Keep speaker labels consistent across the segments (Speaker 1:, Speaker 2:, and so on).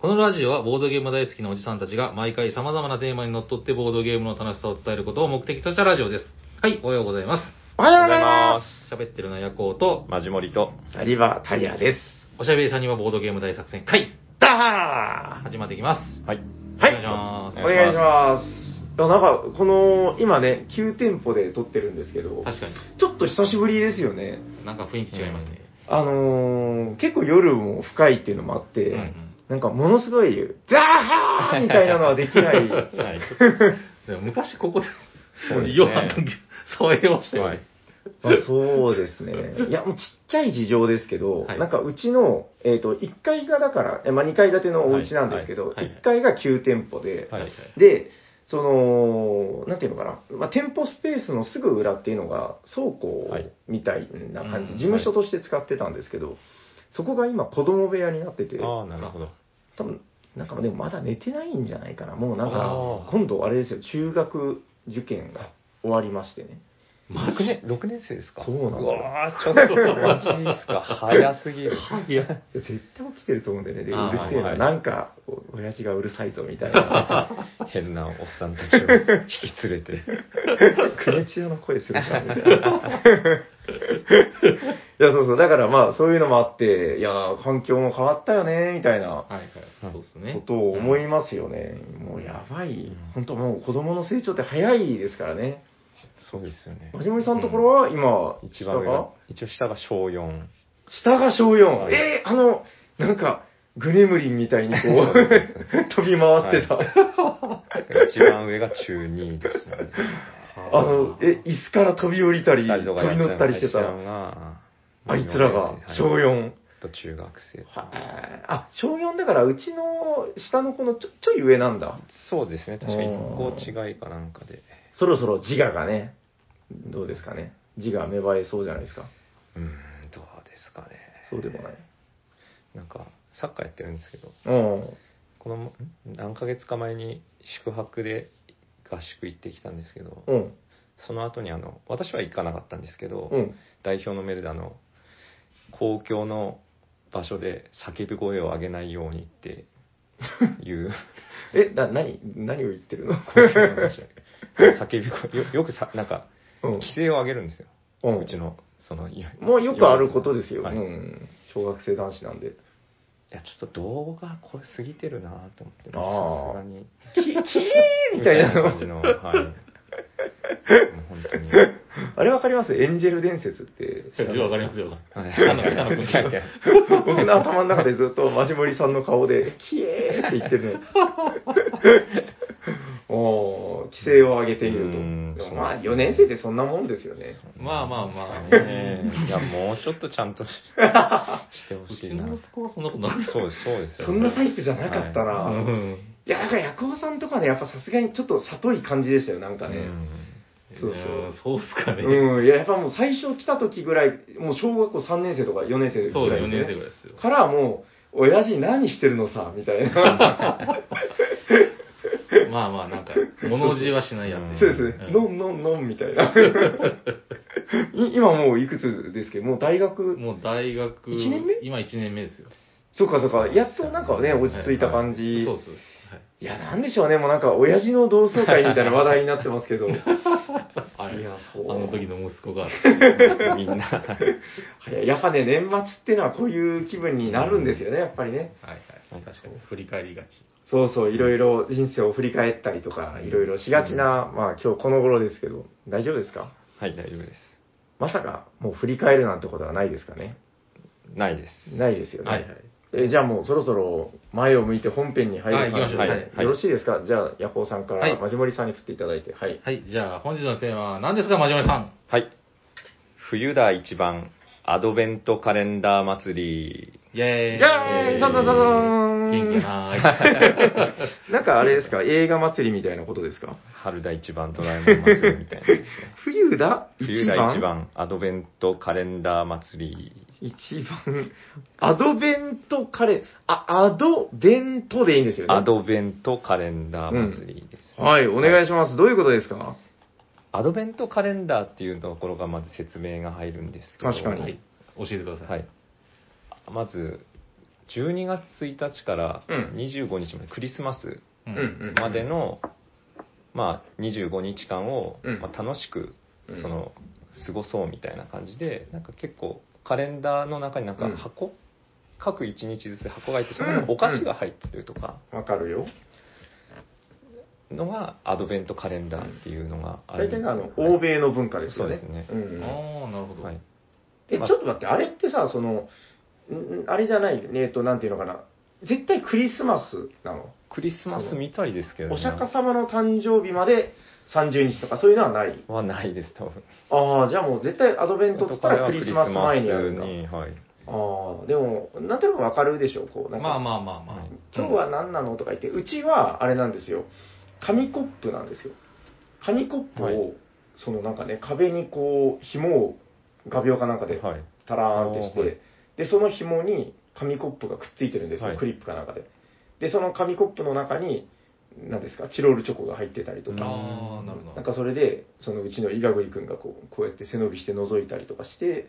Speaker 1: このラジオはボードゲーム大好きなおじさんたちが毎回様々なテーマにのっとってボードゲームの楽しさを伝えることを目的としたラジオです。はい、おはようございます。
Speaker 2: おはようございま
Speaker 1: 喋ってるのはヤコウと
Speaker 3: す。、マジモリと。
Speaker 2: す。リバータリアです。
Speaker 1: おしゃべりさんにはボードゲーム大作戦会、
Speaker 2: ダー
Speaker 1: 始まっていきます。
Speaker 3: はい。
Speaker 2: はい
Speaker 1: お願いします。
Speaker 2: お願いします。いや、なんか、この、今ね、9店舗で撮ってるんですけど、
Speaker 1: 確か
Speaker 2: ちょっと久しぶりですよね。
Speaker 1: に、なんか雰囲気違いますね。
Speaker 2: あのー、結構夜も深いっていうのもあっ
Speaker 1: う
Speaker 2: て、
Speaker 1: んうん
Speaker 2: なんかものすごい、ザーハーみたいなのはでき ない。
Speaker 3: はい。
Speaker 1: でも昔ここで、
Speaker 3: そうですね
Speaker 1: ヨハンと騒いをして
Speaker 3: は
Speaker 1: はいい。。
Speaker 2: まあそうですね。いや、もうちっちゃい事情ですけど、
Speaker 1: はい
Speaker 2: なんかうちの、えっ、と、1階がだから、えまあ2階建てのお家なんですけど、
Speaker 1: はいはいはい
Speaker 2: 1階が9店舗で、
Speaker 3: はい。
Speaker 2: で、その、なんていうのかな、まあ、店舗スペースのすぐ裏っていうのが倉庫
Speaker 3: はい
Speaker 2: みたいな感じ、
Speaker 1: うん
Speaker 2: 事務所として使ってたんですけど、そこが今子供部屋になってて、
Speaker 3: ああ、なるほど。
Speaker 2: 多分なんかでもまだ寝てないんじゃないかな。もうなん
Speaker 3: あ
Speaker 2: か
Speaker 3: ー、
Speaker 2: 今度あれですよ、中学受験が終わりましてね。
Speaker 3: マジ ?6 年生ですか
Speaker 2: そうなの
Speaker 3: うわーちょっと、マジですか。早すぎる。
Speaker 2: いや、絶対起きてると思うんだよね。で、う
Speaker 1: あー
Speaker 2: るせえな、
Speaker 3: はい
Speaker 2: なんか、お親父がうるさいぞみたいな。
Speaker 3: 変なおっさんたちを引き連れて。
Speaker 2: 国千代の声するかみたいな。いや、そうそう。だからまあ、そういうのもあって、いやー、環境も変わったよね、みたいな
Speaker 1: はいはい。そうですね。
Speaker 2: ことを思いますよね。もうやばい。本当もう子供の成長って早いですからね。
Speaker 3: そうですよね。
Speaker 2: マジモリさんのところは今、
Speaker 3: 一
Speaker 2: 下
Speaker 3: 番上
Speaker 2: が
Speaker 3: が、一応下が小4。
Speaker 2: 下が小4。
Speaker 3: はい
Speaker 2: えー、あの、なんか、グレムリンみたいにこ
Speaker 3: そう
Speaker 2: う、 飛び回ってた。
Speaker 3: 一番上が中2ですね。
Speaker 2: あの、え、椅子から飛び降りたり、飛
Speaker 3: 二人とか
Speaker 2: び乗ったりして
Speaker 3: 一
Speaker 2: た。
Speaker 3: 番が
Speaker 2: あいつらが、小。
Speaker 3: はい
Speaker 2: 4。
Speaker 3: と中学生。
Speaker 2: あ、小4だから、うちの下の子のちょちょい上なんだ。
Speaker 3: そうですね。確か一個違いかなんかで。
Speaker 2: そろそろ自我がね、どうですかね。自我芽生えそうじゃないですか。
Speaker 3: うーん、どうですかね。
Speaker 2: そうでもない。
Speaker 3: なんか、サッカーやってるんですけど、
Speaker 2: うん。
Speaker 3: この、ん何ヶ月か前に宿泊で合宿行ってきたんですけど、
Speaker 2: うん。
Speaker 3: その後にあの、私は行かなかったんですけど、
Speaker 2: うん。
Speaker 3: 代表のメルダの、公共の場所で叫び声を上げないようにっていう、
Speaker 2: え、な、何何を言ってる の
Speaker 3: 公共の場所で叫び声、よよくさ、なんか、
Speaker 2: うん
Speaker 3: 規制を上げるんですよ。
Speaker 2: うん。
Speaker 3: うちの、その、いわ
Speaker 2: もうよくあることですよ。
Speaker 3: はいうい
Speaker 2: ん。小学生男子なんで。
Speaker 3: や、ちょっと動画これ過ぎてるなぁと思って、
Speaker 2: あー
Speaker 3: さすがに。
Speaker 2: キキーみたいな
Speaker 3: 感じ
Speaker 2: の。
Speaker 3: の、はい。もう本当に。
Speaker 2: あれわかりますエンジェル伝説って知らない
Speaker 1: よくわかりますよ。
Speaker 3: あ
Speaker 1: の北野君
Speaker 3: はい
Speaker 2: 僕の頭の中でずっとマジモリさんの顔で、キエーって言ってるの。おー、規制を上げていると。
Speaker 3: うん
Speaker 2: でもまあ、4年生ってそんなもんですよね。
Speaker 1: まあまあまあ
Speaker 3: ねえいや、もうちょっとちゃんとししてほ
Speaker 1: う
Speaker 3: し
Speaker 1: ち
Speaker 3: いな
Speaker 1: の。息子はそんなことないです。
Speaker 3: そうです、そうですよ。
Speaker 2: そんなタイプじゃなかったな。
Speaker 1: う
Speaker 2: い、
Speaker 1: ん
Speaker 2: や、だから、ヤコウさんとかね、やっぱさすがにちょっと里い感じでしたよ、なんか
Speaker 3: う
Speaker 2: ね。
Speaker 3: ん
Speaker 2: そうそう
Speaker 1: いやそうっすかね。
Speaker 2: うん、いや、やっぱもう最初来た時ぐらい、もう小学校3年生とか4年生
Speaker 1: そう
Speaker 2: ぐ
Speaker 1: で
Speaker 2: ら
Speaker 1: す、
Speaker 2: いで
Speaker 1: 4
Speaker 2: す
Speaker 1: 年生
Speaker 2: ね。
Speaker 1: ぐらいですよ。
Speaker 2: からもう、親父何してるのさ、みたいな。
Speaker 1: まあまあ、なんか、物おじはしないやつ
Speaker 2: そうですね。
Speaker 1: う
Speaker 2: ノンノンノンみた いな。い今もういくつですけど、もう大
Speaker 1: ん
Speaker 2: 学、
Speaker 1: もう大学、
Speaker 2: 一年目
Speaker 1: 今1年目ですよ。
Speaker 2: そうかそうか、やっとなんかね、落ち着いた感じ。い
Speaker 1: そうそうです。
Speaker 2: や、なんでしょうね、もうなんか、親父の同窓会みたいな話題になってますけど、
Speaker 1: はい。 あ
Speaker 2: いやそう
Speaker 1: の時の息子 が。
Speaker 3: みんな。はい
Speaker 2: 早いやっぱね、年末ってのはこういう気分になるんですよね、やっぱりね。
Speaker 1: はいはい。確かに、振り返りがち。
Speaker 2: そうそう、いろいろ人生を振り返ったりとか、いろいろしがちな、まあ今日この頃ですけど、大丈夫ですか
Speaker 3: はい、大丈夫です。
Speaker 2: まさか、もう振り返るなんてことはないですかね
Speaker 3: ないです。
Speaker 2: ないですよね。
Speaker 1: はいはい。
Speaker 2: えじゃあもうそろそろ前を向いて本編に入る
Speaker 1: はい行きましょう
Speaker 2: は
Speaker 1: はい
Speaker 3: はい
Speaker 2: よろしいですかじゃあ、ヤホーさんか
Speaker 1: は
Speaker 2: ら、
Speaker 1: い
Speaker 2: マジモリさんに振っていただいて。はい。
Speaker 1: はい、じゃあ本日のテーマは何ですか、まじまりさん。
Speaker 3: はい。冬だ一番、アドベントカレンダー祭り。
Speaker 1: イェーイ。
Speaker 2: イェーイダダダダーン
Speaker 1: 元気 な
Speaker 2: なんかあれですか映画祭りみたいなことですか
Speaker 3: 春だ一番、ドラえもん祭りみた いな。
Speaker 2: 冬だ一番
Speaker 3: 冬だ一。番、アドベントカレンダー祭り。
Speaker 2: 一番。アドベントカレン、あ、アドベントでいいんですよね。
Speaker 3: アドベントカレンダー祭りです。
Speaker 2: はい、お願いします。どういうことですか
Speaker 3: アドベントカレンダーっていうところがまず説明が入るんですけど
Speaker 2: 確かに
Speaker 1: はい。教えてください。
Speaker 3: はいまず12月1日から
Speaker 2: うん
Speaker 3: 25日までクリスマス
Speaker 1: う
Speaker 2: うん
Speaker 1: ん。
Speaker 2: うん
Speaker 3: までの、まあ、25日間を、
Speaker 2: うん
Speaker 3: まあ、楽しく
Speaker 2: うん
Speaker 3: その過ごそうみたいな感じでなんか結構カレンダーの中になんか
Speaker 2: うん
Speaker 3: 箱、各1日ずつ箱が入ってそこ
Speaker 2: うん
Speaker 3: にお菓子が入ってるとか
Speaker 2: わかるよ
Speaker 3: のがアドベントカレンダーっていうのがある
Speaker 2: 大
Speaker 3: んで
Speaker 2: 体
Speaker 3: すよ
Speaker 2: があの
Speaker 3: はい
Speaker 2: 欧米の文化ですよね
Speaker 3: そうですね
Speaker 2: うんうん
Speaker 1: ああ、なるほど。
Speaker 3: はい
Speaker 2: え、ちょっと待って、あれってさ、その、んんあれじゃない、えっと、なんていうのかな、絶対クリスマスなの。
Speaker 3: クリスマスみたいですけど、ね、
Speaker 2: お釈迦様の誕生日まで30日とか、そういうのはない。
Speaker 3: はないです多分
Speaker 2: ああ、じゃあもう絶対アドベントっつったらクリスマス前にやるんだ。
Speaker 3: クリスマスにはい
Speaker 2: ああ、でも、なんとなくわかるでしょ、こう、なんか、
Speaker 1: まあまあまあまあ
Speaker 3: はい。
Speaker 2: 今日は何なのとか言って、うちはあれなんですよ、紙コップなんですよ。紙コップを、
Speaker 3: はい
Speaker 2: そのなんかね、壁にこう、紐を画鋲かなんかで
Speaker 3: はい
Speaker 2: タラーンってして、
Speaker 3: あーはい
Speaker 2: で、その紐に紙コップがくっついてるんですよ、
Speaker 3: はい
Speaker 2: クリップかなんかで。で、その紙コップの中に、何ですか、チロルチョコが入ってたりとか、
Speaker 1: ああ、なるほど。
Speaker 2: なんかそれで、そのうちの伊賀栗くんがこうこうやって背伸びして覗いたりとかして、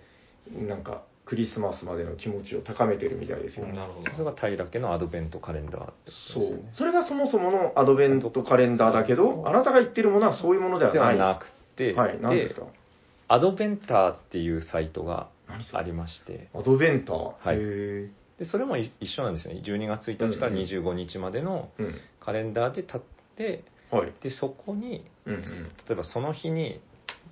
Speaker 2: なんかクリスマスまでの気持ちを高めてるみたいですよ、
Speaker 1: なるほ
Speaker 3: それ
Speaker 1: ど。
Speaker 3: が平家のアドベントカレンダーってこと
Speaker 2: そ
Speaker 3: ですよ
Speaker 2: う
Speaker 3: ね。
Speaker 2: それがそもそものアドベントカレンダーだけど、あなたが言ってるものはそういうものでは
Speaker 3: で
Speaker 2: な。
Speaker 3: はいなくて、
Speaker 2: はい、何ですか
Speaker 3: アドベンターっていうサイトが
Speaker 2: 何そ
Speaker 3: あ
Speaker 2: れ
Speaker 3: りまして
Speaker 2: アドベンター。
Speaker 3: はい
Speaker 2: へー
Speaker 3: でそれもい一緒なんですよね12月1日から25日までの
Speaker 2: うん。
Speaker 3: カレンダーで立って
Speaker 2: はい。
Speaker 3: でそこに
Speaker 2: うんうん
Speaker 3: 例えばその日に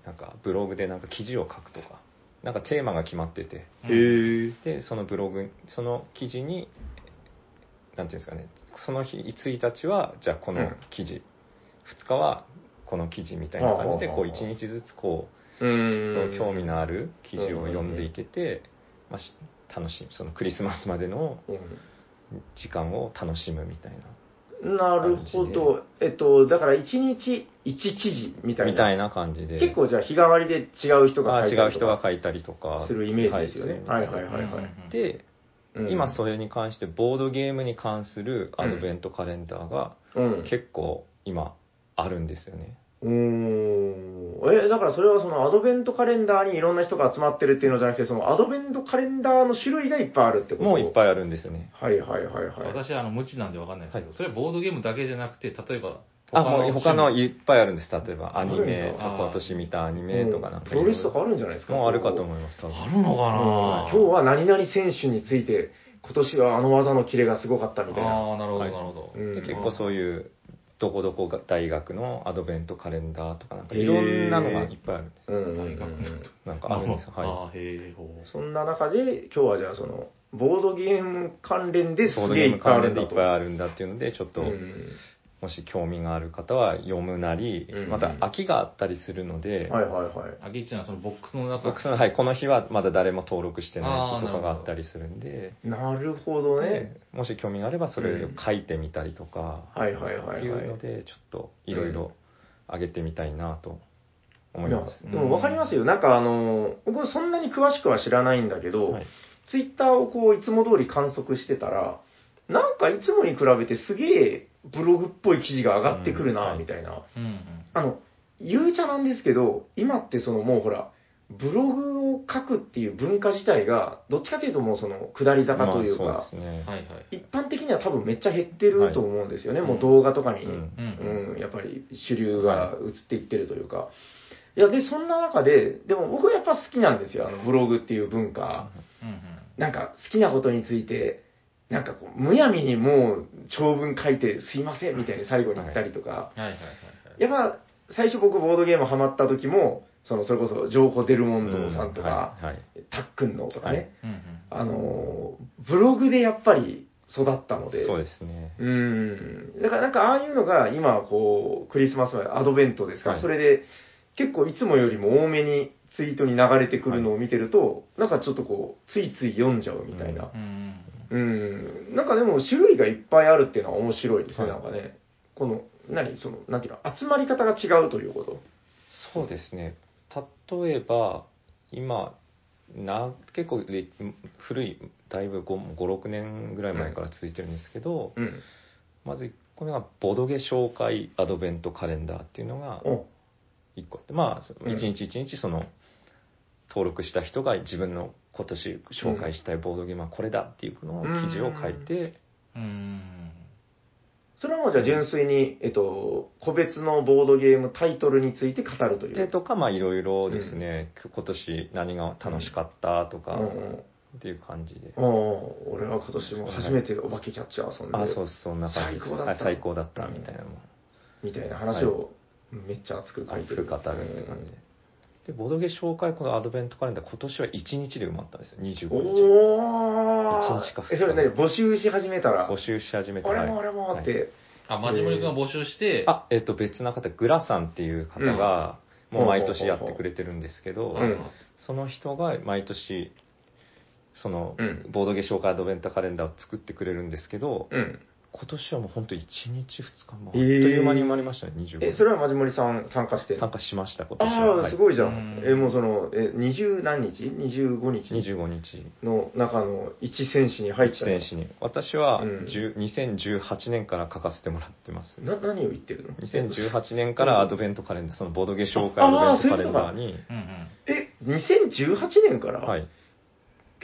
Speaker 3: なんかブログでなんか記事を書くとかなんかテーマが決まってて
Speaker 2: へー
Speaker 3: でそのブログその記事になんていうんですかねその日1日はじゃあこ
Speaker 2: う
Speaker 3: の
Speaker 2: ん
Speaker 3: 記事、2日はこの記事みたいな感じで
Speaker 2: はあ
Speaker 3: こう
Speaker 2: はあはあ
Speaker 3: 1日ずつこ
Speaker 2: う
Speaker 3: うその
Speaker 2: ーん。
Speaker 3: 興味のある記事を読んでいけて、まあし楽しいそのクリスマスまでの時間を楽しむみたいな
Speaker 2: うんなるほど。えっと、だから1日1記事みたい
Speaker 3: みた
Speaker 2: な。
Speaker 3: いな感じで
Speaker 2: 結構じゃあ日替わりで違う人
Speaker 3: あ
Speaker 2: が書
Speaker 3: ー
Speaker 2: い
Speaker 3: 違
Speaker 2: た
Speaker 3: う
Speaker 2: り
Speaker 3: 人
Speaker 2: と
Speaker 3: が
Speaker 2: か
Speaker 3: 書いたりとか
Speaker 2: するイメージですよね。はいはい
Speaker 3: い
Speaker 2: はいは
Speaker 1: うん
Speaker 2: い。
Speaker 3: で、
Speaker 2: うん
Speaker 3: 今それに関してボードゲームに関するアドベントカレンダーが、
Speaker 2: うん。
Speaker 3: 結構今あるんですよね
Speaker 2: うーん。え、だからそれはそのアドベントカレンダーにいろんな人が集まってるっていうのじゃなくて、そのアドベントカレンダーの種類がいっぱいあるってこと
Speaker 3: もういっぱ
Speaker 2: い。
Speaker 3: いあるんですよね
Speaker 2: はいはいはいはい。
Speaker 1: 私はあの無知なんでわかんないですけど、それはボードゲームだけじゃなくて、例えば、
Speaker 3: あもう他の
Speaker 1: 趣味
Speaker 3: いっぱいあるんです例えばアニ
Speaker 2: ある
Speaker 3: メ
Speaker 2: ん
Speaker 1: だ
Speaker 3: 過去私見たアニメとかなんか
Speaker 2: プロレスとかあるんじゃないですか
Speaker 3: もうあるかと
Speaker 2: う。
Speaker 3: 思います多
Speaker 1: あ
Speaker 3: 分
Speaker 1: るのか
Speaker 2: 今
Speaker 1: な
Speaker 2: 日は何々選手について、今年はあの技のキレがすごかったみたいな。
Speaker 1: ああ、なるほど、
Speaker 3: はい
Speaker 1: なるほど。
Speaker 2: うん
Speaker 3: で結構そういうどこどこが大学のアドベントカレンダーとかなんかいろんなのがいっぱいあるんです
Speaker 2: うんうんうんうん
Speaker 1: 大学の
Speaker 3: なんかあるんですよは
Speaker 1: ああ、へえ、ほう。
Speaker 2: そんな中で、今日はじゃあその、ボードゲーム関連で
Speaker 3: い
Speaker 2: す
Speaker 3: ボード
Speaker 2: げ
Speaker 3: ゲ
Speaker 2: え
Speaker 3: ー
Speaker 2: い
Speaker 3: ム
Speaker 2: っぱいあ
Speaker 3: 関
Speaker 2: るん
Speaker 3: 連で
Speaker 2: だ
Speaker 3: いっ
Speaker 2: と。
Speaker 3: ぱいあるんだっていうのでちょっと
Speaker 2: うん
Speaker 3: もし興味がある方は読むなり
Speaker 2: うん
Speaker 3: また空きがあったりするので
Speaker 2: はいはいはい。
Speaker 1: あげちゃんはそのボックスの中
Speaker 3: 僕そのはいこの日はまだ誰も登録してない人とかがあったりするんで
Speaker 2: なるほどね。
Speaker 3: でもし興味があればそれを書いてみたりとか、
Speaker 2: はいはいは
Speaker 3: って
Speaker 2: い
Speaker 3: い
Speaker 2: は
Speaker 3: う
Speaker 2: い
Speaker 3: の。でちょっといろいろ上げてみたいなと思い
Speaker 2: いや
Speaker 3: ます、
Speaker 2: でも分かりますよ。なんかあの、僕そんなに詳しくは知らないんだけど
Speaker 3: はい、
Speaker 2: ツイッターをこう、いつも通り観測してたら、なんかいつもに比べてすげえブログっぽい記事が上がってくる
Speaker 3: うん
Speaker 2: な、
Speaker 3: はい
Speaker 2: みたいな。
Speaker 1: うんうん。
Speaker 2: あの、ゆうちゃなんですけど、今ってそのもうほら、ブログを書くっていう文化自体が、どっちかというともうその、下り坂
Speaker 3: まあ
Speaker 2: というか、
Speaker 3: そうですね、
Speaker 1: はいはい。
Speaker 2: 一般的には多分めっちゃ減ってると思うんですよね、
Speaker 1: はい
Speaker 2: もう動画とかに、
Speaker 3: う
Speaker 2: うん
Speaker 3: ん
Speaker 1: うんうん。
Speaker 2: やっぱり主流が移っていってるというか、い、やでそんな中ででも僕はやっぱ好きなんですよあのブログっていう文化
Speaker 1: うんうん。
Speaker 2: なんか好きなことについてなんかこうむやみにもう長文書いてすいませんみたいに最後に言ったりとか、
Speaker 1: はいはいはいはい。
Speaker 2: やっぱ最初僕ボードゲームハマった時もそのそれこそ情報デルモンドさんとか、
Speaker 3: うんはいはい
Speaker 2: タックンのとかね、
Speaker 3: はい
Speaker 1: うんうん。
Speaker 2: あのーブログでやっぱり育ったので
Speaker 3: そうですね
Speaker 2: うん。だからなんかああいうのが今こう、クリスマスまでアドベントですから、
Speaker 3: はい
Speaker 2: それで結構いつもよりも多めにツイートに流れてくるのを見てると、なんかちょっとこう、ついつい読んじゃうみたいな
Speaker 1: う。んうん。
Speaker 2: うん。なんかでも種類がいっぱいあるっていうのは面白いですね、
Speaker 3: は
Speaker 2: ないんかね。この、何その、なんていうの、集まり方が違うということ。
Speaker 3: そうですね例えば今な結構で古いだいぶ56年ぐらい前から続いてるんですけど、
Speaker 2: うん。
Speaker 3: まず1個目がボドゲ紹介アドベントカレンダーっていうのが
Speaker 2: お
Speaker 3: 1個あってまあ
Speaker 2: うん
Speaker 3: 1日1日その登録した人が自分の今年紹介したいボードゲームはこれだっていうのを記事を書いて、
Speaker 1: うーん。
Speaker 2: それはもうじゃあ純粋に、えっと、個別のボードゲームタイトルについて語るという。
Speaker 3: でとかまあいろいろですね、今年何が楽しかったとか
Speaker 2: うんうん
Speaker 3: っていう感じで、
Speaker 2: うんうん俺は今年も初めてお化けキャッチャー遊んで、
Speaker 3: あそうそんな感じ
Speaker 2: 最高だった
Speaker 3: はい最高だったみたいなのも
Speaker 2: みたいな話をめっちゃ熱く書いて
Speaker 3: する
Speaker 2: る。
Speaker 3: 方るって感じで。で、ボードゲー紹介、このアドベントカレンダー、今年は1日で埋まったんですよ、
Speaker 2: お
Speaker 3: 25日。
Speaker 2: お
Speaker 3: 一日か二日
Speaker 2: え、それ何募集し始めたら
Speaker 3: 募、集し始めて、
Speaker 2: 俺も俺もって、
Speaker 1: あ、マジモリ君が募集して、
Speaker 3: あ、えっ、と、別な方、グラさんっていう方が、
Speaker 2: うん
Speaker 3: もう毎年やってくれてるんですけど、
Speaker 2: うん
Speaker 3: その人が毎年、その、
Speaker 2: うん
Speaker 3: ボードゲー紹介アドベントカレンダーを作ってくれるんですけど、
Speaker 2: うん。
Speaker 3: 今年はもう本当1日2日も、
Speaker 2: え
Speaker 3: あっと
Speaker 2: ー
Speaker 3: いう間に埋まりましたね、25
Speaker 2: え、
Speaker 3: 日。
Speaker 2: それはマジモリさん参加して
Speaker 3: 参加しました、今年は。
Speaker 2: ああ、す
Speaker 3: い。
Speaker 2: ごいじゃ
Speaker 1: うん
Speaker 2: ん。え、もうその、え、二十何日 ?25 日
Speaker 3: 25日。
Speaker 2: の中の一選手に入った
Speaker 3: 一年史に私は
Speaker 2: うん
Speaker 3: 10 2018年から書かせてもらってます
Speaker 2: な、何を言ってるの
Speaker 3: 2018年からアドベントカレンダーそのボードゲー紹介アドベントカレンダーに
Speaker 1: うんうん。
Speaker 2: え、2018年から、
Speaker 3: はい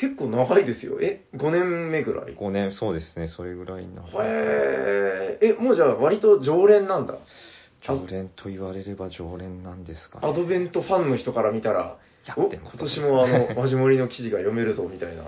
Speaker 2: 結構長いですよ。え、5年目ぐらい
Speaker 3: 5年そうですねそれぐらいの
Speaker 2: へえ、え、もうじゃあ割と常連なんだ。
Speaker 3: 常連と言われれば常連なんですかね
Speaker 2: アドベントファンの人から見たら、
Speaker 3: や
Speaker 2: お、
Speaker 3: ってま
Speaker 2: 今
Speaker 3: す
Speaker 2: 年もあの、 マジモリの記事が読めるぞ、みたいな。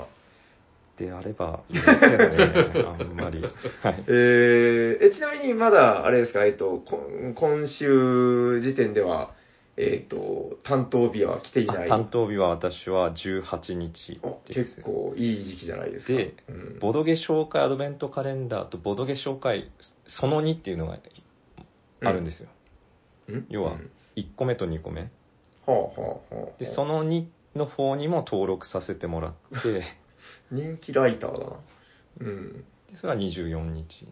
Speaker 3: であればいいですけどねあんまりはい
Speaker 2: えー、えちなみにまだ、あれですか、えっと、こん今週時点では、えっと、担当日は来ていな
Speaker 3: あ
Speaker 2: い。
Speaker 3: 担当日は私は18日
Speaker 2: お
Speaker 3: です
Speaker 2: 結構いい時期じゃないですか。
Speaker 3: で
Speaker 2: うん
Speaker 3: ボドゲ紹介アドベントカレンダーとボドゲ紹介その2っていうのがあるんですよ、
Speaker 2: ん
Speaker 3: 要は
Speaker 2: うん
Speaker 3: 1個目と2個目
Speaker 2: はあはあはあ。
Speaker 3: でその2の方にも登録させてもら ってで
Speaker 2: 人気ライターだな。うん。
Speaker 3: それは24日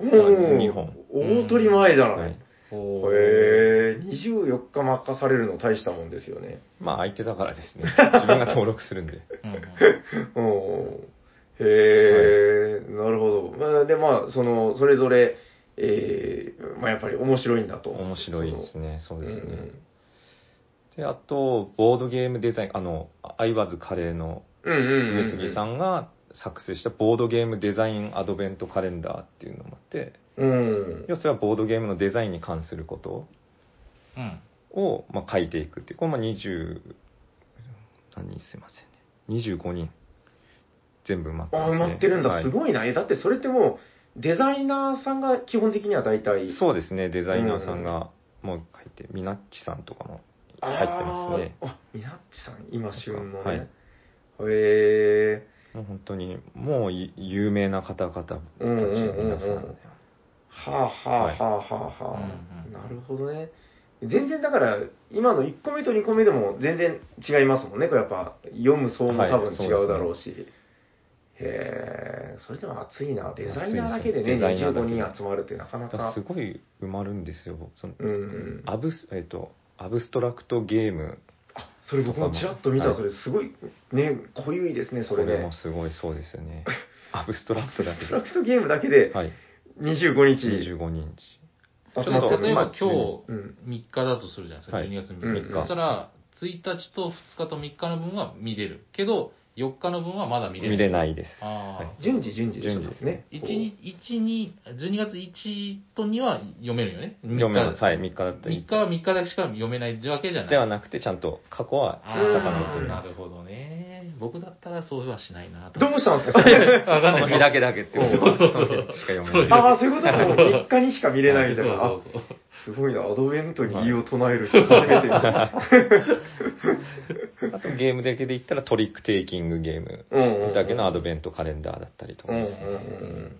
Speaker 2: お
Speaker 3: ー日本
Speaker 2: 大取り前じゃない。
Speaker 3: はい
Speaker 1: おー
Speaker 2: へえ、24日任されるの大したもんですよね。
Speaker 3: まあ相手だからで すね自分が登録するんで
Speaker 1: うんうん
Speaker 2: うん。へえ、なるほど。まあ、で、まあ、その、それぞれ、えー、まあ、やっぱり面白いんだと。
Speaker 3: 面白いですねそう
Speaker 2: その。
Speaker 3: ですね、
Speaker 2: うん
Speaker 3: であとボードゲームデザインあのアイワズカレーの
Speaker 2: うんうんうんうん。
Speaker 3: 上杉さんが作成したボードゲームデザインアドベントカレンダーっていうのもあって
Speaker 2: うん。
Speaker 3: 要はそれはボードゲームのデザインに関すること
Speaker 1: うん。
Speaker 3: を、まあ、書いていくっていうこれも20何人すいませんね25人全部埋まって
Speaker 2: あ、
Speaker 3: ます
Speaker 2: 埋
Speaker 3: ね
Speaker 2: まってるん
Speaker 3: は
Speaker 2: だ。
Speaker 3: い
Speaker 2: すごいな。え、だってそれってもう、デザイナーさんが基本的には大体、
Speaker 3: そうですね、デザイナーさんがもう入って、みなっちさんとかも入ってますね。
Speaker 2: あーあ、みなっちさん、今旬のね。
Speaker 3: はい
Speaker 2: へえ。
Speaker 3: もう本当に、もうい有名な方々たち
Speaker 2: うんうんうん
Speaker 3: 皆さ
Speaker 2: うんん。はあはあはあはあはあ、
Speaker 1: うんうん
Speaker 2: なるほどね全然だから今の1個目と2個目でも全然違いますもんねこれやっぱ読む層も多分違うだろうし、へえそれでも熱いなデザイナーだけでね
Speaker 3: 熱いですね
Speaker 2: 25人集まるってなかな
Speaker 3: だから
Speaker 2: か
Speaker 3: すごい埋まるんですよ。その
Speaker 2: うんうん
Speaker 3: アブス、えっ、と、アブストラクトゲーム、
Speaker 2: あそれ僕もちらっと見た、
Speaker 3: はい
Speaker 2: それすごいね濃ゆいですねそ
Speaker 3: こ
Speaker 2: れ
Speaker 3: れ
Speaker 2: ね
Speaker 3: もすごいそうですよね。アブストラクトだ
Speaker 2: ス
Speaker 3: け
Speaker 2: トラクトゲームだけで
Speaker 3: はい、
Speaker 2: 25日
Speaker 3: 25人。
Speaker 1: ち
Speaker 2: 集
Speaker 1: ょ
Speaker 2: ま
Speaker 1: っ
Speaker 2: っ
Speaker 1: と
Speaker 2: てる
Speaker 1: 例えば今日
Speaker 2: うん
Speaker 1: 3日だとするじゃないですか、
Speaker 3: はい
Speaker 1: 12月3日。
Speaker 2: うん
Speaker 1: そしたら、1日と2日と3日の分は見れる。けど、4日の分はまだ見れる。
Speaker 3: 見れないです。
Speaker 1: あー
Speaker 3: はい
Speaker 2: 順次順次でしょ
Speaker 3: 順次です
Speaker 2: ね
Speaker 3: ね
Speaker 1: 1、2、12月1と2は読めるよね。
Speaker 3: 読めます。
Speaker 1: い。
Speaker 3: はい、3日だっ
Speaker 1: 3
Speaker 3: たり。
Speaker 1: 日は3日だけしか読めないわけじゃない。
Speaker 3: ではなくて、ちゃんと過去は
Speaker 1: あ
Speaker 3: 遡っ
Speaker 1: ー
Speaker 3: て
Speaker 2: うん
Speaker 3: ま
Speaker 1: な
Speaker 3: す。
Speaker 1: るほどね。僕だったらそうはしないなと。
Speaker 2: どうしたんですかそれ
Speaker 1: わかんない
Speaker 3: その日だけだけってこと
Speaker 1: そうそうそう
Speaker 3: その日しか読め
Speaker 1: そう
Speaker 3: な
Speaker 1: です。
Speaker 2: ああ、そ
Speaker 3: い
Speaker 2: ういうこと か。もう3日にしか見れないみたいな。
Speaker 1: そ
Speaker 2: あ
Speaker 1: う、そうそう。
Speaker 2: すごいな。アドベントに理由を唱える人初めて見た。
Speaker 3: あとゲームだけで言ったらトリックテイキングゲーム
Speaker 2: うんうんうん
Speaker 3: だけのアドベントカレンダーだったりと
Speaker 2: う
Speaker 3: か
Speaker 2: んうんう
Speaker 3: ですね。
Speaker 2: ん。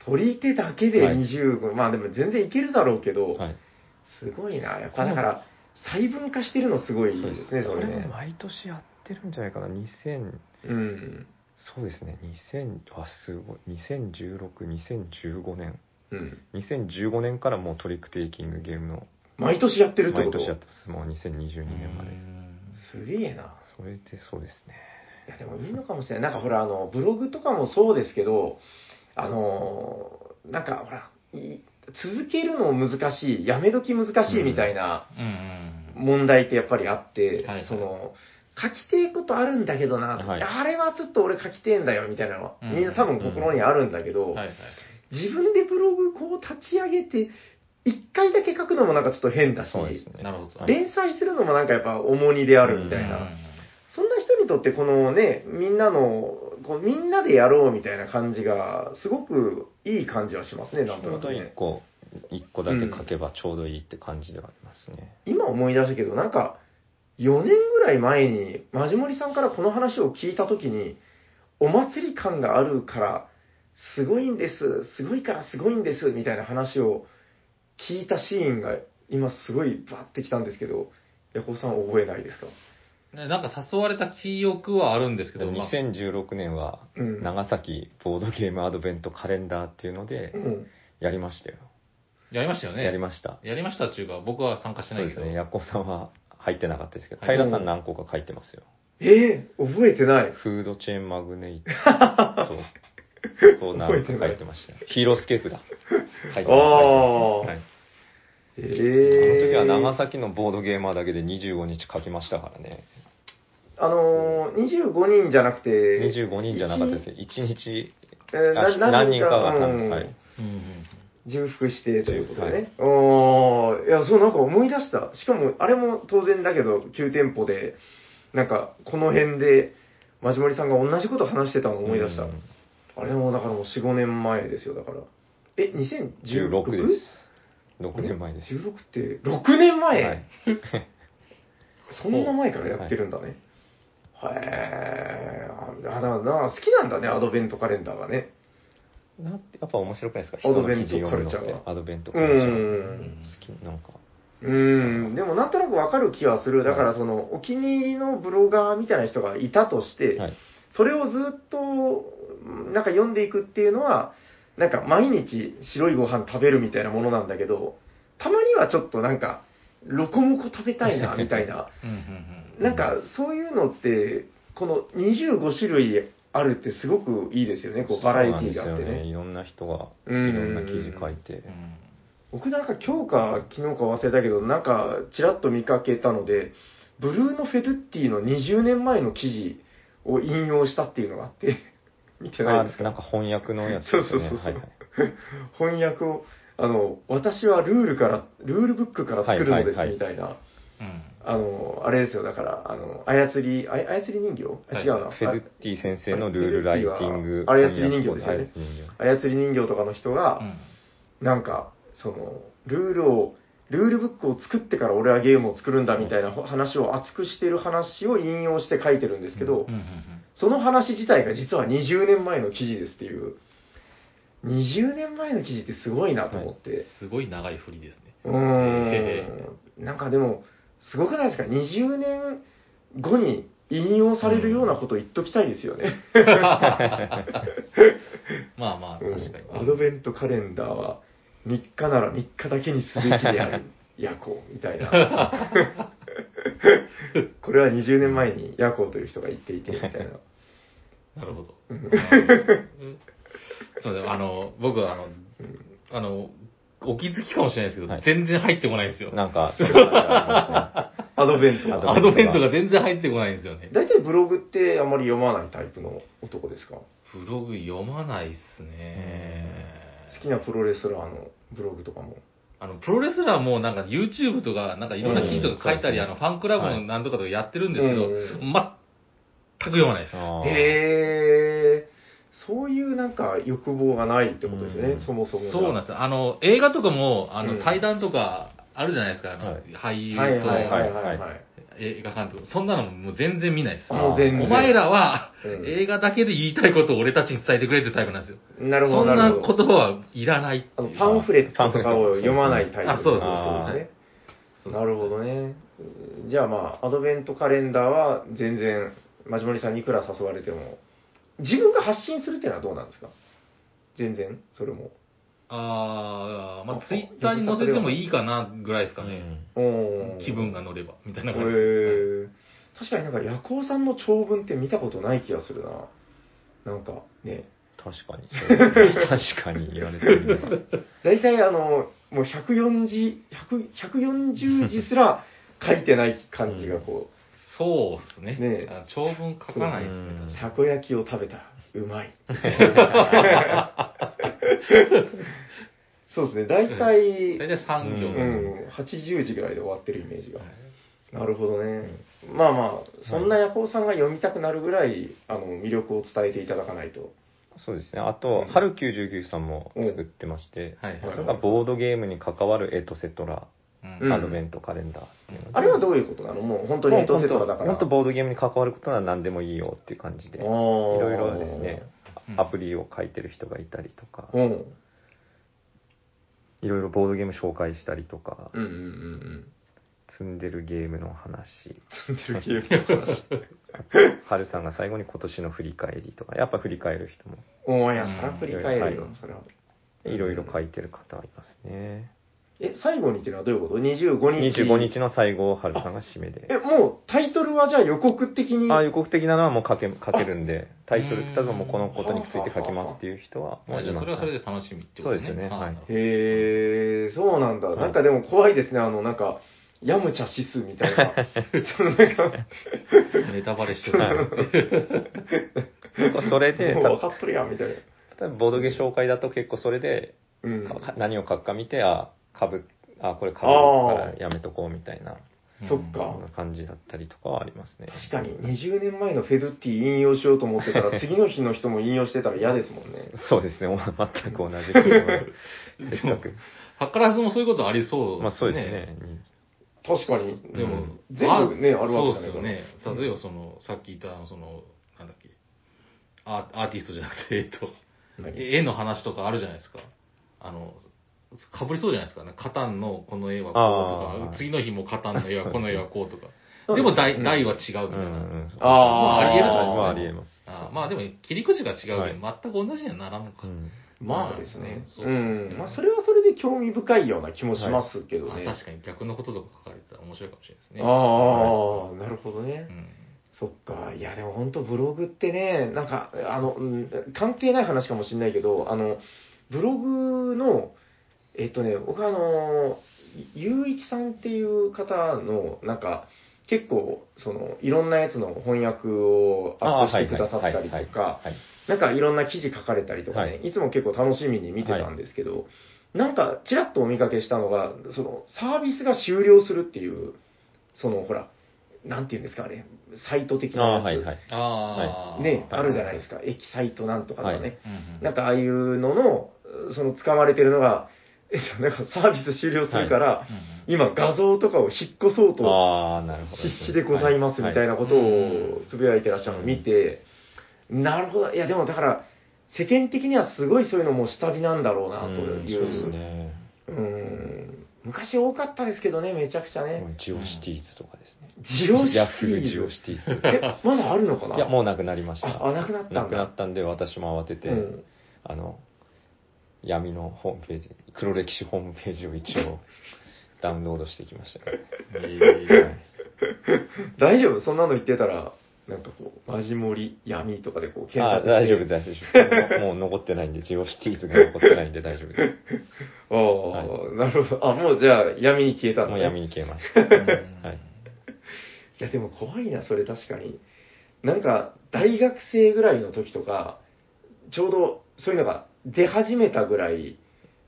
Speaker 2: 取り手だけで25、まあでも全然いけるだろうけど、
Speaker 3: はい。
Speaker 2: すごいな。やっぱだから、細分化してるのすごいですね、そ
Speaker 3: こ
Speaker 2: れ
Speaker 3: れも
Speaker 2: ね。
Speaker 3: 毎年やってるんじゃないかな。2000、
Speaker 2: うん。
Speaker 3: そうですね。2000、あ、すごい。2016、2015年。
Speaker 2: うん。
Speaker 3: 2015年からもうトリックテイキングゲームの
Speaker 2: 毎年やってるってこ
Speaker 3: 毎
Speaker 2: と
Speaker 3: 年やってます。もう2022年まで。
Speaker 2: すげえな。
Speaker 3: それでそうですね。
Speaker 2: いや、でもいいのかもしれない。なんかほら、あの、ブログとかもそうですけど、あのー、なんかほら、い続けるの難しい、やめ時難しいみたいな
Speaker 1: うんうん。
Speaker 2: 問題ってやっぱりあって、
Speaker 1: はいはい
Speaker 2: その、書きてえことあるんだけどな、
Speaker 3: はい
Speaker 2: あれはちょっと俺書きてえんだよみたいなのは、
Speaker 1: うん
Speaker 2: みんな多分心にあるんだけど、
Speaker 1: はいはい。
Speaker 2: 自分でブログこう立ち上げて、一回だけ書くのもなんかちょっと変だし、
Speaker 3: そうですね。
Speaker 1: なるほど
Speaker 3: はい
Speaker 2: 連載するのもなんかやっぱ重荷であるみたいな。
Speaker 1: うん
Speaker 2: そんな人にとってこのね、みんなの、こうみんなでやろうみたいな感じが、すごくいい感じはしますね、なん
Speaker 3: ち
Speaker 2: と
Speaker 3: ょ
Speaker 2: な
Speaker 3: う
Speaker 2: く
Speaker 3: ど一
Speaker 2: ね。
Speaker 3: 個、一個だけ書けばちょうどいいって感じではありますね。
Speaker 2: 今思い出したけど、なんか、4年ぐらい前に、マジモリさんからこの話を聞いたときに、お祭り感があるから、すごいんです、すごいからすごいんです、みたいな話を聞いたシーンが、今すごいバーってきたんですけど、ヤコウさん覚えないですか
Speaker 1: ねなんか誘われた記憶はあるんですけど、まあ
Speaker 3: 2016年は、
Speaker 2: うん。
Speaker 3: 長崎ボードゲームアドベントカレンダーっていうので
Speaker 2: う、ん。
Speaker 3: やりましたよ。
Speaker 1: やりましたよね。
Speaker 3: やりました。
Speaker 1: やりましたっていうか、僕は参加して
Speaker 3: そ
Speaker 1: ない
Speaker 3: うで
Speaker 1: け
Speaker 3: す
Speaker 1: ど。
Speaker 3: ね。ヤッコさんは入ってなかったですけど、
Speaker 1: はい
Speaker 3: 平さん何個か書いてますよ。
Speaker 2: えー、覚えてない。
Speaker 3: フードチェーンマグネイト と、と何か書いてましたよ。ヒーロースケープだ。書いてま
Speaker 2: あ
Speaker 3: す。
Speaker 2: ー
Speaker 3: はい
Speaker 2: え
Speaker 3: あの
Speaker 2: ー、
Speaker 3: 時は長崎のボードゲーマーだけで25日書きましたからね。
Speaker 2: あのー、25人じゃなくて、
Speaker 3: 25人じゃなかったですね。1日、
Speaker 2: えー
Speaker 3: あ
Speaker 2: な
Speaker 3: 何人かが単
Speaker 2: うん
Speaker 3: はい。
Speaker 1: うんうん
Speaker 2: 重複してということでね。おーいや、そうなんか思い出した。しかも、あれも当然だけど、旧店舗で、なんか、この辺で、まじもりさんが同じこと話してたのを思い出した。
Speaker 3: うん
Speaker 2: あれもだからもう4、5年前ですよ、だから。え、
Speaker 3: 16
Speaker 2: 2016?
Speaker 3: です。6年前です。
Speaker 2: 16って、6年前、
Speaker 3: はい。
Speaker 2: そんな前からやってるんだね。へー。あ、だからな、好きなんだね、アドベントカレンダーがね。
Speaker 3: なんてやっぱ面白くないですか
Speaker 2: アドベントカルチャーが
Speaker 3: 人の記事読むのってアドベントカ
Speaker 2: う
Speaker 3: ルチャー。
Speaker 2: ん。
Speaker 3: 好き、なんか。
Speaker 2: うん、でもなんとなくわかる気はする。だからその、お気に入りのブロガーみたいな人がいたとして、
Speaker 3: はい。
Speaker 2: それをずっと、なんか読んでいくっていうのは、なんか毎日白いご飯食べるみたいなものなんだけど、たまにはちょっとなんか、ロコモコ食べたいな、みたいな。
Speaker 1: うんうん
Speaker 2: なんか、そういうのって、この25種類あるってすごくいいですよね、こう、バラエティーがあって
Speaker 3: そうなんですよ
Speaker 2: ね。
Speaker 3: いろんな人が、
Speaker 2: うん
Speaker 3: いろんな記事書いて
Speaker 1: うんう。ん
Speaker 2: 僕なんか今日か昨日か忘れたけど、なんかちらっと見かけたので、ブルーノ・フェドゥッティの20年前の記事を引用したっていうのがあって、 見てないです
Speaker 3: あ、
Speaker 2: か
Speaker 3: なんか翻訳のやつです
Speaker 2: そう
Speaker 3: よ
Speaker 2: そうそ
Speaker 3: ね。
Speaker 2: うそう
Speaker 3: はいはい。
Speaker 2: 翻訳を、あの、私はルールから、ルールブックから作るのです
Speaker 3: はいはいはい
Speaker 2: みたいな、
Speaker 1: うん
Speaker 2: あの、あれですよ、だから、あの、操り、あ操り人形あ
Speaker 1: はい
Speaker 2: 違うな。
Speaker 3: フェドゥッティ先生のルールライティング。
Speaker 2: あれ操り人形ですよね
Speaker 3: 翻訳法操り人
Speaker 2: あ操り人形とかの人が、なんか、その、ルールを、ルールブックを作ってから俺はゲームを作るんだみたいな話を熱くしてる話を引用して書いてるんですけど、
Speaker 1: うんうんうん
Speaker 2: その話自体が実は20年前の記事ですっていう、20年前の記事ってすごいなと思って、
Speaker 1: すごい長い振りですね。
Speaker 2: うーん、なんかでも、すごくないですか、20年後に引用されるようなことを言っときたいですよね。
Speaker 1: まあまあ、
Speaker 2: うん
Speaker 1: 確かに。
Speaker 2: アドベントカレンダーは3日なら3日だけにすべきであ る夜行みたいなこれは20年前に夜行という人が言っていてみたいな
Speaker 1: なるほど。うんすみません、あの、僕はあの、あの、お気づきかもしれないですけど、
Speaker 3: はい
Speaker 1: 全然入ってこないんですよ
Speaker 3: 形。なん か、そういうのがありますね
Speaker 2: アドベント
Speaker 3: ア
Speaker 1: ア
Speaker 2: は
Speaker 1: ドベントが全然入ってこないんですよね。
Speaker 2: 大体ブログってあまり読まないタイプの男ですか好
Speaker 1: ブログ読まないっすね。
Speaker 2: きなプロレスラーのブログとかも
Speaker 1: あの、プロレスラーもなんか YouTube とか、なんかいろんな記事とか書いたり、
Speaker 3: うん
Speaker 1: あの、ファンクラブのなんとかとかやってるんですけど、
Speaker 2: うん
Speaker 1: 全く読まないです。
Speaker 3: あー
Speaker 2: へえそういうなんか欲望がないってことですよね、
Speaker 3: うん
Speaker 2: そもそもが
Speaker 1: そうなんですよあの、映画とかも、あの、
Speaker 2: うん
Speaker 1: 対談とかあるじゃないですか、あの
Speaker 3: はい
Speaker 1: 俳優
Speaker 2: はいはいはい
Speaker 1: と
Speaker 2: はい、
Speaker 3: は
Speaker 2: はい
Speaker 1: 映画監督。そんなのもう全然見ないです。
Speaker 2: もう全然
Speaker 1: お前らは、
Speaker 2: うん
Speaker 1: 映画だけで言いたいことを俺たちに伝えてくれってタイプなんですよ。
Speaker 2: なる
Speaker 1: そ
Speaker 2: ほど
Speaker 1: ん
Speaker 2: な
Speaker 1: な
Speaker 2: るほど
Speaker 1: 言葉はいらないって
Speaker 2: あ
Speaker 1: い
Speaker 2: の
Speaker 1: う。
Speaker 2: パンフレットとかを読まないタイプ
Speaker 1: あそうそう
Speaker 3: そうそう
Speaker 2: ですね。
Speaker 1: そう
Speaker 2: なるほどね。じゃあまあ、アドベントカレンダーは全然、まじもりさんにいくら誘われても、自分が発信するっていうのはどうなんですか全然、それも。
Speaker 1: あー、まあツイッターに載せてもいいかなぐらいですかね。
Speaker 2: おー
Speaker 1: 気分が乗れば、みたい
Speaker 2: へ
Speaker 1: な感じです。
Speaker 2: ー確かになんか、夜行さんの長文って見たことない気がするな。なんかね、
Speaker 3: 確かに。そうですね確かに言われてみれば
Speaker 2: 大体あの、もう140、100 140字すら書いてない感じがこう、
Speaker 1: そうっすね。
Speaker 2: ねえ
Speaker 1: あ長文書かないですね
Speaker 3: そううん。
Speaker 2: たこ焼きを食べた。うま い。そうですね。大体、
Speaker 1: 大体3行
Speaker 2: う
Speaker 1: ですね。
Speaker 2: ん、80字ぐらいで終わってるイメージが。なるほどね。まあまあ、そんなヤコウさんが読みたくなるぐらい、あの、魅力を伝えていただかないと。
Speaker 3: そうですね。あと、春99さんも作ってまして、
Speaker 1: はい
Speaker 2: うん
Speaker 3: それがボードゲームに関わるエトセトラ、
Speaker 1: う
Speaker 2: うん
Speaker 1: ん
Speaker 3: アドベントカレンダーっていうので
Speaker 2: あれはどういうことなのもう本当にエトセトラだから。
Speaker 3: もっとボードゲームに関わることなら何でもいいよっていう感じで、い
Speaker 2: ろ
Speaker 3: ろいろですね、
Speaker 1: うん
Speaker 3: アプリを書いてる人がいたりとか、
Speaker 2: うん。
Speaker 3: いろいろボードゲーム紹介したりとか、
Speaker 2: うんうんうんうん。
Speaker 3: 積んでるゲームの話、
Speaker 2: 積んでるゲーム の話。
Speaker 3: 春さんが最後に今年の振り返りとか、やっぱ振り返る人も、
Speaker 2: おーいや、そら振り返るよ
Speaker 3: う、ん
Speaker 2: それは。
Speaker 3: いろいろ書いてる方いますね。
Speaker 2: え、最後にっていうのはどういうこと ?25 日。
Speaker 3: 25日の最後を春さんが締めで。
Speaker 2: え、もうタイトルはじゃあ予告的に。
Speaker 3: ああ、予告的なのはもう書け書けるんで、タイトル、
Speaker 1: うん
Speaker 3: 例えばもうこのことについて書きますっていう人は、も
Speaker 1: ま
Speaker 3: う
Speaker 1: あじゃあ
Speaker 3: 今
Speaker 1: それはそれで楽しみってことね。
Speaker 3: そうですよね
Speaker 1: あ
Speaker 3: はい
Speaker 1: なるほど
Speaker 2: へえ、そうなんだ。
Speaker 3: はい
Speaker 2: なんかでも怖いですね、あの、なんか、ヤムチャ指数みたい な。そのなんか、
Speaker 1: ネタバレしてる。
Speaker 3: 結構それで、た
Speaker 2: もう分かっとるやん、みたいな。
Speaker 3: 例えばボードゲー紹介だと結構それで、
Speaker 2: うん。
Speaker 3: かか何を書くか見て、あ、かぶ、あ、これかぶからやめとこうみたいな
Speaker 2: そっ
Speaker 1: あ
Speaker 2: か。
Speaker 3: 感じだったりとかはありますね。
Speaker 2: 確かに、20年前のフェドゥッティ引用しようと思ってた ら、次の日の人も引用してたら嫌ですもんね。
Speaker 3: そうですね、お全く 同じことが。せっかく。
Speaker 1: はからずもそういうことありそう
Speaker 3: まあそうです。ね。
Speaker 2: 確かに。
Speaker 1: でも、
Speaker 2: 全部ねあるわけじゃないから
Speaker 1: そうですよね。例えば、その、さっき言った、あのその、なんだっけ、アーアーティストじゃなくて、えっと、
Speaker 2: 何
Speaker 1: 絵の話とかあるじゃないですか。あの、かぶりそうじゃないですか。なんかカタンのこの絵はこうと
Speaker 3: あ
Speaker 1: か、
Speaker 3: ー
Speaker 1: 次の日もカタンの絵はこの絵はこうとか。
Speaker 2: そう
Speaker 1: で
Speaker 2: ですね
Speaker 1: も題、
Speaker 2: うん
Speaker 1: 題は違うみたい
Speaker 3: うんうん
Speaker 1: な。
Speaker 3: うん。
Speaker 2: ああ
Speaker 1: ありえるじゃないですか
Speaker 3: まあありえます。
Speaker 1: あーまあでも、切り口が違うけど、
Speaker 3: はい
Speaker 1: 全く同じにはならんのか
Speaker 3: う。ん
Speaker 2: まあですね。
Speaker 1: そうそう
Speaker 2: う。
Speaker 1: そうん
Speaker 2: まあ、それはそれで興味深いような気もしますけど
Speaker 1: あ
Speaker 2: ね。
Speaker 1: 確かに逆のこととか書かれてたら面白いかもしれないですね。
Speaker 2: ああ、なるほどね。
Speaker 1: うん
Speaker 2: そっか。いや、でも本当ブログってね、なんか、あの、うん関係ない話かもしれないけど、あの、ブログの、えっとね、僕はあの、ゆういちさんっていう方の、なんか、結構、その、いろんなやつの翻訳をアップしてくださったりとか、
Speaker 3: はいはいはいはい
Speaker 2: なんかいろんな記事書かれたりとかね、、
Speaker 3: はい
Speaker 2: つも結構楽しみに見てたんですけど、なんかちらっとお見かけしたのが、そのサービスが終了するっていう、そのほら、なんていうんですかあれ、サイト的なや
Speaker 3: ああ、
Speaker 2: つ、
Speaker 3: はいはい。
Speaker 1: ああ。
Speaker 2: ね、
Speaker 3: はい
Speaker 2: あるじゃないですか、エキサイトなんとかとかね、
Speaker 3: はい
Speaker 1: うんうん
Speaker 2: なんかああいうのの、その使われてるのが、えっとなんかサービス終了するから、
Speaker 1: うんうん
Speaker 2: 今画像とかを引っ越そうと
Speaker 3: ああ、なるほど。
Speaker 2: 必死でございますみたい
Speaker 3: な。
Speaker 2: なことをつぶやいてらっしゃるのを見て、なるほど、いやでもだから、世間的にはすごいそういうのも下火なんだろうなと
Speaker 3: うん
Speaker 2: い
Speaker 3: そうです
Speaker 2: う、
Speaker 3: ね。
Speaker 2: うん昔多かったですけどね、めちゃくちゃね、
Speaker 3: ジオシティーズとかですね。
Speaker 2: ジオシテ
Speaker 3: ヤフージ
Speaker 2: ィ
Speaker 3: オ
Speaker 2: ーズ
Speaker 3: シティーズ。
Speaker 2: え まだあるのかない
Speaker 3: や、もうなくなりました。
Speaker 2: ああなくなったんだ
Speaker 3: なくなったんで、私も慌てて、
Speaker 2: うん
Speaker 3: あの、闇のホームページ、黒歴史ホームページを一 応ダウンロードしてきましたよ、はい
Speaker 2: 大丈夫、そんなの言ってたら、なんかこう、マジモリ闇とかでこう検
Speaker 3: あ
Speaker 2: 索して、
Speaker 3: 大丈夫、大丈夫。もうもう残ってないんで、ジオシティーズが残ってないんで大丈夫で
Speaker 2: ああ、なるほど、あもうじゃあ、闇に消えた
Speaker 3: す。
Speaker 2: んだ
Speaker 3: もう
Speaker 2: ね、
Speaker 3: 闇に消えました。
Speaker 1: うん
Speaker 3: はい
Speaker 2: いや、でも怖いな、それ確かに。なんか、大学生ぐらいの時とか、ちょうどそういうのが出始めたぐらい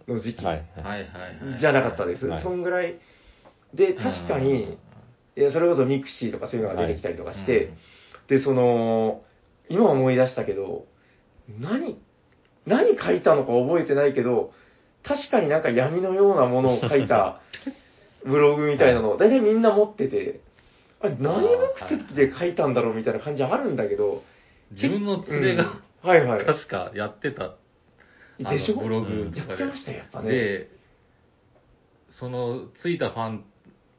Speaker 2: の時期
Speaker 3: はい。はい。
Speaker 1: はいはいはい。
Speaker 2: じゃなかったです。
Speaker 3: はい
Speaker 2: そんぐらい。で、確かに、いやそれこそミクシーとかそういうのが出てきたりと
Speaker 1: う
Speaker 2: か
Speaker 1: ん、
Speaker 2: して、で、その、今思い出したけど、何、何書いたのか覚えてないけど、確かになんか闇のようなものを書 いたブログみたいなの、大体みんな持ってて、あれ何目的で書いたんだろうみたいな感じあるんだけど、
Speaker 1: 自分の連れが、
Speaker 2: うんはいはい。
Speaker 1: 確かやってた、あ
Speaker 2: でしょ
Speaker 1: のブログ
Speaker 2: や
Speaker 1: とか
Speaker 2: ってましたよ、やっぱ
Speaker 1: で、
Speaker 2: ね。
Speaker 1: で、その、ついたファン、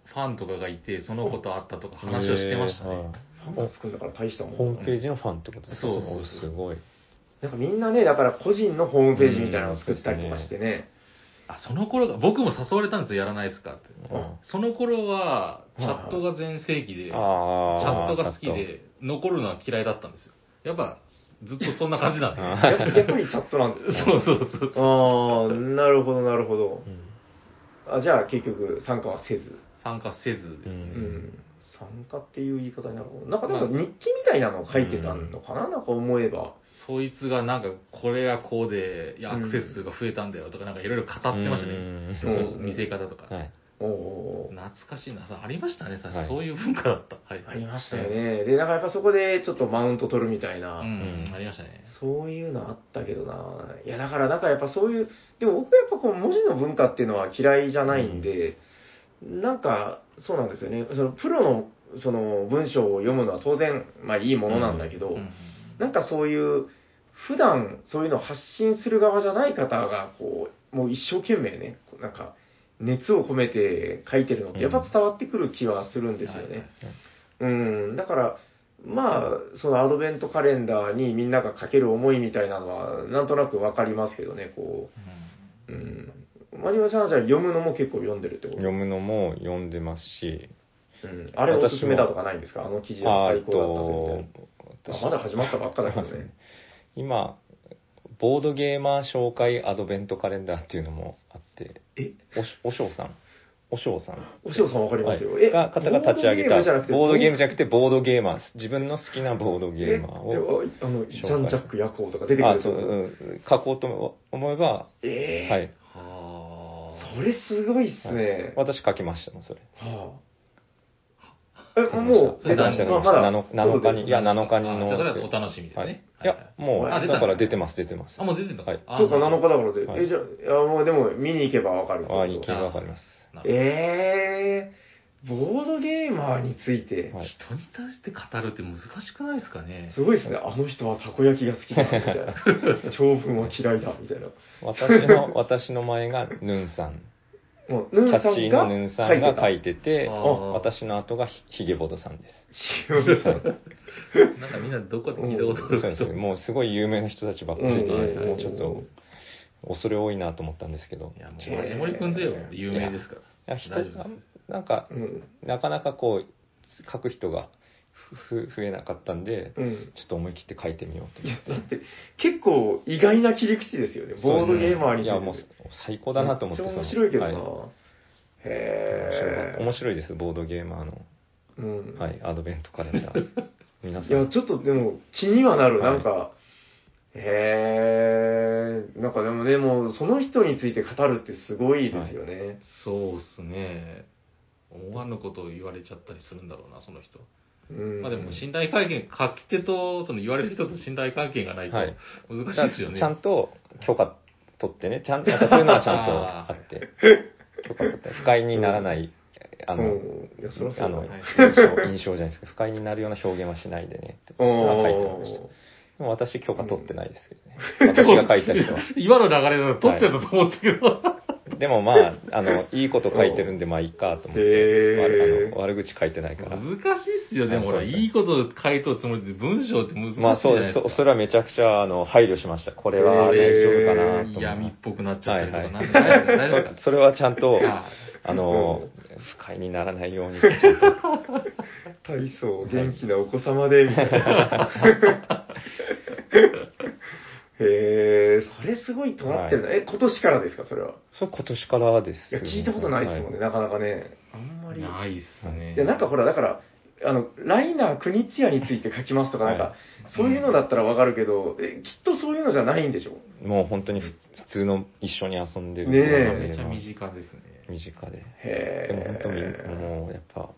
Speaker 1: ファンとかがいて、そのことあったとか話をしてました
Speaker 3: へー
Speaker 1: ね。
Speaker 3: はい
Speaker 2: ファンがつくんだから大したも
Speaker 3: ホー
Speaker 2: ん。
Speaker 3: ムページのファンってことですか
Speaker 1: そうそうそう
Speaker 3: すごい。
Speaker 2: なんかみんなね、だから個人のホームページみたいなのを作ったりとかしてね。
Speaker 1: あ、その頃が、僕も誘われたんですよ、やらないですかって。
Speaker 3: うん
Speaker 2: あ
Speaker 1: その頃は、チャットが全盛期で、チャ
Speaker 3: ああ。
Speaker 1: ットが好きで、残るのは嫌いだったんですよ。やっぱ、ずっとそんな感じなんですよ。
Speaker 2: ややっぱりチャットなんですね
Speaker 1: そうそうそうそう。
Speaker 2: ああ、なるほど、なるほど
Speaker 3: う。ん。
Speaker 2: あじゃあ、結局、参加はせず。
Speaker 1: 参加せずですね。
Speaker 3: う
Speaker 2: うんん。参加っていう言い方になるのなんかなんか日記みたいなのを書いてたのかな、なんか思えば。
Speaker 1: そいつがなんか、これがこうで、いや、
Speaker 2: う
Speaker 1: ア
Speaker 2: ん
Speaker 1: クセス数が増えたんだよとか、なんかいろいろ語ってましたね。
Speaker 2: う
Speaker 1: そ
Speaker 2: ん
Speaker 1: う見せ方とか。
Speaker 3: はい。
Speaker 2: おうおうおう
Speaker 1: 懐かしいな。そうありましたね、さ
Speaker 3: はい
Speaker 1: そういう文化だった。はい。
Speaker 2: ありましたよね。で、なんかやっぱそこでちょっとマウント取るみたいな。
Speaker 1: うん
Speaker 3: う、ん
Speaker 1: ありましたね。
Speaker 2: そういうのあったけどな。いや、だからなんかやっぱそういう、でも僕やっぱこう文字の文化っていうのは嫌いじゃないんで、なんかそうなんですよね。そのプロのその文章を読むのは当然、まあいいものなんだけど、
Speaker 1: うん
Speaker 2: なんかそういう、普段そういうのを発信する側じゃない方が、こう、もう一生懸命ね、こうなんか、熱を込めて書いてるのって、やっぱ伝わってくる気はするんですよね。うん、だから、まあ、そのアドベントカレンダーにみんながかける思いみたいなのは、なんとなくわかりますけどね、こう。うん。マニュアルさんはじゃあ読むのも結構読んでるってこと
Speaker 3: 読むのも読んでますし、
Speaker 2: うん。あれおすすめだとかないんですかあの記事は
Speaker 3: あー
Speaker 2: 最
Speaker 3: えっ
Speaker 2: 高だった
Speaker 3: と
Speaker 2: ぜみたいな。あまだ始まったばっかだけどね。
Speaker 3: 今、ボードゲーマー紹介アドベントカレンダーっていうのもあって、
Speaker 2: え
Speaker 3: おしょうさん。おしょうさん。
Speaker 2: おしおさんわかりますよ。
Speaker 3: はいが方が立ち上げたボードゲームじ
Speaker 2: ゃなくて
Speaker 3: ゃなくてボードゲーマー自分の好きなボードゲーマーを
Speaker 2: えじゃああの、ジャンジャック・ヤコウとか出てくる
Speaker 3: あ
Speaker 2: って
Speaker 3: そう、
Speaker 2: こと
Speaker 3: うん、書こうと思えば、
Speaker 2: ええ
Speaker 3: はい、
Speaker 1: はあ。
Speaker 2: それすごいっすね。
Speaker 3: 私書きましたもんそれ
Speaker 2: はあ、え、もう出
Speaker 3: 出ま
Speaker 2: た
Speaker 3: し
Speaker 2: んだ。
Speaker 3: た出ま
Speaker 2: ま
Speaker 3: した
Speaker 2: だ
Speaker 3: 7 7日にいや7日に
Speaker 1: あ
Speaker 3: の
Speaker 1: じゃあそれはお楽しみです
Speaker 3: はい
Speaker 1: ね。、
Speaker 3: いやもう
Speaker 2: あ
Speaker 1: 出た
Speaker 3: だから出てます出てます
Speaker 1: あ、もう出てんの
Speaker 3: はい
Speaker 1: あ
Speaker 2: そうか、7日だから
Speaker 3: は
Speaker 2: で。
Speaker 3: い
Speaker 2: え、じゃあ、いやもうでも、見に行けばわかるってこと。
Speaker 3: ああいい気がわかります
Speaker 1: なるほど
Speaker 2: ええボードゲーマーについて、
Speaker 3: はい
Speaker 1: 人に対して語るって難しくないですかね。
Speaker 2: すごいですね。あの人はたこ焼きが好きだ、みたいな。 長文は嫌いだ、みたいな。
Speaker 3: 私の 私の前がヌンさん
Speaker 2: もう、
Speaker 3: キ
Speaker 2: ヌ
Speaker 3: ャ
Speaker 2: ンさ
Speaker 3: ッチ
Speaker 2: ん
Speaker 3: ーのヌンさんが
Speaker 2: が
Speaker 3: 書
Speaker 2: 書
Speaker 3: い
Speaker 2: いて
Speaker 3: てて
Speaker 1: あー
Speaker 3: 私の後がヒヒゲボドさんです
Speaker 2: た。 ヒヨルさん。
Speaker 1: なんかみんなどこで聞いたことあ
Speaker 3: そう
Speaker 1: る
Speaker 3: です
Speaker 1: 人
Speaker 3: ね。もうすごい有名な人たちばっかりで、
Speaker 2: うんうん
Speaker 3: もうちょっと恐れ多いなと思ったんですけど
Speaker 1: いや、もう、藤森くんといえば有名ですから。
Speaker 3: いや人
Speaker 1: 大丈夫
Speaker 3: が
Speaker 1: で
Speaker 3: なんか
Speaker 2: うん。
Speaker 3: なかなかこう書く人がふ ふ増えなかったんで
Speaker 2: うん。
Speaker 3: ちょっと思い切って書いてみようと
Speaker 2: い
Speaker 3: 思
Speaker 2: や
Speaker 3: っ、て
Speaker 2: だって、結構意外な切り口ですよね。ボードゲーマーにつ
Speaker 3: い
Speaker 2: いて。
Speaker 3: やもう最高だなと思って
Speaker 2: めっちゃ
Speaker 3: その
Speaker 2: 面白いけど
Speaker 3: は
Speaker 2: な。へ
Speaker 3: 面白い
Speaker 2: え。
Speaker 3: 面白いですボードゲーマーの、
Speaker 2: うん。
Speaker 3: はい、アドベントカレンダー 皆さ
Speaker 2: いや、
Speaker 3: ん
Speaker 2: ちょっとでも気にはなる、
Speaker 3: はい
Speaker 2: なんか。へえ。なんかでもね、もうその人について語るってすごいですよね。
Speaker 1: すそうですね。思わぬことを言われちゃったりするんだろうな、その人。
Speaker 2: うん。
Speaker 1: まあでも、信頼関係、書き手と、その言われる人と信頼関係がないと
Speaker 3: はい
Speaker 1: 難しいですよね。
Speaker 3: ちゃんと許可取ってねちゃんとやっぱそういうのはちゃんとあって許可取って不快にならない、あ
Speaker 2: う
Speaker 3: の、
Speaker 2: ん、いや、そりゃそうだ
Speaker 3: あの
Speaker 2: はい
Speaker 1: はい
Speaker 3: 印象印象じゃないですか不快になるような表現はしないでねって
Speaker 2: お
Speaker 3: 書いてありました
Speaker 2: ー
Speaker 3: でも私許可取ってないですけどね。私が書いたりしてま
Speaker 1: 今の流れだと撮ってたと思ったけど。
Speaker 3: す。でもまあ、あの、いいこと書いてるんでまあいいかと思って、
Speaker 2: へー
Speaker 3: わあの悪口書いてないから。
Speaker 1: 難しいっすよ、でもほ
Speaker 3: あ
Speaker 1: ら、
Speaker 3: そうですね
Speaker 1: いいこと書いとるつもりで文章って難しいじゃ
Speaker 3: まあそう
Speaker 1: な
Speaker 3: で。
Speaker 1: いですす
Speaker 3: そ
Speaker 1: か。
Speaker 3: それはめちゃくちゃ、あの、配慮しました。これは
Speaker 2: へー
Speaker 3: 大丈夫かなと思
Speaker 1: 闇っ
Speaker 3: って
Speaker 1: ぽくなっちゃったりとか、
Speaker 3: はい
Speaker 1: な
Speaker 3: は
Speaker 1: んかないですか大丈夫です
Speaker 3: そそれはちゃんと、
Speaker 1: か
Speaker 3: あの、不快にならないよう に、ちゃんと。
Speaker 2: 体操、元気なお子様で、みたいな。へえ、それすごい尖ってるな。え、今年からですか、それは。
Speaker 3: それ今年からです
Speaker 2: いや、
Speaker 3: よね、
Speaker 2: 聞いたことないですもんね、
Speaker 3: は
Speaker 2: なかなかね。あんまり。
Speaker 1: ないっすね。
Speaker 2: いや、なんかほら、だから、あの、ライナー・クニチアについて書きますとか、
Speaker 3: は
Speaker 2: ないんか、そういうのだったらわかるけど、えきっとそういうのじゃないんでしょ
Speaker 3: もう本当にふ普通の一緒に遊んでる。
Speaker 2: ねえ
Speaker 1: めちゃ身近ですね。
Speaker 3: 身近で。でも本当に、
Speaker 2: へ
Speaker 3: もうやっぱ、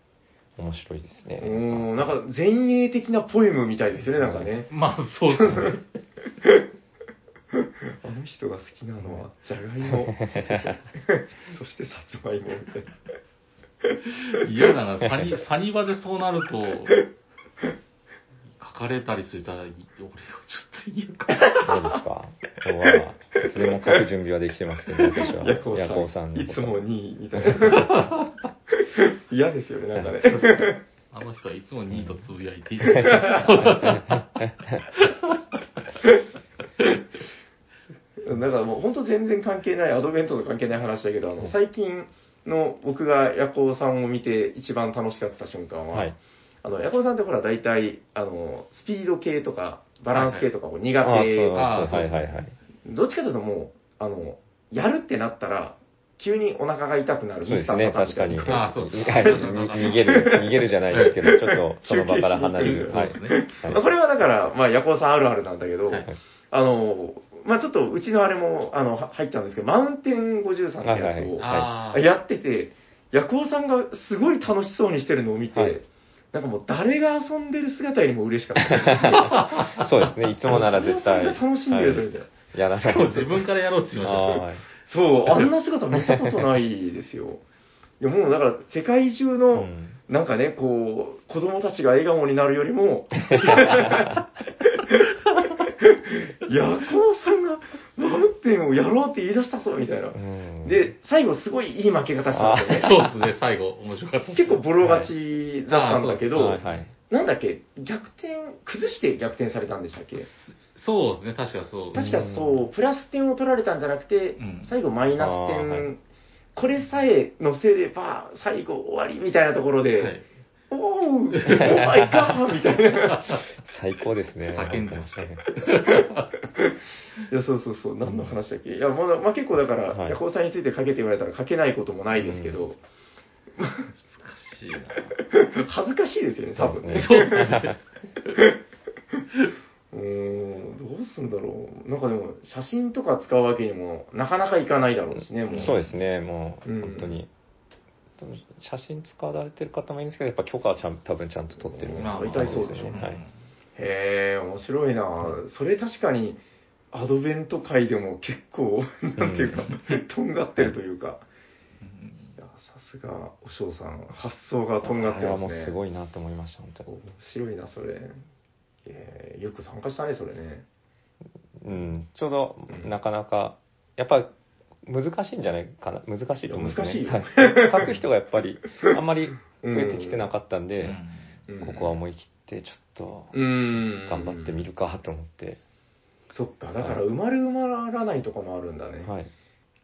Speaker 3: 面白いですね
Speaker 2: え。。うん、なんか前衛的なポエムみたいですよね、なんかね。
Speaker 1: まあ、そうですね。
Speaker 2: あの人が好きなのは、じゃがいも、 そしてさつまいもみたいな。
Speaker 1: 嫌だな、 サニ、サニバでそうなると、書かれたりするたら、い俺はちょっと嫌か。
Speaker 3: どうですか今日は、いつでも書く準備はできてますけど、私は。
Speaker 2: ヤコウさん、
Speaker 3: の
Speaker 2: い
Speaker 3: こと
Speaker 2: つも2位みたいな。 嫌ですよね、なんかね。
Speaker 1: あの人はいつもニートつぶやいている。
Speaker 2: だからもう本当全然関係ない、アドベントと関係ない話だけど、あの最近の僕がヤコウさんを見て一番楽しかった瞬間は、
Speaker 3: はい。
Speaker 2: あのヤコウさんってほら大体あのスピード系とかバランス系とかを苦手、
Speaker 3: ああ、そう、
Speaker 1: あーそう
Speaker 3: はいはいはい。
Speaker 2: どっちかというともうあのやるってなったら急にお腹が痛くなる
Speaker 3: そうですね、確かに。
Speaker 1: あそうです
Speaker 3: はいに逃げる、逃げるじゃないですけど、ちょっとその場から離れる。
Speaker 1: そう
Speaker 3: はい
Speaker 1: で。すね。
Speaker 3: はい
Speaker 2: まあこれはだから、まあ、ヤコウさんあるあるなんだけど、
Speaker 1: はい
Speaker 2: あの、まあ、ちょっと、うちのあれも、あの、は入っちゃうんですけど、マウンテン53ってやつを、
Speaker 1: ああ。
Speaker 2: やってて、ヤコウさんがすごい楽しそうにしてるのを見て、
Speaker 3: はい
Speaker 2: なんかもう誰が遊んでる姿よりも嬉しかった。
Speaker 3: そうですね、いつもなら絶対。
Speaker 2: ヤコウさんが楽しんでるみたいな。
Speaker 3: はいやら
Speaker 1: し
Speaker 3: な
Speaker 1: かも
Speaker 3: い。
Speaker 1: 自分からやろうって言いました
Speaker 3: あ
Speaker 2: そう、あんな姿見たことないですよ。いやもうだから、世界中
Speaker 3: ー
Speaker 2: の、
Speaker 3: うん
Speaker 2: なんかね、こう、子供たちが笑顔になるよりも、 ヤコウさんが、なんていうのやろうって言い出したぞ、みたいな
Speaker 3: う。ん
Speaker 2: で、最後すごいいい負け方したんですよね。
Speaker 1: そうですね、最後。面白かった。
Speaker 2: 結構ボロ勝ちだったんだけど、
Speaker 3: はいはい。
Speaker 2: なんだっけ、逆転、崩して逆転されたんでしたっけ
Speaker 1: そうですね、確かそう。
Speaker 2: 確かそう、プラス点を取られたんじゃなくて、
Speaker 1: うん
Speaker 2: 最後マイナス
Speaker 3: あーは
Speaker 2: 点、これさえ乗せれば、最後終わりみたいなところで、
Speaker 1: はい
Speaker 2: おー、おマイガーみたいな。
Speaker 3: 最高ですね。
Speaker 1: 叫んでました
Speaker 3: ね。
Speaker 2: いや、そうそうそう、何の話だっけ。いや、まだ、まあ、結構だから、
Speaker 3: はい
Speaker 2: ヤコウさんについて書けって言われたら書けないこともないですけど、
Speaker 1: 難しいな。
Speaker 2: 恥ずかしいですよね、多分ね。
Speaker 3: そうですね。
Speaker 2: うーん、どうすんだろう。なんかでも、写真とか使うわけにも、なかなかいかないだろうしね、もう。
Speaker 3: そうですね、もう、
Speaker 2: うん
Speaker 3: 本当に。写真使われてる方もいいんですけど、やっぱ許可はちゃん多分ちゃんと取ってる。
Speaker 2: まあ
Speaker 3: はい
Speaker 2: 痛いそうでしょう
Speaker 3: はい。
Speaker 2: へえ、面白いなそれ確かに、アドベント界でも結構、なんていうか、とんがってるというか。
Speaker 1: うん
Speaker 2: いや、さすが、おしょうさん、発想がとんがっ
Speaker 3: あ
Speaker 2: て
Speaker 3: れは
Speaker 2: ます
Speaker 3: もう
Speaker 2: ね。
Speaker 3: すごいなと思いました、本当に。
Speaker 2: 面白いな、それ。えーよく参加したね、それね。
Speaker 3: うん、ちょうどなかなか、やっぱ難しいんじゃないかな、難しいと思うんです
Speaker 2: い
Speaker 3: ね。
Speaker 2: や 難
Speaker 3: 書く人がやっぱり、あんまり増えてきてなかったんで、
Speaker 2: うん
Speaker 3: ここは思い切って、ちょっと
Speaker 2: うん。
Speaker 3: 頑張ってみ
Speaker 2: る。
Speaker 3: るかと思って、
Speaker 2: そっか、だから、埋まる埋まらないとかもあるんだね。
Speaker 3: はい。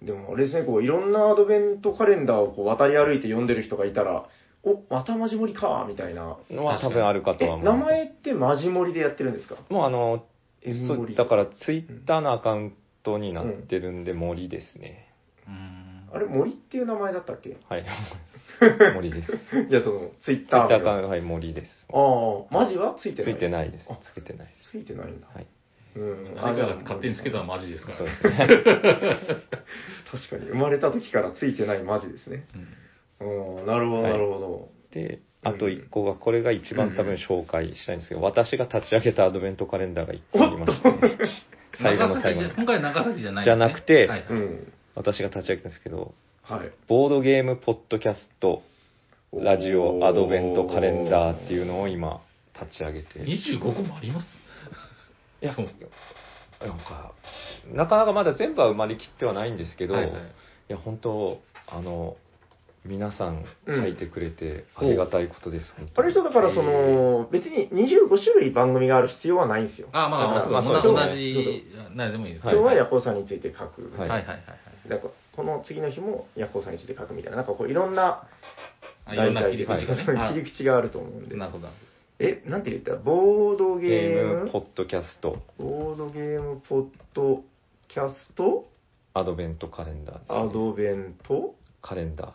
Speaker 2: でも、あれですね、こう、いろんなアドベントカレンダーをこう渡り歩いて読んでる人がいたら、お、またマジモリか、みたいな。
Speaker 3: のは
Speaker 1: 確か
Speaker 3: 多
Speaker 1: に
Speaker 3: 分あるかと
Speaker 2: え、
Speaker 3: は思う。
Speaker 2: 名前ってマジモリでやってるんですか
Speaker 3: もうあの、
Speaker 2: M
Speaker 3: そ
Speaker 2: 森
Speaker 3: うだからツイッターのアカウントになってるんで、森ですね。
Speaker 1: うん
Speaker 2: あれ、森っていう名前だったっけ い
Speaker 3: はい。森です。ツ
Speaker 2: や、その、ツイッ
Speaker 3: イ
Speaker 2: ター名
Speaker 3: ッターアカウント、はい、森です。
Speaker 2: ああ、マジはついて
Speaker 3: つ
Speaker 2: ない
Speaker 3: いてないです
Speaker 2: あ。
Speaker 3: つけてないです。
Speaker 2: ついてないんだ。
Speaker 3: はい。
Speaker 2: うん。
Speaker 1: 誰かが勝手につけたのはマジですから
Speaker 3: そう
Speaker 1: ね。
Speaker 3: です
Speaker 2: 確
Speaker 3: ね。
Speaker 2: かに、生まれた時からついてないマジですね。
Speaker 1: うん
Speaker 2: うん、なるほど、
Speaker 3: はい
Speaker 2: なるほど。
Speaker 3: で、あと一個が、これが一番多分紹介したいんですけど、私が立ち上げたアドベントカレンダーが一個ありまして、最後の最後
Speaker 1: 長崎じ ゃ
Speaker 3: に。
Speaker 1: 今回長崎じゃないんです
Speaker 3: じゃ
Speaker 1: ね。
Speaker 3: なくて、
Speaker 1: はい
Speaker 2: うん。
Speaker 3: 私が立ち上げたんですけど、
Speaker 2: はい。
Speaker 3: ボードゲームポッドキャスト、ラジオ、アドベントカレンダーっていうのを今、立ち上げて。い
Speaker 1: 25個もあります
Speaker 3: や、
Speaker 1: そう
Speaker 3: なんか、なかなかまだ全部は埋まりきってはないんですけど、
Speaker 1: はい
Speaker 3: い
Speaker 1: はい
Speaker 3: や、本当あの、皆さん
Speaker 2: うん
Speaker 3: 書いてくれてありがたいことです。本
Speaker 2: あ
Speaker 3: 当に
Speaker 2: れ人だからその、別に25種類番組がある必要はないんですよ。
Speaker 1: あ、まあ、
Speaker 2: だ
Speaker 1: そう
Speaker 2: か
Speaker 1: から
Speaker 3: まあ
Speaker 1: 同
Speaker 3: そうです
Speaker 2: ね
Speaker 1: じ、何でもいいです。
Speaker 2: 今
Speaker 3: は
Speaker 2: 日
Speaker 3: い
Speaker 2: はヤコウさんについて書く。
Speaker 3: はい
Speaker 1: はいはいはい
Speaker 2: だからこの次の日もヤコウさんについて書くみたいな、なんかこういろんな、
Speaker 1: はい。あいろんな切り口が
Speaker 2: 大体
Speaker 1: ね。あ
Speaker 2: 切り口があると思うんで。
Speaker 1: なるほど。
Speaker 2: え、なんて言ったボードゲ
Speaker 3: ゲー
Speaker 2: ー
Speaker 3: ム
Speaker 2: ム、
Speaker 3: ポッドキャスト、
Speaker 2: ボードゲームポッドキャスト、
Speaker 3: アドベントカレンダーですね、
Speaker 2: アドベント、
Speaker 3: カレンダー。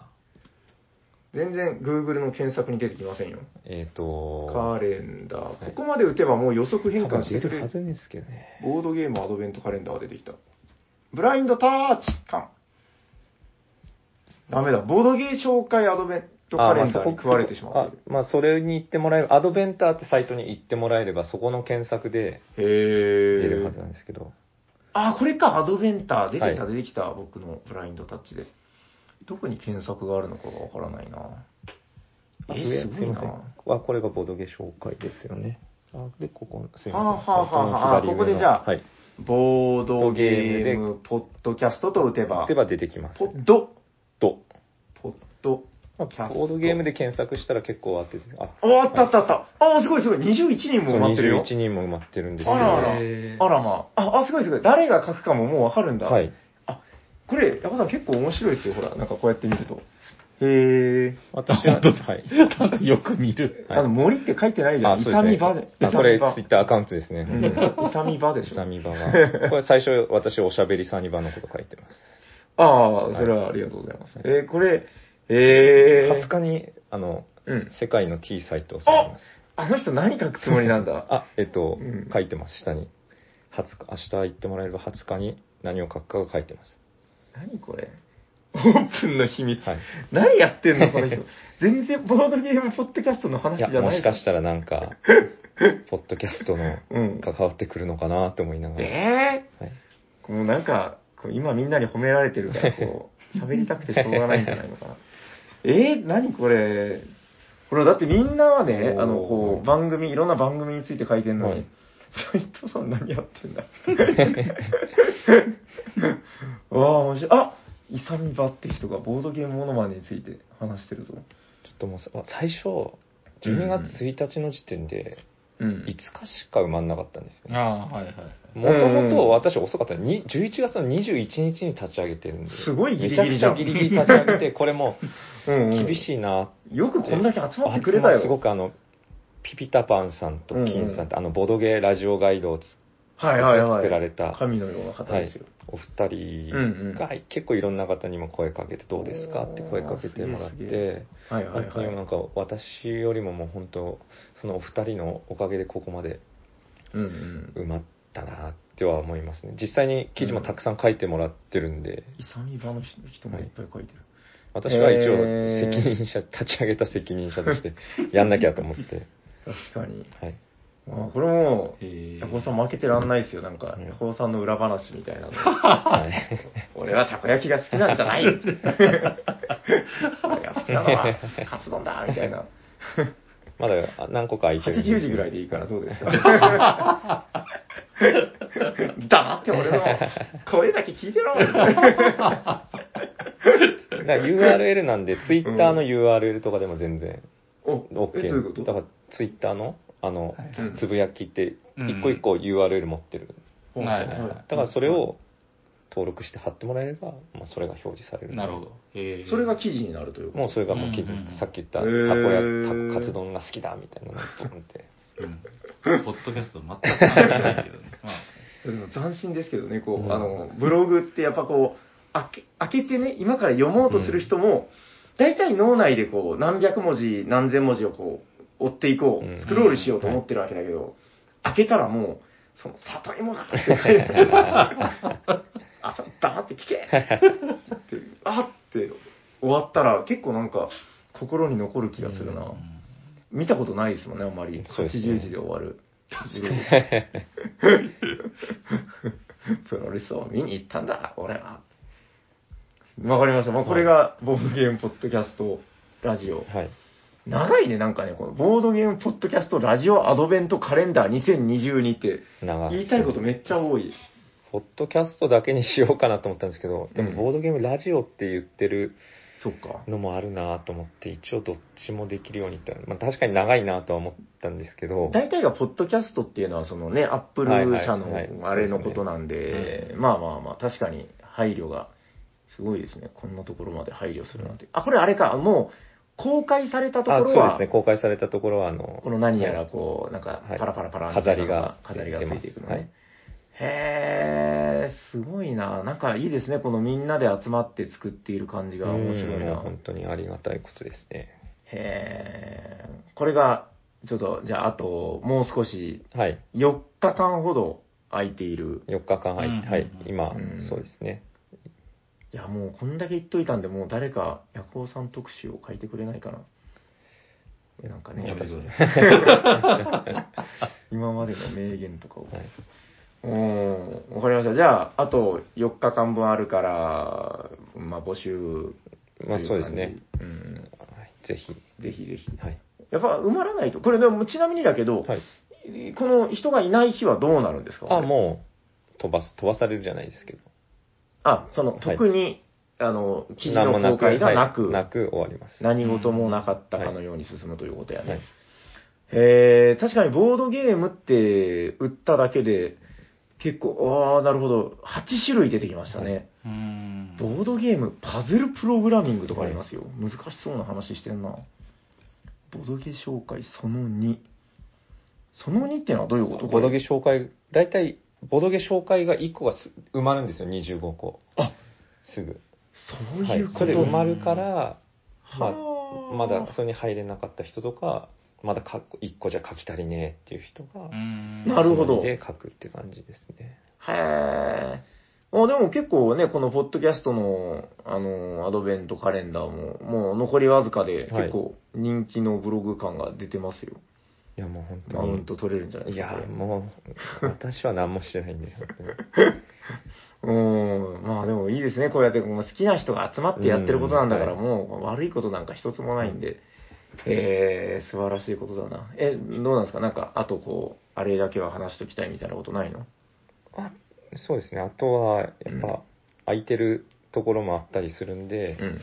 Speaker 2: 全然 Google の検索に出てきませんよ。
Speaker 3: えっ、と、
Speaker 2: カレンダー。
Speaker 3: い
Speaker 2: ここまで打てばもう予測変
Speaker 3: 多分
Speaker 2: 換して
Speaker 3: 出
Speaker 2: くれ
Speaker 3: るは
Speaker 2: る。
Speaker 3: ずですけどね。
Speaker 2: ボードゲームアドベントカレンダーが出てきた。ブラインドタッチ感。ダメだ。ボードゲー紹介アドベントカレンダーに食われてしまって
Speaker 3: あまあ、それに行ってもらえる、アドベンターってサイトに行ってもらえれば、そこの検索で出
Speaker 2: る。
Speaker 3: る
Speaker 2: へ
Speaker 3: は
Speaker 2: え
Speaker 3: ず。なんですけど、
Speaker 2: あ、これか。アドベンター。出てきた、
Speaker 3: は
Speaker 2: 出てきた。僕のブラインドタッチで。どこに検索があるのかがわからないな。え
Speaker 3: あ上
Speaker 2: ー、す
Speaker 3: す
Speaker 2: ごい
Speaker 3: いま
Speaker 2: な
Speaker 3: せん。。あ、これがボドゲ紹介ですよね。あで、ここ、すい
Speaker 2: あは
Speaker 3: ません。
Speaker 2: あはあはあ
Speaker 3: サイト
Speaker 2: こ
Speaker 3: の左上の
Speaker 2: こでじゃあ
Speaker 3: はい。
Speaker 2: ボードゲーム、ポッドキャストと打てば
Speaker 3: で、は出てきます
Speaker 2: ポ。ッド、
Speaker 3: と。
Speaker 2: ポッド、
Speaker 3: ま
Speaker 2: キャス
Speaker 3: あ、
Speaker 2: ト
Speaker 3: ボードゲームで検索したら結構あってて、あ、
Speaker 2: おあったあったあった。ああ、すごいすごい。21人も
Speaker 3: そう
Speaker 2: 埋まってるよ。
Speaker 3: 21人も埋まってるんですけ
Speaker 2: あ
Speaker 3: ど、
Speaker 2: らあら
Speaker 1: へー
Speaker 2: あらまあ。あ、あ、すごいすごい。誰が書くかももうわかるんだ。
Speaker 3: はい。
Speaker 2: これ、ヤコさん結構面白いですよ。ほら、なんかこうやって見ると。へえ。
Speaker 3: 私は、はい。
Speaker 1: なんかよく見る。
Speaker 3: はい
Speaker 2: あの、森って書いてないじゃん。
Speaker 3: あ
Speaker 2: イ
Speaker 3: そう
Speaker 2: サミバで。
Speaker 3: ですねあこれ
Speaker 2: イサ
Speaker 3: ツイ
Speaker 2: ミ
Speaker 3: ッターアカウントですね。
Speaker 2: バうんイサミバでし
Speaker 3: イ
Speaker 2: ょ。
Speaker 3: サミバは。これ最初私おしゃべりサニバのこと書いてます。
Speaker 2: ああ、それはありがとうございます。えーこれ、えー、
Speaker 3: 20日に、あの、
Speaker 2: うん。
Speaker 3: 世界の T サイトをされます。
Speaker 2: あの人何書くつもりなん だ。
Speaker 3: あ、えっと、
Speaker 2: うん
Speaker 3: 書いてます、下に。20日、明日行ってもらえれば20日に何を書くかが書いてます。
Speaker 2: 何これオープンの秘密。
Speaker 3: はい。
Speaker 2: 何やってんのこの人。全然ボードゲームポッドキャストの話
Speaker 3: い
Speaker 2: じゃ
Speaker 3: や、
Speaker 2: な
Speaker 3: も
Speaker 2: い
Speaker 3: しかしたらなん か、ポッドキャストの
Speaker 2: うん。
Speaker 3: 関わってくるのかなって思いながら。
Speaker 2: え
Speaker 3: はい
Speaker 2: ー、もうなんか、こう今みんなに褒められてる から、こう、喋りたくてしょうがないんじゃないのかな。 えー、何これこれだってみんなはね、
Speaker 3: おー
Speaker 2: あの、こう、番組、いろんな番組について書いてんの
Speaker 3: は
Speaker 2: に
Speaker 3: い、
Speaker 2: 斎、藤さん何やってん だああ、面白い。あイサミバって人がボードゲームモノマネについて話してるぞ。
Speaker 3: ちょっともうさ、最初、12月1日の時点で、
Speaker 2: うん
Speaker 3: 5日しか埋まんなかったんですよね。
Speaker 1: ああ、はいはい。
Speaker 3: もともと私遅かったのに11月の21日に立ち上げてるんで。
Speaker 2: すごいギリギリ
Speaker 3: め
Speaker 2: じ
Speaker 3: ち
Speaker 2: ゃ
Speaker 3: ゃ
Speaker 2: ん
Speaker 3: くちゃギリギリ立ち上げて、これも
Speaker 2: うんうん
Speaker 3: 厳しいな。
Speaker 2: よくこんだけ集まってくれ
Speaker 3: あ
Speaker 2: た
Speaker 3: い
Speaker 2: よ。
Speaker 3: つもすごくあの、ピピタパンさんと金さんって、あの、ボドゲラジオガイドをつ
Speaker 2: はいはいはい。
Speaker 3: 作られた
Speaker 2: 神のような方ですよ。
Speaker 3: お二
Speaker 2: うんうん
Speaker 3: 人が結構いろんな方にも声かけて、どうですかって声かけてもらっ
Speaker 2: おーすげえ
Speaker 3: て、
Speaker 2: はいはい
Speaker 3: 本当
Speaker 2: は
Speaker 3: に
Speaker 2: い。
Speaker 3: なんか私よりももう本当、そのお二人のおかげでここまで
Speaker 2: うんうん。
Speaker 3: 埋まったなっては思いますね。実際に記事もたくさん書いてもらってるんで、
Speaker 2: イサミバの人もいっぱい書いてる。
Speaker 3: 私は一応
Speaker 2: へー
Speaker 3: 責任者、立ち上げた責任者としてやんなきゃと思って、
Speaker 2: 確かに。
Speaker 3: はい。
Speaker 2: あこれも、
Speaker 1: へえ
Speaker 2: ヤコウさん負けてらんないですよ。なんか
Speaker 3: う、ん
Speaker 2: ヤコウさんの裏話みたいなの。
Speaker 3: はい、
Speaker 2: 俺はたこ焼きが好きなんじゃない俺が好きなのはカツ丼だみたいな。
Speaker 3: まだ何個か空いてるんですけど。
Speaker 2: 80時ぐらいでいいからどうですか黙って俺の声だけ聞い てろ
Speaker 3: だから URL なんで、ツイッターの URL とかでも全然
Speaker 2: お
Speaker 3: OK。
Speaker 2: えどういうこと
Speaker 3: だから、ツイッターの、あの、
Speaker 2: うん
Speaker 3: つぶやきって、
Speaker 1: うん
Speaker 3: 一個一個 URL 持ってる
Speaker 1: ら
Speaker 3: じゃないですか。だから、それを登録して貼ってもらえれば、まあ、それが表示される。
Speaker 1: なるほど。へえ
Speaker 2: それが記事になるということ
Speaker 3: もうそれがもう、き
Speaker 1: うんうんうん
Speaker 3: さっき言った、
Speaker 2: へ
Speaker 3: たこ
Speaker 2: ー
Speaker 3: や、たカツ丼が好きだみたいなのと思 って。
Speaker 1: うんポッドキャスト全く関係ないけどね。まあ
Speaker 2: でも斬新ですけどね、こう、
Speaker 3: うん
Speaker 2: あの、ブログってやっぱこう、開け開けてね、今から読もうとする人も、大体脳内でこう、何百文字、何千文字をこう、追っていこ
Speaker 3: うん
Speaker 2: う、スクロールしようと思ってるわけだけど、開けたらもう、その、里芋だって書いてあるあ、黙って聞けって、あって終わったら、結構なんか、心に残る気がするな。
Speaker 1: うん
Speaker 2: 見たことないですもんね、あんまり。
Speaker 3: そうですね
Speaker 2: 80時で終わる。 プロレスを見に行ったんだ、俺は。わかりました。まあ、これがボードゲームポッドキャストラジオ。
Speaker 3: はい。
Speaker 2: 長いね、なんかね、このボードゲームポッドキャストラジオアドベントカレンダー2022って
Speaker 3: 長
Speaker 2: 言いたいことめっちゃ多い。
Speaker 3: ポッドキャストだけにしようかなと思ったんですけど、で
Speaker 2: うん
Speaker 3: もボードゲームラジオって言ってる
Speaker 2: そっか。
Speaker 3: のもあるなと思って、一応どっちもできるようにって、まあ、確かに長いなとは思ったんですけど、
Speaker 2: 大体がポッドキャストっていうのはそのね、アップル
Speaker 3: はいはい
Speaker 2: 社
Speaker 3: はい
Speaker 2: のあれのことなん
Speaker 1: そう
Speaker 2: で
Speaker 1: で、
Speaker 2: まあまあまあ、確かに配慮がすごいですね。こんなところまで配慮するなんて。あ、これあれか、もう公開されたとこ
Speaker 3: あそう
Speaker 2: ろは、
Speaker 3: ですね、公開されたところは、あの、
Speaker 2: この何やらこう、なんか
Speaker 3: はい
Speaker 2: パラパラパラ
Speaker 3: 飾りが
Speaker 2: 飾りがついていくのね。
Speaker 3: はい
Speaker 2: へー、すごいな。なんかいいですね。このみんなで集まって作っている感じが面白い
Speaker 3: うんもう
Speaker 2: な。
Speaker 3: 本当にありがたいことですね。
Speaker 2: へー。これが、ちょっと、じゃああと、もう少し、
Speaker 3: はい、
Speaker 2: 4日間ほど空いている。
Speaker 3: 4日間入って、は
Speaker 1: うん
Speaker 3: い
Speaker 1: うん、うん
Speaker 3: 今、
Speaker 2: うん
Speaker 3: そうですね。
Speaker 2: いや、もうこんだけ言っといたんで、もう誰か、ヤコウさん特集を書いてくれないかな。これなんかね、
Speaker 1: やめてください。
Speaker 2: 今までの名言とかを。
Speaker 3: はい、
Speaker 2: うん、わかりました。じゃあ、あと4日間分あるから、まあ、募集とい
Speaker 3: まあ
Speaker 2: 感じ
Speaker 3: そうですね。
Speaker 2: うん、
Speaker 3: はいぜひ、
Speaker 2: ぜひぜひ。
Speaker 3: はい。
Speaker 2: やっぱ埋まらないと。これ、でもちなみにだけど、
Speaker 3: はい、
Speaker 2: この人がいない日はどうなるんですか
Speaker 3: あ、もう、飛ばす、飛ばされるじゃないですけど。
Speaker 2: あ、その、
Speaker 3: はい
Speaker 2: 特に、あの、記事
Speaker 3: 何
Speaker 2: の
Speaker 3: もな
Speaker 2: 公
Speaker 3: く
Speaker 2: 開がな
Speaker 3: は
Speaker 2: く
Speaker 3: い、なく終わります。
Speaker 2: 何事もなかった
Speaker 3: うん
Speaker 2: か
Speaker 3: はい
Speaker 2: のように進むということやね。
Speaker 3: はい
Speaker 2: えー、確かにボードゲームって売っただけで、結構、ああ、なるほど、8種類出てきましたね。
Speaker 1: うん
Speaker 2: ボードゲーム、パズルプログラミングとかありますよ。難しそうな話してんな。ボドゲ紹介その2。その2ってのはどういうこと
Speaker 3: ボドゲ紹介、大体、ボドゲ紹介が1個がす埋まるんですよ、25個。
Speaker 2: あ
Speaker 3: すぐ。
Speaker 2: そう
Speaker 3: はいい、
Speaker 2: うこ
Speaker 3: そ
Speaker 2: と
Speaker 3: れ
Speaker 1: を
Speaker 3: 埋まるから、まあ
Speaker 2: はあ
Speaker 3: まだそれに入れなかった人とか、まだか1個じゃ書き足りねえっていう人が、
Speaker 1: ん
Speaker 2: なるほど
Speaker 3: つまみで書くって感じですね。
Speaker 2: へえ。あ、でも結構ね、このポッドキャストの、あの、アドベントカレンダーも、もう残りわずかで、
Speaker 3: はい
Speaker 2: 結構人気のブログ感が出てますよ。
Speaker 3: いや、もう本当
Speaker 2: マウン
Speaker 3: に。
Speaker 2: ト取れるんじゃない
Speaker 3: い
Speaker 2: です
Speaker 3: や
Speaker 2: か。これ、
Speaker 3: もう、私は何もしてないんで、本当 に
Speaker 2: うん。まあでもいいですね。こうやってもう好きな人が集まってやってることなんだから、
Speaker 3: うん
Speaker 2: もう悪いことなんか一つもないんで、えー、素晴らしいことだな。え、どうなんですかなんか、あとこう、あれだけは話しときたいみたいなことないの
Speaker 3: あそうですね。あとは、やっ
Speaker 2: うん
Speaker 3: ぱ、空いてるところもあったりするんで、
Speaker 2: うん。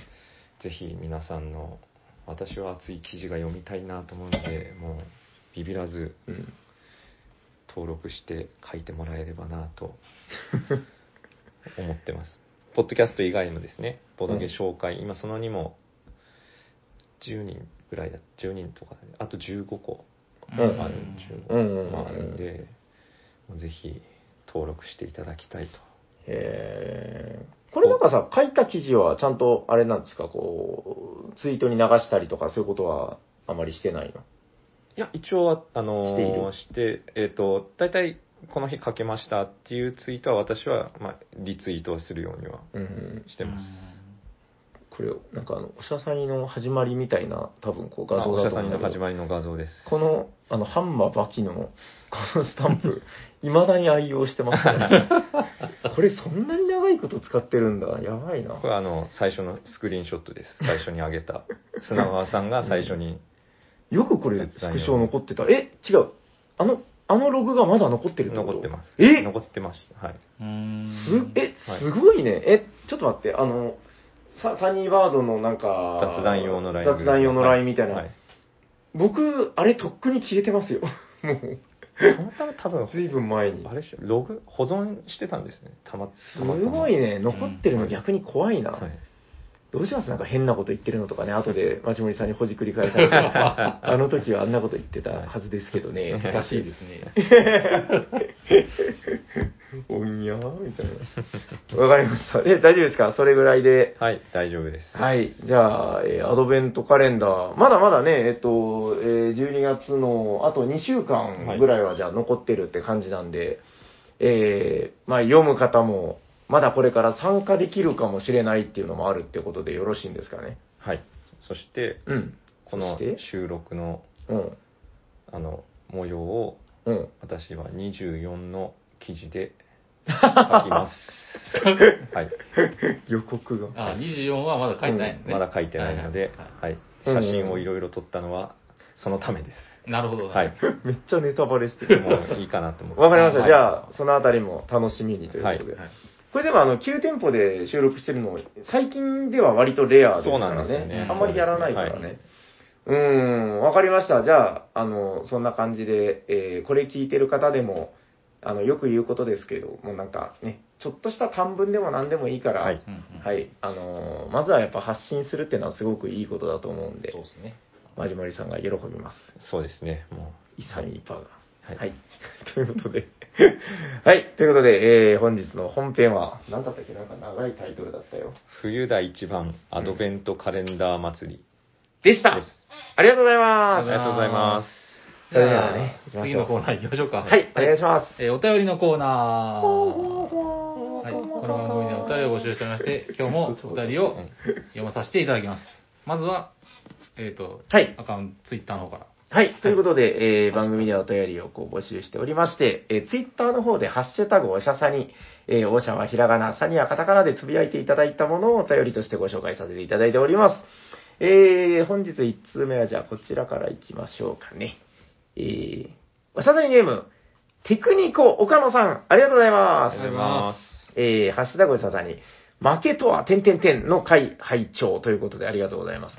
Speaker 3: ぜひ皆さんの、私は熱い記事が読みたいなと思うので、もう、ビビらず
Speaker 2: うん。
Speaker 3: 登録して書いてもらえればなと 思ってます。ポッドキャスト以外もですね、ボドゲ紹介、今そのにも10人ぐらいだ、10人とか、あと15個
Speaker 1: うん
Speaker 3: ある、15
Speaker 2: うんうんうん
Speaker 3: まああるんで、ぜひ登録していただきたいと。
Speaker 2: えーこれなんかさ、書いた記事はちゃんとあれなんですか、こう、ツイートに流したりとかそういうことはあまりしてないの。
Speaker 3: いや、一応は、あ
Speaker 2: してい
Speaker 3: の
Speaker 2: る
Speaker 3: して、えっ、と、大体、この日書けましたっていうツイートは私は、まあ、リツイートはするようには
Speaker 2: うん。
Speaker 3: してます。
Speaker 2: これ、なんかあの、おしゃさにの始まりみたいな、多分こう画
Speaker 3: あ
Speaker 2: 像
Speaker 3: おし
Speaker 2: だ
Speaker 3: ゃ
Speaker 2: と思う
Speaker 3: さ
Speaker 2: んんだ
Speaker 3: の
Speaker 2: けど
Speaker 3: 始まりの画像です。
Speaker 2: この、あの、ハンマーバキの、このスタン プ、未だに愛用してますね。これそんなに長いこと使ってるんだ。やばいな
Speaker 3: こ。れあの最初のスクリーンショットです最初に上 げた砂川さんが最初に
Speaker 2: よくこれ、スクショ残ってた。え、違う。あの、あのログがまだ残ってるってこと
Speaker 3: 残ってます
Speaker 2: え
Speaker 3: 残ってましたはい
Speaker 1: うん
Speaker 2: す、え、
Speaker 3: はい
Speaker 2: すごいね。え、ちょっと待って、あの、ササニーバードのなんか、
Speaker 3: 雑談用のライン
Speaker 2: 雑談用のラインみたいな。
Speaker 3: ははい
Speaker 2: 僕、あれとっくに消えてますよ。もう、
Speaker 3: たまたま多分
Speaker 2: ずいぶん前に
Speaker 3: あ。れしログ保存してたんですねたま
Speaker 2: す
Speaker 3: たまたます
Speaker 2: ごいね、残ってるの
Speaker 3: うん
Speaker 2: 逆に怖いな。
Speaker 3: はい
Speaker 2: どうしますなんか変なこと言ってるのとかね、後で町森さんにほじくり返さ れて、あの時はあんなこと言ってたはずですけどね、
Speaker 1: おかしいですね。
Speaker 2: おんやーみたいな。 わかりました。え、大丈夫ですかそれぐらいで。
Speaker 3: はい大丈夫です
Speaker 2: はい。じゃあ、えーアドベントカレンダー。まだまだね、えっと、えー12月のあと2週間ぐらいはじゃあ残ってるって感じなんで、えーまあ読む方も、まだこれから参加できるかもしれないっていうのもあるってことでよろしいんですかね。
Speaker 3: はいそして
Speaker 2: うん。
Speaker 3: この
Speaker 2: そして
Speaker 3: 収録の
Speaker 2: うん。
Speaker 3: あの模様を
Speaker 2: うん。
Speaker 3: 私は24の記事で書きます はい
Speaker 2: 予告が。
Speaker 1: あ、24はまだ書いてないのね。
Speaker 3: まだ書いてないので、
Speaker 1: は
Speaker 3: はい、
Speaker 2: うん
Speaker 3: 写真をいろいろ撮ったのは、そのためです。
Speaker 1: いなるほど。
Speaker 3: はい。。
Speaker 2: めっちゃネタバレして る。
Speaker 3: もういいかなと思って。
Speaker 2: わかりました。
Speaker 3: はい
Speaker 2: じゃあ、そのあたりも楽しみにということで。
Speaker 1: はい
Speaker 2: これでもあの旧店舗で収録してるのも最近では割とレアですか
Speaker 3: そうな
Speaker 2: ら
Speaker 3: んですよ
Speaker 2: ね
Speaker 3: ね
Speaker 2: あんまりやらないから
Speaker 3: そう
Speaker 2: ねうーんわかりましたじゃああのそんな感じで、えーこれ聞いてる方でもあのよく言うことですけどもうなんかねちょっとした短文でも何でもいいから、
Speaker 3: はい
Speaker 1: うんうん
Speaker 2: はいあのーまずはやっぱ発信するっていうのはすごくいいことだと思うんで
Speaker 1: そうですね。
Speaker 2: まじまりさんが喜びます
Speaker 3: そうですね、も
Speaker 2: 勇みパーが
Speaker 3: う。
Speaker 2: はい。 ということで。 はい。ということで、えー本日の本編は、何だったっけなんか長いタイトルだったよ。
Speaker 3: 冬だ一番アドベントカレンダー祭り。
Speaker 2: でした
Speaker 3: です
Speaker 2: ありがとうございま
Speaker 3: ありがとうございます。
Speaker 2: す。それではね、
Speaker 1: じゃあ次のコー
Speaker 2: ー
Speaker 1: ナー行きましょうか。
Speaker 2: はい、お願いします。
Speaker 1: えーお便りのコーナー。はい、この番組ではお便りを募集しておりまして、今日もお便りを読まさせていただきます。まずは、えっ、と、
Speaker 2: はい
Speaker 1: アカウント、ツイッターの方から。
Speaker 2: はい。ということで、えー番組ではお便りをこう募集しておりまして、えー、ツイッターの方で、ハッシュタグおしゃさに、えー、おしゃはひらがな、さにはカタカナでつぶやいていただいたものをお便りとしてご紹介させていただいております。えー、本日1通目はじゃあこちらからいきましょうかね。えー、おしゃさにネーム、テクニコ岡野さん、ありがとうございま
Speaker 3: あり
Speaker 2: す
Speaker 3: がと。うございます。
Speaker 2: えー、ハッシュタグおしゃさに、負けとは、点々点の回拝聴ということでありがとうございます。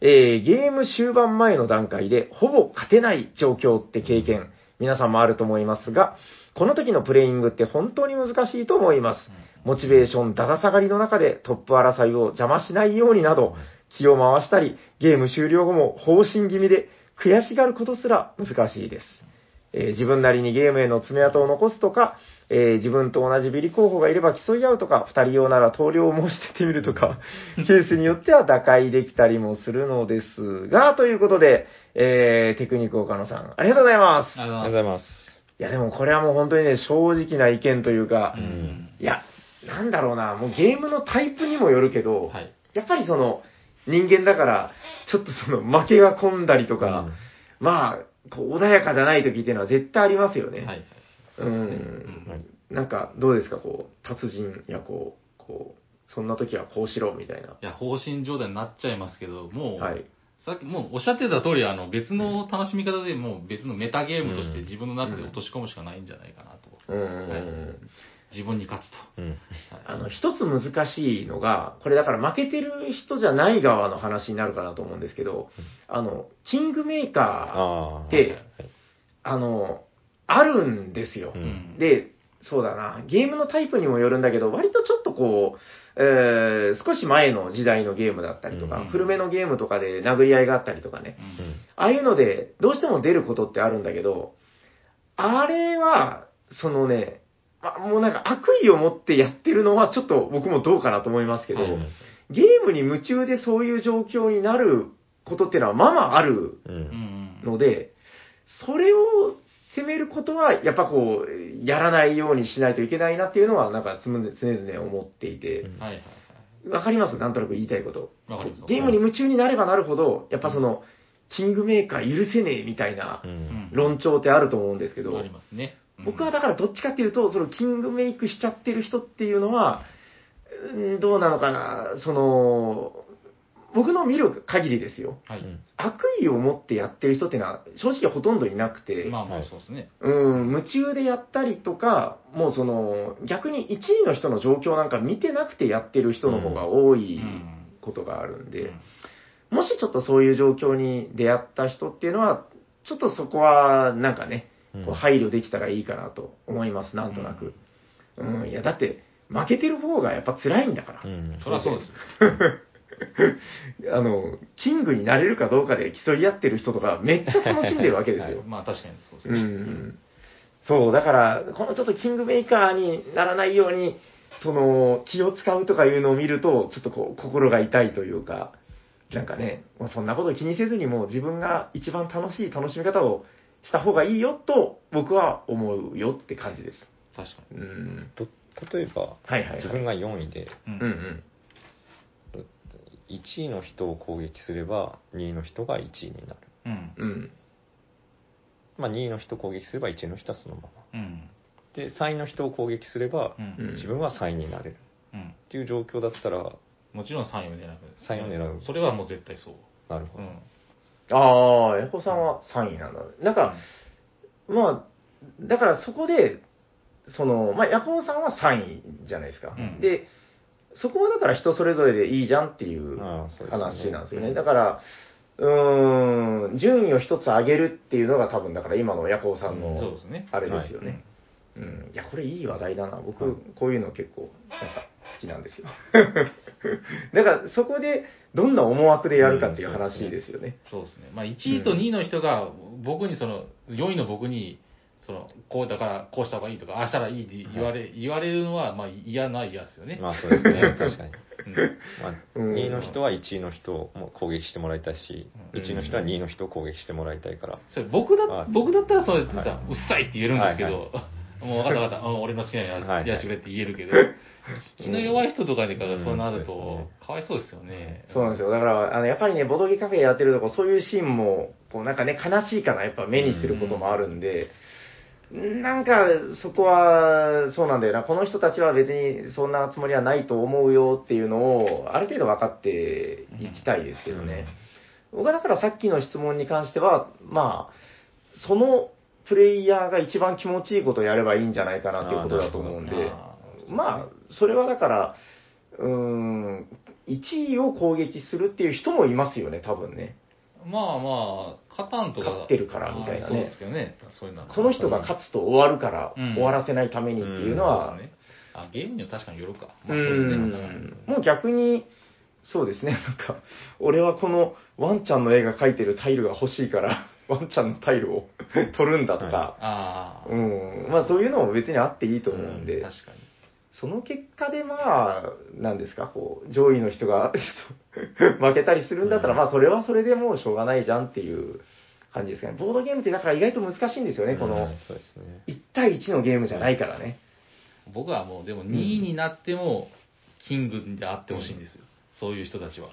Speaker 2: えーゲーム終盤前の段階でほぼ勝てない状況って経験、皆さんもあると思いますが、この時のプレイングって本当に難しいと思います。モチベーションだだ下がりの中でトップ争いを邪魔しないようになど、気を回したり、ゲーム終了後も方針気味で悔しがることすら難しいです。えー自分なりにゲームへの爪痕を残すとか、えー自分と同じビリ候補がいれば競い合うとか、二人用なら投了を申し出てみるとか、ケースによっては打開できたりもするのですが、ということで、えーテクニック岡野さん、ありがとうございます。
Speaker 1: ありがとうご
Speaker 3: ありがとう
Speaker 1: ざ
Speaker 3: ござ
Speaker 1: い
Speaker 3: います。
Speaker 2: いや、でもこれはもう本当にね、正直な意見というか
Speaker 1: ま、す。うん。
Speaker 2: いや、なんだろうな、もうゲームのタイプにもよるけど、
Speaker 1: はい。
Speaker 2: やっぱりその、人間だから、ちょっとその、負けが込んだりとか、まあ、こう穏やかじゃない時っていうのは絶対ありますよね。
Speaker 1: はい。
Speaker 2: うん。
Speaker 3: うんはい
Speaker 2: なんか、どうですか、こう、達人やこう、こう、そんな時はこうしろ、みたいな。
Speaker 1: いや、方針状態になっちゃいますけど、もう、
Speaker 2: はい。
Speaker 1: さっき、もうおっしゃってた通り、あの、別の楽しみ方で、もう別のメタゲームとして自分の中で落とし込むしかないんじゃないかなと。
Speaker 2: うんうんうん
Speaker 1: はい
Speaker 2: うん。
Speaker 1: 自分に勝つ
Speaker 3: うん。
Speaker 1: と。
Speaker 2: あ
Speaker 1: はい
Speaker 2: の、一つ難しいのが、これだから負けてる人じゃない側の話になるかなと思うんですけど、あの、キングメーカー、
Speaker 3: ああ。
Speaker 2: であの、あるんですよ。
Speaker 3: う
Speaker 1: うんん。
Speaker 2: で、そうだな、ゲームのタイプにもよるんだけど、割とちょっとこう、えー少し前の時代のゲームだったりとか、
Speaker 1: うん
Speaker 2: 古めのゲームとかで殴り合いがあったりとかね、
Speaker 1: う
Speaker 3: うんん。
Speaker 2: ああいうので、どうしても出ることってあるんだけど、あれは、そのね、まもうなんか悪意を持ってやってるのはちょっと僕もどうかなと思いますけど、
Speaker 1: うん
Speaker 2: ゲームに夢中でそういう状況になることっていうのはまあまあある
Speaker 3: う。
Speaker 1: うんん。
Speaker 2: ので、それを責めることは、やっぱこう、やらないようにしないといけないなっていうのは、なんか常々常々思っていて、
Speaker 1: はいはいはい。
Speaker 2: わかりますなんとなく言いたいこと。
Speaker 1: わかります
Speaker 2: ゲームに夢中になればなるほど、やっぱその、キングメーカー許せねえみたいな
Speaker 3: う
Speaker 1: うん
Speaker 3: ん。
Speaker 2: 論調ってあると思うんですけ
Speaker 1: あ
Speaker 2: ど
Speaker 1: り、ますね。うん
Speaker 2: 僕はだからどっちかっていうと、そのキングメイクしちゃってる人っていうのは、うんどうなのかな、その、僕の見る限りですよ。
Speaker 1: はい。
Speaker 2: 悪意を持ってやってる人っていうのは正直ほとんどいなくて、
Speaker 1: まあま
Speaker 3: は
Speaker 1: あ、
Speaker 3: い
Speaker 1: そうですね。
Speaker 2: うん、夢中でやったりとか、もうその、逆に1位の人の状況なんか見てなくてやってる人の方が多
Speaker 1: う
Speaker 2: い
Speaker 1: ん。
Speaker 2: ことがあるんで、
Speaker 1: うん
Speaker 2: もしちょっとそういう状況に出会った人っていうのは、ちょっとそこはなんかね、
Speaker 3: うん
Speaker 2: こう配慮できたらいいかなと思います、なんとなく。うん、いやだって、負けてる方がやっぱ辛いんだから。
Speaker 3: うん
Speaker 1: そりゃそうですよ。
Speaker 2: あの、キングになれるかどうかで競い合ってる人とかめっちゃ楽しんでるわけですよ
Speaker 1: はい。まあ確かにそうです
Speaker 2: う
Speaker 1: ね。
Speaker 2: んそう、だから、このちょっとキングメーカーにならないように、その、気を使うとかいうのを見ると、ちょっとこう、心が痛いというか、なんかね、まあそんなこと気にせずにもう自分が一番楽しい楽しみ方をした方がいいよと、僕は思うよって感じです。
Speaker 1: 確か
Speaker 2: うん。
Speaker 3: ど例えば、
Speaker 2: はいはいはい。
Speaker 3: 自分が4位で、
Speaker 1: に。
Speaker 2: うんうん。
Speaker 3: 1位の人を攻撃すれば、2位の人が1位になる。
Speaker 1: うん。
Speaker 2: うん。
Speaker 3: まあ、2位の人を攻撃すれば、1位の人はそのまま。
Speaker 1: うん。
Speaker 3: で、3位の人を攻撃すれば
Speaker 1: う、
Speaker 2: うん
Speaker 1: ん。
Speaker 3: 自分は3位になれる。
Speaker 1: うん。
Speaker 3: っていう状況だったら、
Speaker 1: もちろん3位を狙う。
Speaker 3: 三位を狙う
Speaker 1: それはもう絶対そう。
Speaker 3: なるほ
Speaker 1: う
Speaker 3: ど。
Speaker 1: ん。
Speaker 2: ああ、エホさんは3位なんだ。なんか、まあ、だからそこで、その、まあ、ヤコウさんは3位じゃないですか。
Speaker 1: うん
Speaker 2: で、そこはだから人それぞれでいいじゃんっていう
Speaker 3: ああそうですね
Speaker 2: 話なんですよね。だから、うーん、順位を一つ上げるっていうのが多分だから今のヤコウさん
Speaker 1: うんそう
Speaker 2: の
Speaker 1: ですね。
Speaker 2: あれですよ
Speaker 1: うん
Speaker 2: ね。うん。いや、これいい話題だな。僕、
Speaker 3: はい
Speaker 2: こういうの結構、なんか好きなんですよ。 だからそこでどんな思惑でやるかっていう話ですよね。
Speaker 1: そうですね。まあ1位と
Speaker 2: うん
Speaker 1: 2位の人が、僕にその、4位の僕に、その、こうだから、こうした方がいいとか、ああしたらいいって言われ、言われるのは、まあ嫌な嫌ですよね。
Speaker 3: まあそうですね、確かに。
Speaker 1: うん
Speaker 3: まあ、
Speaker 2: うん
Speaker 3: 2位の人は1位の人をも攻撃してもらいたいし、
Speaker 1: うん
Speaker 3: 1位の人は2位の人を攻撃してもらいたいから。
Speaker 1: それ僕だ
Speaker 3: あ、
Speaker 1: 僕だったらそれってさ、
Speaker 3: はいう
Speaker 1: っさいって言えるんですけど、
Speaker 3: はい
Speaker 1: もう分かった分かった、うん俺の好きなように
Speaker 3: はい
Speaker 1: やらせてくれって言える けど、気の弱い人とかでからそうなると、
Speaker 3: うんそうです
Speaker 1: かわいそうですよね。
Speaker 2: そうなんですよ。だから、あの、やっぱりね、ボドゲカフェやってるとこ、そういうシーンも、こう、なんかね、悲しいから、やっぱ目にすることもあるんで、なんか、そこは、そうなんだよな。この人たちは別にそんなつもりはないと思うよっていうのを、ある程度分かっていきたいですけどね。僕はだからさっきの質問に関しては、まあ、そのプレイヤーが一番気持ちいいことをやればいいんじゃないかなっていうことだと思うんで。
Speaker 1: あー
Speaker 2: まあ、それはだから、うーん、1位を攻撃するっていう人もいますよね、多分ね。
Speaker 1: まあまあ、カタンとか。
Speaker 2: 勝ってるからみたい
Speaker 1: あー
Speaker 2: なね
Speaker 1: そうですけどね。そういうのは
Speaker 2: その人が勝つと終わるから、
Speaker 1: うん
Speaker 2: 終わらせないためにっていうの
Speaker 1: そ
Speaker 2: は、
Speaker 1: うですねあ、ゲームには確かによるか。
Speaker 2: う
Speaker 1: まあ、そうですね。
Speaker 2: ん、もう逆に、 そうですね、なんか、俺はこのワンちゃんの絵が描いてるタイルが欲しいから、 ワンちゃんのタイルを 取るんだとか、
Speaker 3: は
Speaker 1: ああ、
Speaker 2: うん、まあそういうのも別にあっていいと思うんで、
Speaker 1: 確かに。
Speaker 2: その結果でまあ、なんですか、こう、上位の人が 負けたりするんだったら、
Speaker 3: うん
Speaker 2: まあそれはそれでもうしょうがないじゃんっていう感じですかね。ボードゲームってだから意外と難しいんですよね、こ
Speaker 3: うん
Speaker 2: の
Speaker 3: そうですね。
Speaker 2: 1対1のゲームじゃないからね。
Speaker 1: 僕はもう、でも2位になっても、キングであってほしいんですよ。そういう人たちは。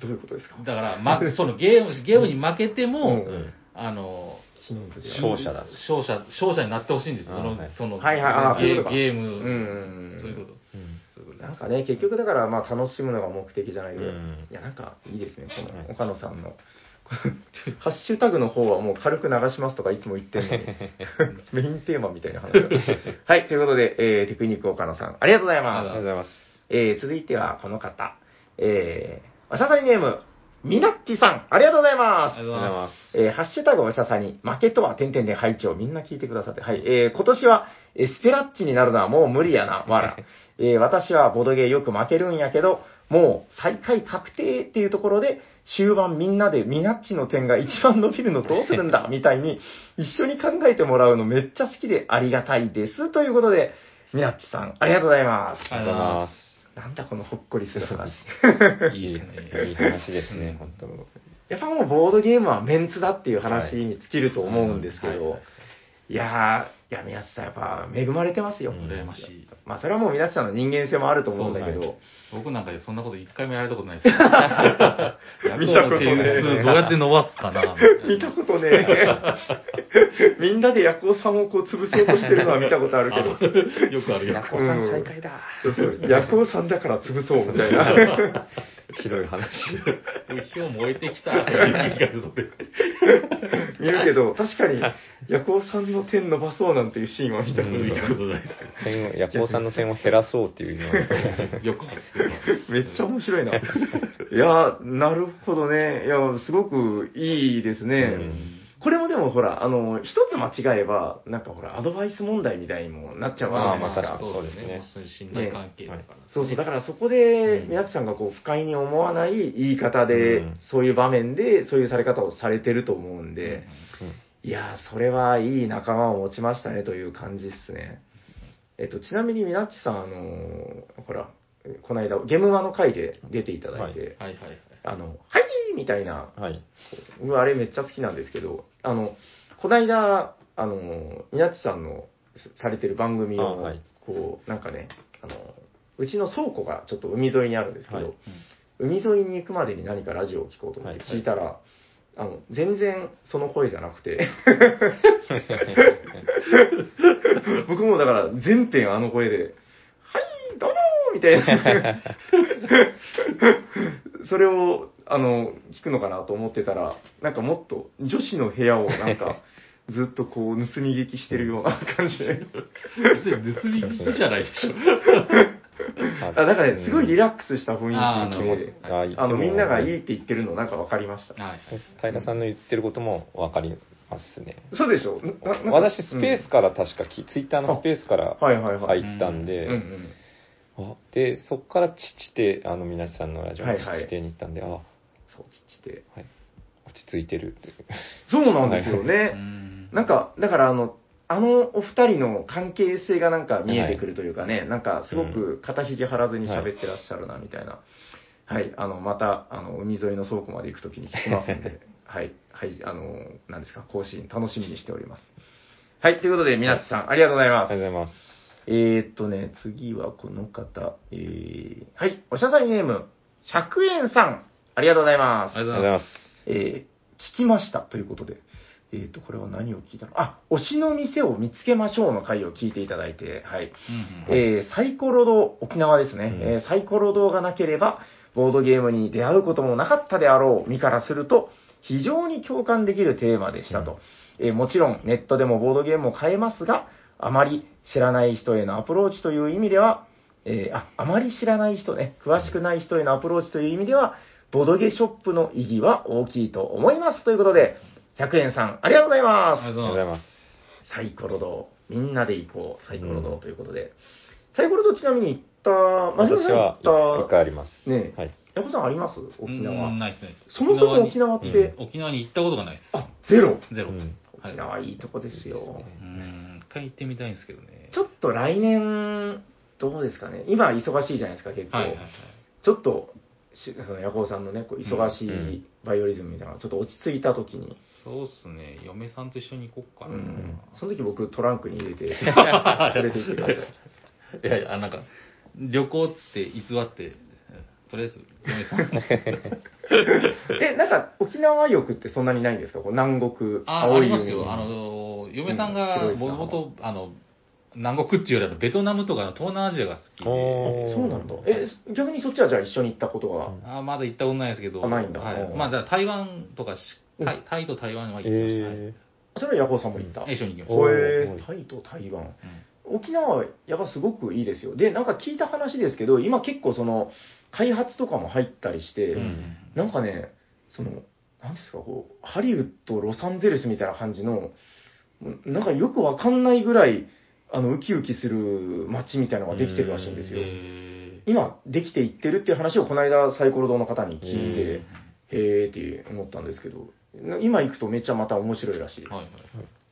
Speaker 2: どういうことですか
Speaker 1: だから、ま、そのゲーム、 ゲームに負けて
Speaker 2: う
Speaker 1: も、
Speaker 2: ん
Speaker 3: うん。
Speaker 1: あの、
Speaker 2: キングで
Speaker 3: 勝者だ
Speaker 1: 勝者、勝者になってほしいんですよ。
Speaker 3: あ
Speaker 1: その
Speaker 3: はい、
Speaker 1: その、
Speaker 2: はいはいあそう
Speaker 1: ゲ
Speaker 2: いうこ
Speaker 1: ー
Speaker 2: とか
Speaker 1: ゲー
Speaker 2: う
Speaker 1: ム、
Speaker 2: ん。
Speaker 1: そういうこと。
Speaker 3: うん
Speaker 1: そういうこと
Speaker 2: なんかね、結局だからまあ楽しむのが目的じゃないけど、
Speaker 3: うん
Speaker 2: いやなんかいいですね、こ
Speaker 3: はい
Speaker 2: の岡野さんの。 ハッシュタグの方はもう軽く流しますとかいつも言ってるのに、メインテーマみたいな話が。はい、ということで、えーテクニック岡野さん、ありがとうござい
Speaker 3: ありがとう
Speaker 2: ま
Speaker 3: ございます。
Speaker 2: す。えー続いてはこの方、えー、わしゃさにネーム、みなっちさん、ありがとうございま
Speaker 1: あ。り
Speaker 2: す
Speaker 3: あり
Speaker 1: がとう
Speaker 3: が
Speaker 1: ご
Speaker 3: とう
Speaker 1: ざ
Speaker 3: ご
Speaker 1: いま。
Speaker 3: ざいま
Speaker 2: えーハッシュタグおしゃさに、負けとは、点々で配置をみんな聞いてくださって、はい、えー今年は、えースペラッチになるのはもう無理やな、わら。えー私はボドゲーよく負けるんやけど、もう最下位確定っていうところで、終盤みんなでミナッチの点が一番伸びるのどうするんだ、みたいに、一緒に考えてもらうのめっちゃ好きでありがたいです。ということで、ミナッチさん、ありがとうございますす。
Speaker 1: ありがとうございま
Speaker 3: あ
Speaker 2: なんだこのほっこりする話。
Speaker 3: りがとうございます。いいいい話です
Speaker 1: うん
Speaker 3: ね、本当の。
Speaker 2: やっぱもうボードゲームはメンツだっていう話に尽きると思うんですけど、、
Speaker 1: はい
Speaker 2: やー、いや、皆さんやっぱ恵まれてますよ。
Speaker 3: うん
Speaker 1: す。羨ましい。
Speaker 2: まあ、それはもう皆さんの人間性もあると思うんだけ
Speaker 3: そう
Speaker 2: ど、
Speaker 1: 僕なんかでそんなこと一回もやられたことないですよ。ヤクオの
Speaker 2: 見たことね
Speaker 1: 点数どうやって伸ばすかな。
Speaker 2: 見たことねえ。みんなでヤコウさんをこう潰そうとしてるのは見たことあるけど。
Speaker 1: あよくある
Speaker 3: ヤ
Speaker 1: や
Speaker 3: コウさん最下位だ。
Speaker 2: そうそうヤコウさんだから潰そうみたいな。
Speaker 3: 広い 話。
Speaker 1: つ。目標燃えてきた。それ
Speaker 2: 見るけど、確かに、ヤコウさんの点伸ばそうなんていうシーンは見たこと
Speaker 1: 見た
Speaker 2: な
Speaker 1: こ
Speaker 2: い。
Speaker 1: とないです
Speaker 3: 線をヤコウさんの線を減らそうっていうよ
Speaker 1: けど。よくある。
Speaker 2: めっちゃ面白いな。いやー、なるほどね。いや、すごくいいですね。
Speaker 3: うん
Speaker 2: これもでもほら、あの、一つ間違えば、なんかほら、アドバイス問題みたいにもなっちゃうわけじゃないです
Speaker 3: まあま
Speaker 2: か。
Speaker 3: あ確かにそうですね
Speaker 1: もう信頼関係だから。
Speaker 2: そうそう、だからそこで
Speaker 3: う、ん
Speaker 2: 皆さんがこう、不快に思わない言い方で、
Speaker 3: うん
Speaker 2: そういう場面で、そういうされ方をされてると思うん
Speaker 1: うん
Speaker 2: で、いやー、それはいい仲間を持ちましたねという感じっすね。えっと、ちなみにみなっちさん、あのーほら、この間、ゲムマの回で出ていただいて、
Speaker 1: はいはいはい。
Speaker 2: あの、はいみたいな
Speaker 3: うんはい。
Speaker 2: 僕あれめっちゃ好きなんですけど、あの、こないだ、あの、稲地さんのすされてる番組
Speaker 3: あ
Speaker 2: を、
Speaker 3: はい
Speaker 2: こう、なんかね、あの、うちの倉庫がちょっと海沿いにあるんですけど、
Speaker 3: はい
Speaker 2: 海沿いに行くまでに何かラジオを聞こうと思って
Speaker 3: はい
Speaker 2: 聞いたら、あの、全然その声じゃなく て、僕もだから全編あの声で、はい、どうもみたい な。それを、あの、聞くのかなと思ってたら、なんかもっと女子の部屋をなん か、ずっとこう、盗み聞きしてるような感じで。
Speaker 1: 別に盗み聞きじゃないでしょ。
Speaker 3: あ
Speaker 2: あだからね、すごいリラックスした雰
Speaker 1: あー
Speaker 2: 囲
Speaker 1: な
Speaker 2: 気
Speaker 1: るほど
Speaker 2: で、
Speaker 3: あ
Speaker 2: あの、みんながいい
Speaker 3: い。
Speaker 2: って言ってるのなんかわかりました。
Speaker 1: はい。
Speaker 3: 平さんの言ってることもわかりますね。
Speaker 2: そうでしょななんか
Speaker 3: 私、スペースから確かき、ツイッターのスペースから
Speaker 2: うんはいはいはい。
Speaker 3: 入ったんで、
Speaker 2: うんうん
Speaker 3: あで、そこから父で、あの、みなしさんのラジオの
Speaker 2: はいはい
Speaker 3: 父でに行ったんで、あ、は
Speaker 2: そう、ちっちて。
Speaker 3: い、落ち着いてるっていう。
Speaker 2: そうなんですよね。
Speaker 1: うん
Speaker 2: なんか、だからあの、あのお二人の関係性がなんか見えてくるというかね、なんかすごく肩肘張らずに喋ってらっしゃるな、みたいな。はい、あの、また、あの、海沿いの倉庫まで行くときに聞きますん で、はい、はい、あの、なんですか、更新楽しみにしております。はい、ということで、みなちさん、ありがとうござい
Speaker 3: あ
Speaker 2: ます
Speaker 3: り。がとうございます。
Speaker 2: えー、っとね、次はこの方、えー、はい、おしゃさりネーム、100円さん、ありがとうございま
Speaker 1: あ
Speaker 2: す
Speaker 1: り。
Speaker 3: あり
Speaker 1: がとうござ
Speaker 3: がとうござ
Speaker 1: いま
Speaker 3: います。
Speaker 2: えー聞きましたということで、えっ、と、これは何を聞いたのあ、推しの店を見つけましょうの回を聞いていただいて、はい。
Speaker 1: す。うんうん
Speaker 2: えーサイコロ堂、沖縄ですね、
Speaker 3: うん
Speaker 2: えーサイコロ堂がなければ、ボードゲームに出会うこともなかったであろう身からすると、非常に共感できるテーマでしたと。えーもちろん、ネットでもボードゲームを買えますが、あまり知らない人へのアプローチという意味では、えーあ、あまり知らない人ね、詳しくない人へのアプローチという意味では、ボドゲショップの意義は大きいと思います。ということで、100円さん、ありがとうございます。
Speaker 1: ありがと
Speaker 3: あり
Speaker 1: う
Speaker 3: がとう
Speaker 1: ご
Speaker 3: ご
Speaker 1: ざ
Speaker 3: ざ
Speaker 1: い
Speaker 3: い
Speaker 1: ま
Speaker 3: ます。
Speaker 2: サイコロ堂、みんなで行こう、サイコロ堂
Speaker 3: うん
Speaker 2: ということで。サイコロ堂ちなみに行った、マジ
Speaker 3: 私は
Speaker 2: 行
Speaker 3: 一
Speaker 2: っ
Speaker 3: 回あります。
Speaker 2: た、ねえ、
Speaker 3: はい。
Speaker 2: ヤコさんあります沖縄
Speaker 1: うん。ないです、ないです。
Speaker 2: そもそも沖
Speaker 1: に
Speaker 2: 縄って、
Speaker 1: 沖縄に行ったことがないです。
Speaker 2: あ、ゼロ。
Speaker 1: ゼロ。
Speaker 3: うん
Speaker 1: はい
Speaker 2: 沖縄いいとこですよ。
Speaker 1: うん、一回行ってみたいんですけどね。
Speaker 2: ちょっと来年、どうですかね。今忙しいじゃないですか、結構。
Speaker 1: はいはいはい。
Speaker 2: ちょっと、しそのヤコウさんのね、こう忙しいバイオリズムみたいなのがちょっと落ち着いた時に、
Speaker 1: そうっすね。嫁さんと一緒に行こっかな。
Speaker 2: うんその時僕トランクに入れて、連れて行ってください。
Speaker 1: いやいや、あなんか、旅行っつって偽って、とりあえず、嫁さ ん。
Speaker 2: え、なんか、沖縄浴ってそんなにないんですかこう南国、
Speaker 1: あ、あります
Speaker 2: 海
Speaker 1: よ。あの、嫁さんが、
Speaker 2: うん
Speaker 1: もともと、あの、南国っていうよりあの、ベトナムとかの東南アジアが好き
Speaker 3: お
Speaker 1: で、
Speaker 3: ー
Speaker 2: そうなんだ。え、逆にそっちはじゃあ一緒に行ったことが、
Speaker 3: うん
Speaker 1: あまだ行ったことないですけど、
Speaker 2: あないんだ
Speaker 1: は
Speaker 2: うん
Speaker 1: い。まあ、だから台湾とかし、タイタイと台湾は行きましたはい。
Speaker 3: え
Speaker 2: それはヤホーさんも行った。
Speaker 1: え
Speaker 2: へ
Speaker 1: 一緒に行きまし
Speaker 3: お
Speaker 2: え
Speaker 3: ー
Speaker 2: タイと台湾。
Speaker 1: た。うん
Speaker 2: 沖縄はやっぱすごくいいですよ。で、なんか聞いた話ですけど、今結構その、開発とかも入ったりして、
Speaker 1: うん
Speaker 2: なんかね、その、なんですか、こう、ハリウッド、ロサンゼルスみたいな感じの、なんかよくわかんないぐらい、あの、ウキウキする街みたいなのができてるらしいんですよ。
Speaker 1: え
Speaker 2: 今、できていってるっていう話をこの間、サイコロ堂の方に
Speaker 1: ー
Speaker 2: 聞いて、へーって思ったんですけど、今行くとめっちゃまた面白いらしいです。
Speaker 1: はいはい。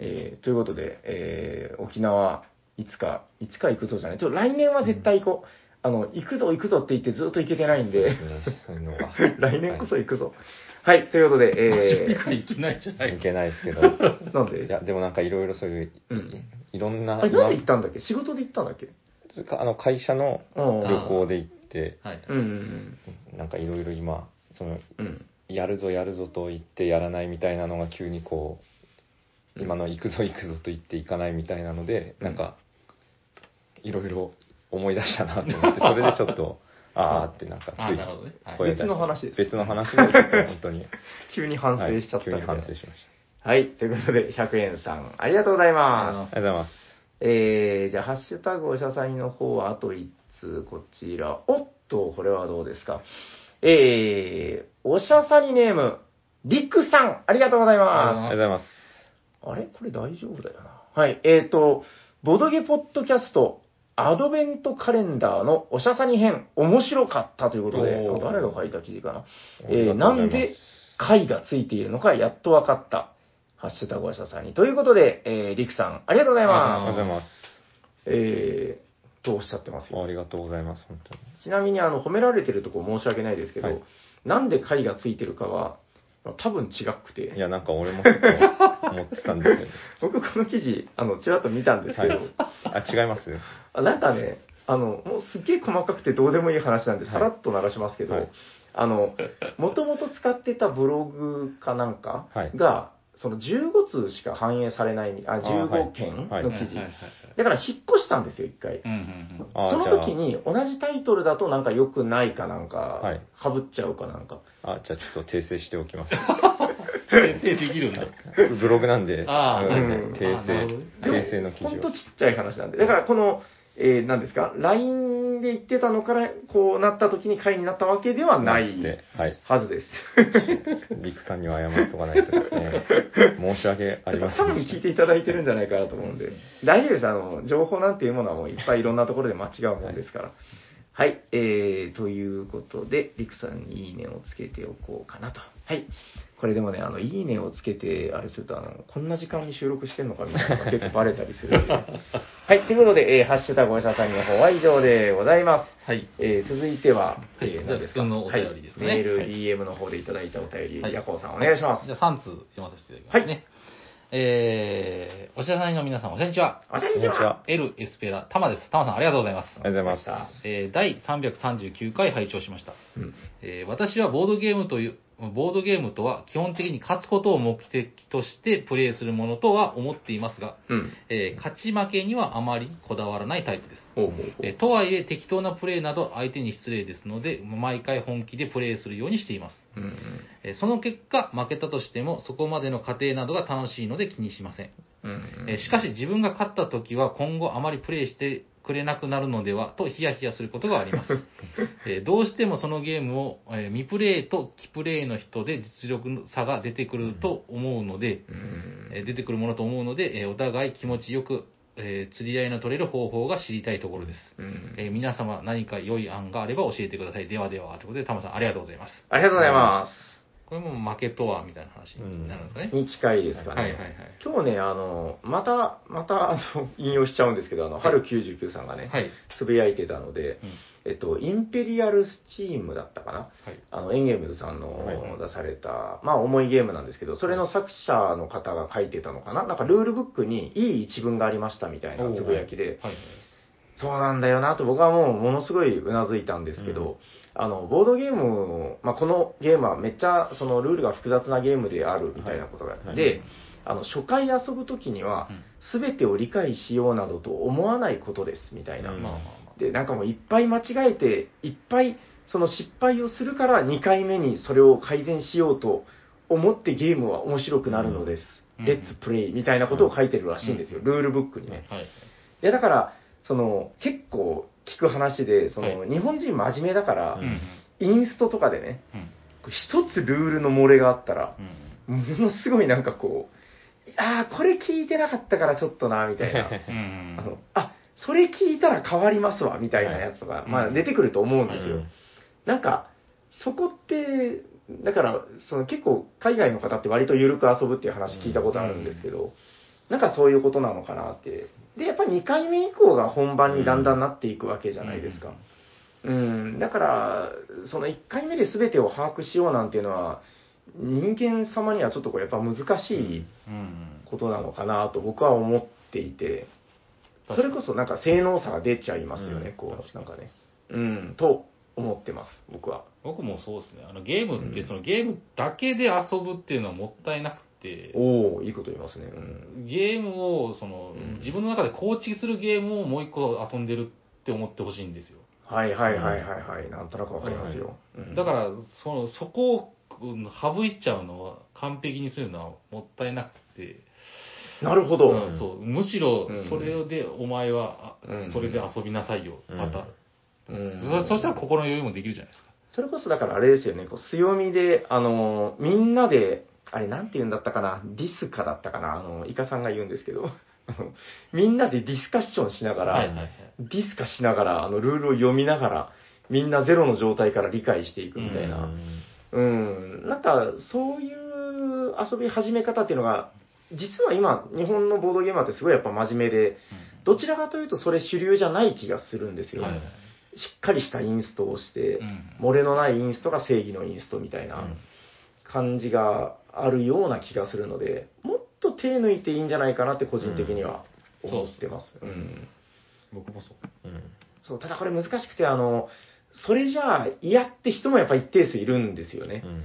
Speaker 2: えーということで、えー沖縄、いつか、いつか行くぞじゃない。ちょっと来年は絶対行こう。あの、行くぞ行くぞって言ってずっと行けてないん
Speaker 3: そうで
Speaker 2: で、
Speaker 3: すねそういうのが
Speaker 2: 来年こそ行くぞ。はい、ということで、え
Speaker 1: 一回行けないじゃないい
Speaker 3: けないですけど
Speaker 2: ー、なんで
Speaker 3: いやでもなんかいろいろそういう
Speaker 2: うん
Speaker 3: いろんな
Speaker 2: あれ、なんで行ったんだっけ仕事で行ったんだっけ
Speaker 3: 今あの会社の
Speaker 2: うん
Speaker 3: 旅行で行って
Speaker 1: はい。
Speaker 2: うんうん
Speaker 3: なんかいろいろ今その
Speaker 2: うん。うん。
Speaker 3: やるぞやるぞと言ってやらないみたいなのが急にこう今の行くぞ行くぞと言って行かないみたいなので、
Speaker 2: うん
Speaker 3: なんかいろいろ思い出したなと思 ってそれでちょっとあーってなんかつ
Speaker 1: あー、
Speaker 3: い
Speaker 1: なるほどね。はい
Speaker 3: 声が出し
Speaker 2: 別の話
Speaker 3: て
Speaker 2: です
Speaker 3: 別の話でちょっと本当に
Speaker 2: 急に反省しちゃったみ
Speaker 3: はい急
Speaker 2: た
Speaker 3: に
Speaker 2: い
Speaker 3: 反
Speaker 2: な
Speaker 3: 省しまし
Speaker 2: はい、ということで、100円さん、ありがとうござい
Speaker 1: あ
Speaker 2: ます
Speaker 1: の。
Speaker 3: たありがとうございます
Speaker 2: えー、じゃあ、ハッシュタグおしゃさにの方は、あと1通、こちら。おっと、これはどうですか。えー、おしゃさにネーム、りくさん、ありがとうござい
Speaker 1: ありがとうござい
Speaker 2: ます。
Speaker 3: ありがとうございます
Speaker 2: あれこれ大丈夫だよな。はい、えーと、ボドゲポッドキャスト、アドベントカレンダーのおしゃさに編、面白かったということで、
Speaker 1: おー
Speaker 2: 誰が書いた記事かな。
Speaker 3: あり
Speaker 2: えー
Speaker 3: がとうござい
Speaker 2: な
Speaker 3: ます
Speaker 2: んで貝がついているのか、やっとわかった。ハッシュタグおしゃさに。ということで、えー、りくさん、ありがとうござい
Speaker 3: あり
Speaker 2: ます
Speaker 3: がとうご。ざいます
Speaker 2: えー、とおっしゃってますけど
Speaker 3: ありがとうございます本当に
Speaker 2: ちなみにあの褒められてるとこ申し訳ないですけど、
Speaker 3: はい
Speaker 2: なんで貝がついてるかは、まあ多分違く
Speaker 3: い
Speaker 2: て、
Speaker 3: や、なんか俺も結構思ってたんですけど。
Speaker 2: 僕この記事、あの、ちらっと見たんですけど、
Speaker 3: あ、違います
Speaker 2: あなんかね、あの、もうすっげえ細かくてどうでもいい話なんで、
Speaker 3: はい
Speaker 2: さらっと流しますけど、
Speaker 3: はい
Speaker 2: あの、もともと使ってたブログかなんか
Speaker 3: はい
Speaker 2: が、その15通しか反映されない、あ、
Speaker 3: ーはい
Speaker 2: 15件
Speaker 3: はい
Speaker 2: の
Speaker 1: はい
Speaker 2: 記事
Speaker 1: はいはいは。い
Speaker 2: だから引っ越したんですよ、一回。
Speaker 1: うんうん
Speaker 3: あー
Speaker 2: その
Speaker 3: じ
Speaker 2: 時に同じタイトルだとなんか良くないかなん
Speaker 3: は
Speaker 2: か
Speaker 3: い、
Speaker 2: かぶっちゃうかなんか。
Speaker 3: あ、じゃあちょっと訂正しておきます。
Speaker 1: う ん。先生できるんだ。
Speaker 3: ブログなんで、
Speaker 1: あー
Speaker 3: うん
Speaker 2: うん
Speaker 3: 訂
Speaker 1: あーなるほどね、
Speaker 2: で
Speaker 3: 正
Speaker 2: も
Speaker 3: 訂正の記
Speaker 2: ほん
Speaker 3: 事
Speaker 2: と
Speaker 3: を
Speaker 2: ち。っちゃい話なんで。だからこの、えー、何ですか ?LINE で言ってたのからこうなった時に会になったわけではない
Speaker 3: で、はい。
Speaker 2: はずです。
Speaker 3: リクさんには謝っとかないとですね。申し訳ありませ
Speaker 2: 多
Speaker 3: ん
Speaker 2: 分
Speaker 3: で
Speaker 2: 聞い
Speaker 3: して
Speaker 2: いただいてるんじゃないかなと思うんで。大丈夫です。あの、情報なんていうものはもういっぱいいろんなところで間違うもんですから。はい、えー、ということで、りくさんにいいねをつけておこうかなと。はい。これでもね、あの、いいねをつけて、あれすると、あの、こんな時間に収録してんのかみたいなのが結構バレたりするん で。はい、ということで、えー、ハッシュタグお医者さんの方は以上でございます。
Speaker 1: はい。
Speaker 2: えー、続いては、えー
Speaker 1: はい
Speaker 2: 何ですか
Speaker 1: じゃあ普通のお便りですね
Speaker 2: はい、メール、
Speaker 1: はい
Speaker 2: DM の方でいただいたお便り、
Speaker 1: はい
Speaker 2: ヤコウさんお願いします。
Speaker 1: じゃあ3通読ませていただきますね。えー、おしゃさんの皆さん、おしゃにちは。
Speaker 2: あ、じゃ
Speaker 3: た。
Speaker 2: あ、以
Speaker 3: こんにち
Speaker 2: 上
Speaker 3: は。
Speaker 1: エル・エスペラ、タマです。タマさん、ありがとうございます。
Speaker 3: ありがとうございま
Speaker 1: えー第339回拝聴しました。
Speaker 2: うん
Speaker 1: えー私はボードゲームという、ボードゲームとは基本的に勝つことを目的としてプレイするものとは思っていますが、
Speaker 2: うん。
Speaker 1: えー勝ち負けにはあまりこだわらないタイプです。
Speaker 2: ほうほうほう
Speaker 1: えーとはいえ適当なプレイなど相手に失礼ですので、毎回本気でプレイするようにしています。
Speaker 2: うん
Speaker 1: えーその結果、負けたとしてもそこまでの過程などが楽しいので気にしません。
Speaker 2: うんうん
Speaker 1: えーしかし自分が勝った時は今後あまりプレイしてくれなくなるのではとヒヤヒヤすることがあり ます。えーどうしてもそのゲームを、えー未プレイと既プレイの人で実力の差が出てくると思うので、
Speaker 2: うん
Speaker 1: えー出てくるものと思うので、えーお互い気持ちよくえー釣り合いの取れる方法が知りたいところです。
Speaker 2: うん
Speaker 1: えー皆様何か良い案があれば教えてください。ではでは、ということで、タマさんありがとうございます。
Speaker 2: ありがとうございま
Speaker 1: これも負けとはみたいな話になるんですかね
Speaker 2: す。。に近いですかね。
Speaker 1: はいはいはい。
Speaker 2: 今日ね、あの、また、また、あの、 引用しちゃうんですけど、あの、
Speaker 1: はい
Speaker 2: 春99さんがね、
Speaker 1: はい。
Speaker 2: つぶやいてたので、
Speaker 1: うん
Speaker 2: えっと、インペリアルスチームだったかな。
Speaker 1: はい。
Speaker 2: あの、エンゲームズさん
Speaker 3: はい
Speaker 2: の出された、まあ、重いゲームなんですけど、それの作者の方が書いてたのかな。なんか、ルールブックにいい一文がありましたみたいなつぶやきで、
Speaker 1: はい。
Speaker 2: そうなんだよなと僕はもうものすごいうなずいたんですけど、あの、ボードゲームを、まあ、このゲームはめっちゃそのルールが複雑なゲームであるみたいなことが、
Speaker 3: はいはい
Speaker 2: で、あの、初回遊ぶときには、すべてを理解しようなどと思わないことですみたいな。
Speaker 1: う、
Speaker 3: うんん
Speaker 1: まあまあま
Speaker 2: で、なんかもういっぱい間違えて、いっぱいその失敗をするから2回目にそれを改善しようと思ってゲームは面白くなるのです。
Speaker 1: うん
Speaker 2: レッツプレイみたいなことを書いてるらしいんですよ、
Speaker 1: う
Speaker 2: ルールブックにね。
Speaker 1: あ。はい。
Speaker 2: いやだからその結構聞く話でその、
Speaker 1: は
Speaker 2: 日本人真面目だから、
Speaker 1: うん。うん
Speaker 2: インストとかでね
Speaker 1: うん。
Speaker 2: 一つルールの漏れがあったら
Speaker 1: う、ん
Speaker 2: ものすごいなんかこうああこれ聞いてなかったからちょっとなみたいな
Speaker 1: うんうん。
Speaker 2: あのあそれ聞いたら変わりますわみたいなやつとか、
Speaker 1: い
Speaker 2: まあ、出てくると思うんですよ、
Speaker 3: うん
Speaker 2: なんかそこってだからその結構海外の方って割と緩く遊ぶっていう話聞いたことあるんですけど、なんかそういうことなのかなってでやっぱ2回目以降が本番にだんだんなっていくわけじゃないですか、うん、だから、その1回目で全てを把握しようなんていうのは、人間様にはちょっとこうやっぱ難しい
Speaker 1: うんうん。
Speaker 2: ことなのかなと僕は思っていて、それこそなんか性能差が出ちゃいますよね、
Speaker 3: うん
Speaker 2: こ
Speaker 1: 確か
Speaker 2: う、なん
Speaker 1: に
Speaker 2: かね。うん、と思ってます、僕は。
Speaker 1: 僕もそうですね。あの、ゲームって、
Speaker 2: うん
Speaker 1: そのゲームだけで遊ぶっていうのはもったいなくて、
Speaker 2: おおいいこと言いますね。うん。
Speaker 1: ゲームを、その、
Speaker 2: うん
Speaker 1: 自分の中で構築するゲームをもう一個遊んでるって思ってほしいんですよ。
Speaker 2: はいはいはいはいはい、なんとなくわかりますよ。うん
Speaker 1: だか、ら、その、そこをうん省いちゃうのは、完璧にするのはもったいなくて、
Speaker 2: なるほど。
Speaker 1: うんそうむしろ
Speaker 2: うん
Speaker 1: それでお前は、あ
Speaker 2: うん
Speaker 1: それで遊びなさいよ、
Speaker 3: うん
Speaker 1: また、
Speaker 2: うん
Speaker 1: そそしたら心の余裕もできるじゃないですか、
Speaker 2: それこそだからあれですよね、こう強みで、あのー、みんなで、あれなんて言うんだったかな、ディスカだったかな、あのー、イカさんが言うんですけど、 あのみんなでディスカッションしながら、
Speaker 1: はいはいはい
Speaker 2: ディスカしながら、あの、ルールを読みながら、みんなゼロの状態から理解していくみたいな。うん、なんか、そういう遊び始め方っていうのが、実は今、日本のボードゲーマーってすごいやっぱ真面目で、どちらかというとそれ主流じゃない気がするんです
Speaker 1: うん
Speaker 2: よ。
Speaker 1: はいはい
Speaker 2: しっかりしたインストをして、
Speaker 1: うん
Speaker 2: 漏れのないインストが正義のインストみたいな感じがあるような気がするので、もっと手抜いていいんじゃないかなって個人的には
Speaker 1: うん
Speaker 2: 思ってます。
Speaker 1: そううそうん僕もそう
Speaker 3: うん
Speaker 2: そうただこれ難しくて、あの、それじゃあ嫌って人もやっぱ一定数いるんですよね。
Speaker 3: うん
Speaker 1: うん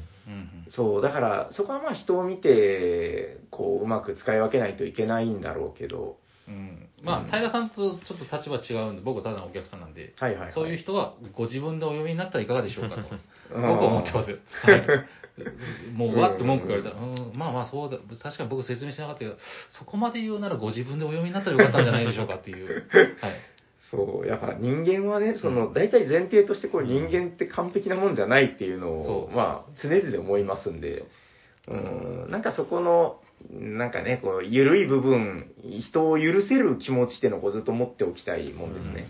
Speaker 2: そう、だからそこはまあ人を見て、こう、うまく使い分けないといけないんだろうけど、
Speaker 1: うんうんまあ平さんとちょっと立場違うんで僕はただのお客さんなんで、
Speaker 2: はいはい、はい。
Speaker 1: そういう人はご自分でお読みになったらいかがでしょうかと
Speaker 2: うん、
Speaker 1: 僕は思ってますよ、はい、もうわって文句言われたら、うん、まあまあそうだ確かに僕説明してなかったけどそこまで言うならご自分でお読みになったらよかったんじゃないでしょうかって いう、はい、
Speaker 2: そう、やっぱ人間はね、その、大体前提としてこう人間って完璧なもんじゃないっていうのを、
Speaker 1: そう
Speaker 2: まあ、常々思いますんで、うん、なんかそこの、なんかね、こう、ゆるい部分、人を許せる気持ちっていうのをこうずっと持っておきたいもんですね。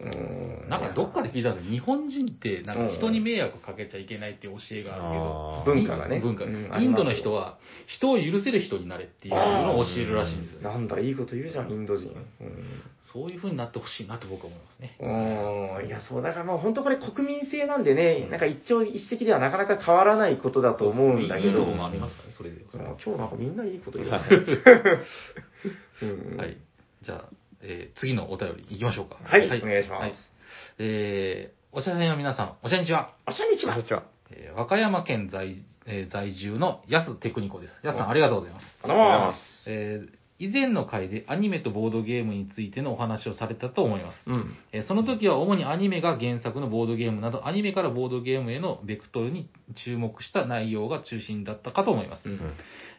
Speaker 2: うん。
Speaker 1: なんかどっかで聞いたんですよ。日本人って、なんか人に迷惑かけちゃいけないっていう教えがあるけど、
Speaker 3: あー
Speaker 2: 文化がね
Speaker 1: 文化
Speaker 2: うん
Speaker 1: インドの人は、人を許せる人になれっていうのを教えるらしいんですよね。
Speaker 2: なんだ、いいこと言うじゃん、インド人。うん
Speaker 1: そういう風になってほしいなと僕は思いますね。
Speaker 2: うーんいや、そう、だからまあ本当これ国民性なんでね、なんか一朝一夕ではなかなか変わらないことだと思うんだけ
Speaker 1: いい
Speaker 2: ど、
Speaker 1: と
Speaker 2: う
Speaker 1: こ
Speaker 2: ん
Speaker 1: もありますかね、それで。
Speaker 2: 今日なんかみんないいこと言う
Speaker 3: は。
Speaker 2: ないうん
Speaker 1: はい。じゃあ、えー次のお便り行きましょうか。
Speaker 2: はいお願いします
Speaker 1: えーおしゃれの皆さん、おしゃにちは。
Speaker 2: あ、しゃにち
Speaker 3: こん
Speaker 2: は
Speaker 3: にちは
Speaker 1: えー和歌山県在,、えー在住の安テクニコです。安さん、
Speaker 2: お
Speaker 1: ありがとうございます。
Speaker 2: あのー
Speaker 1: えー以前の回でアニメとボードゲームについてのお話をされたと思います。
Speaker 2: うん。
Speaker 1: えーその時は主にアニメが原作のボードゲームなど、アニメからボードゲームへのベクトルに注目した内容が中心だったかと思います。
Speaker 2: うん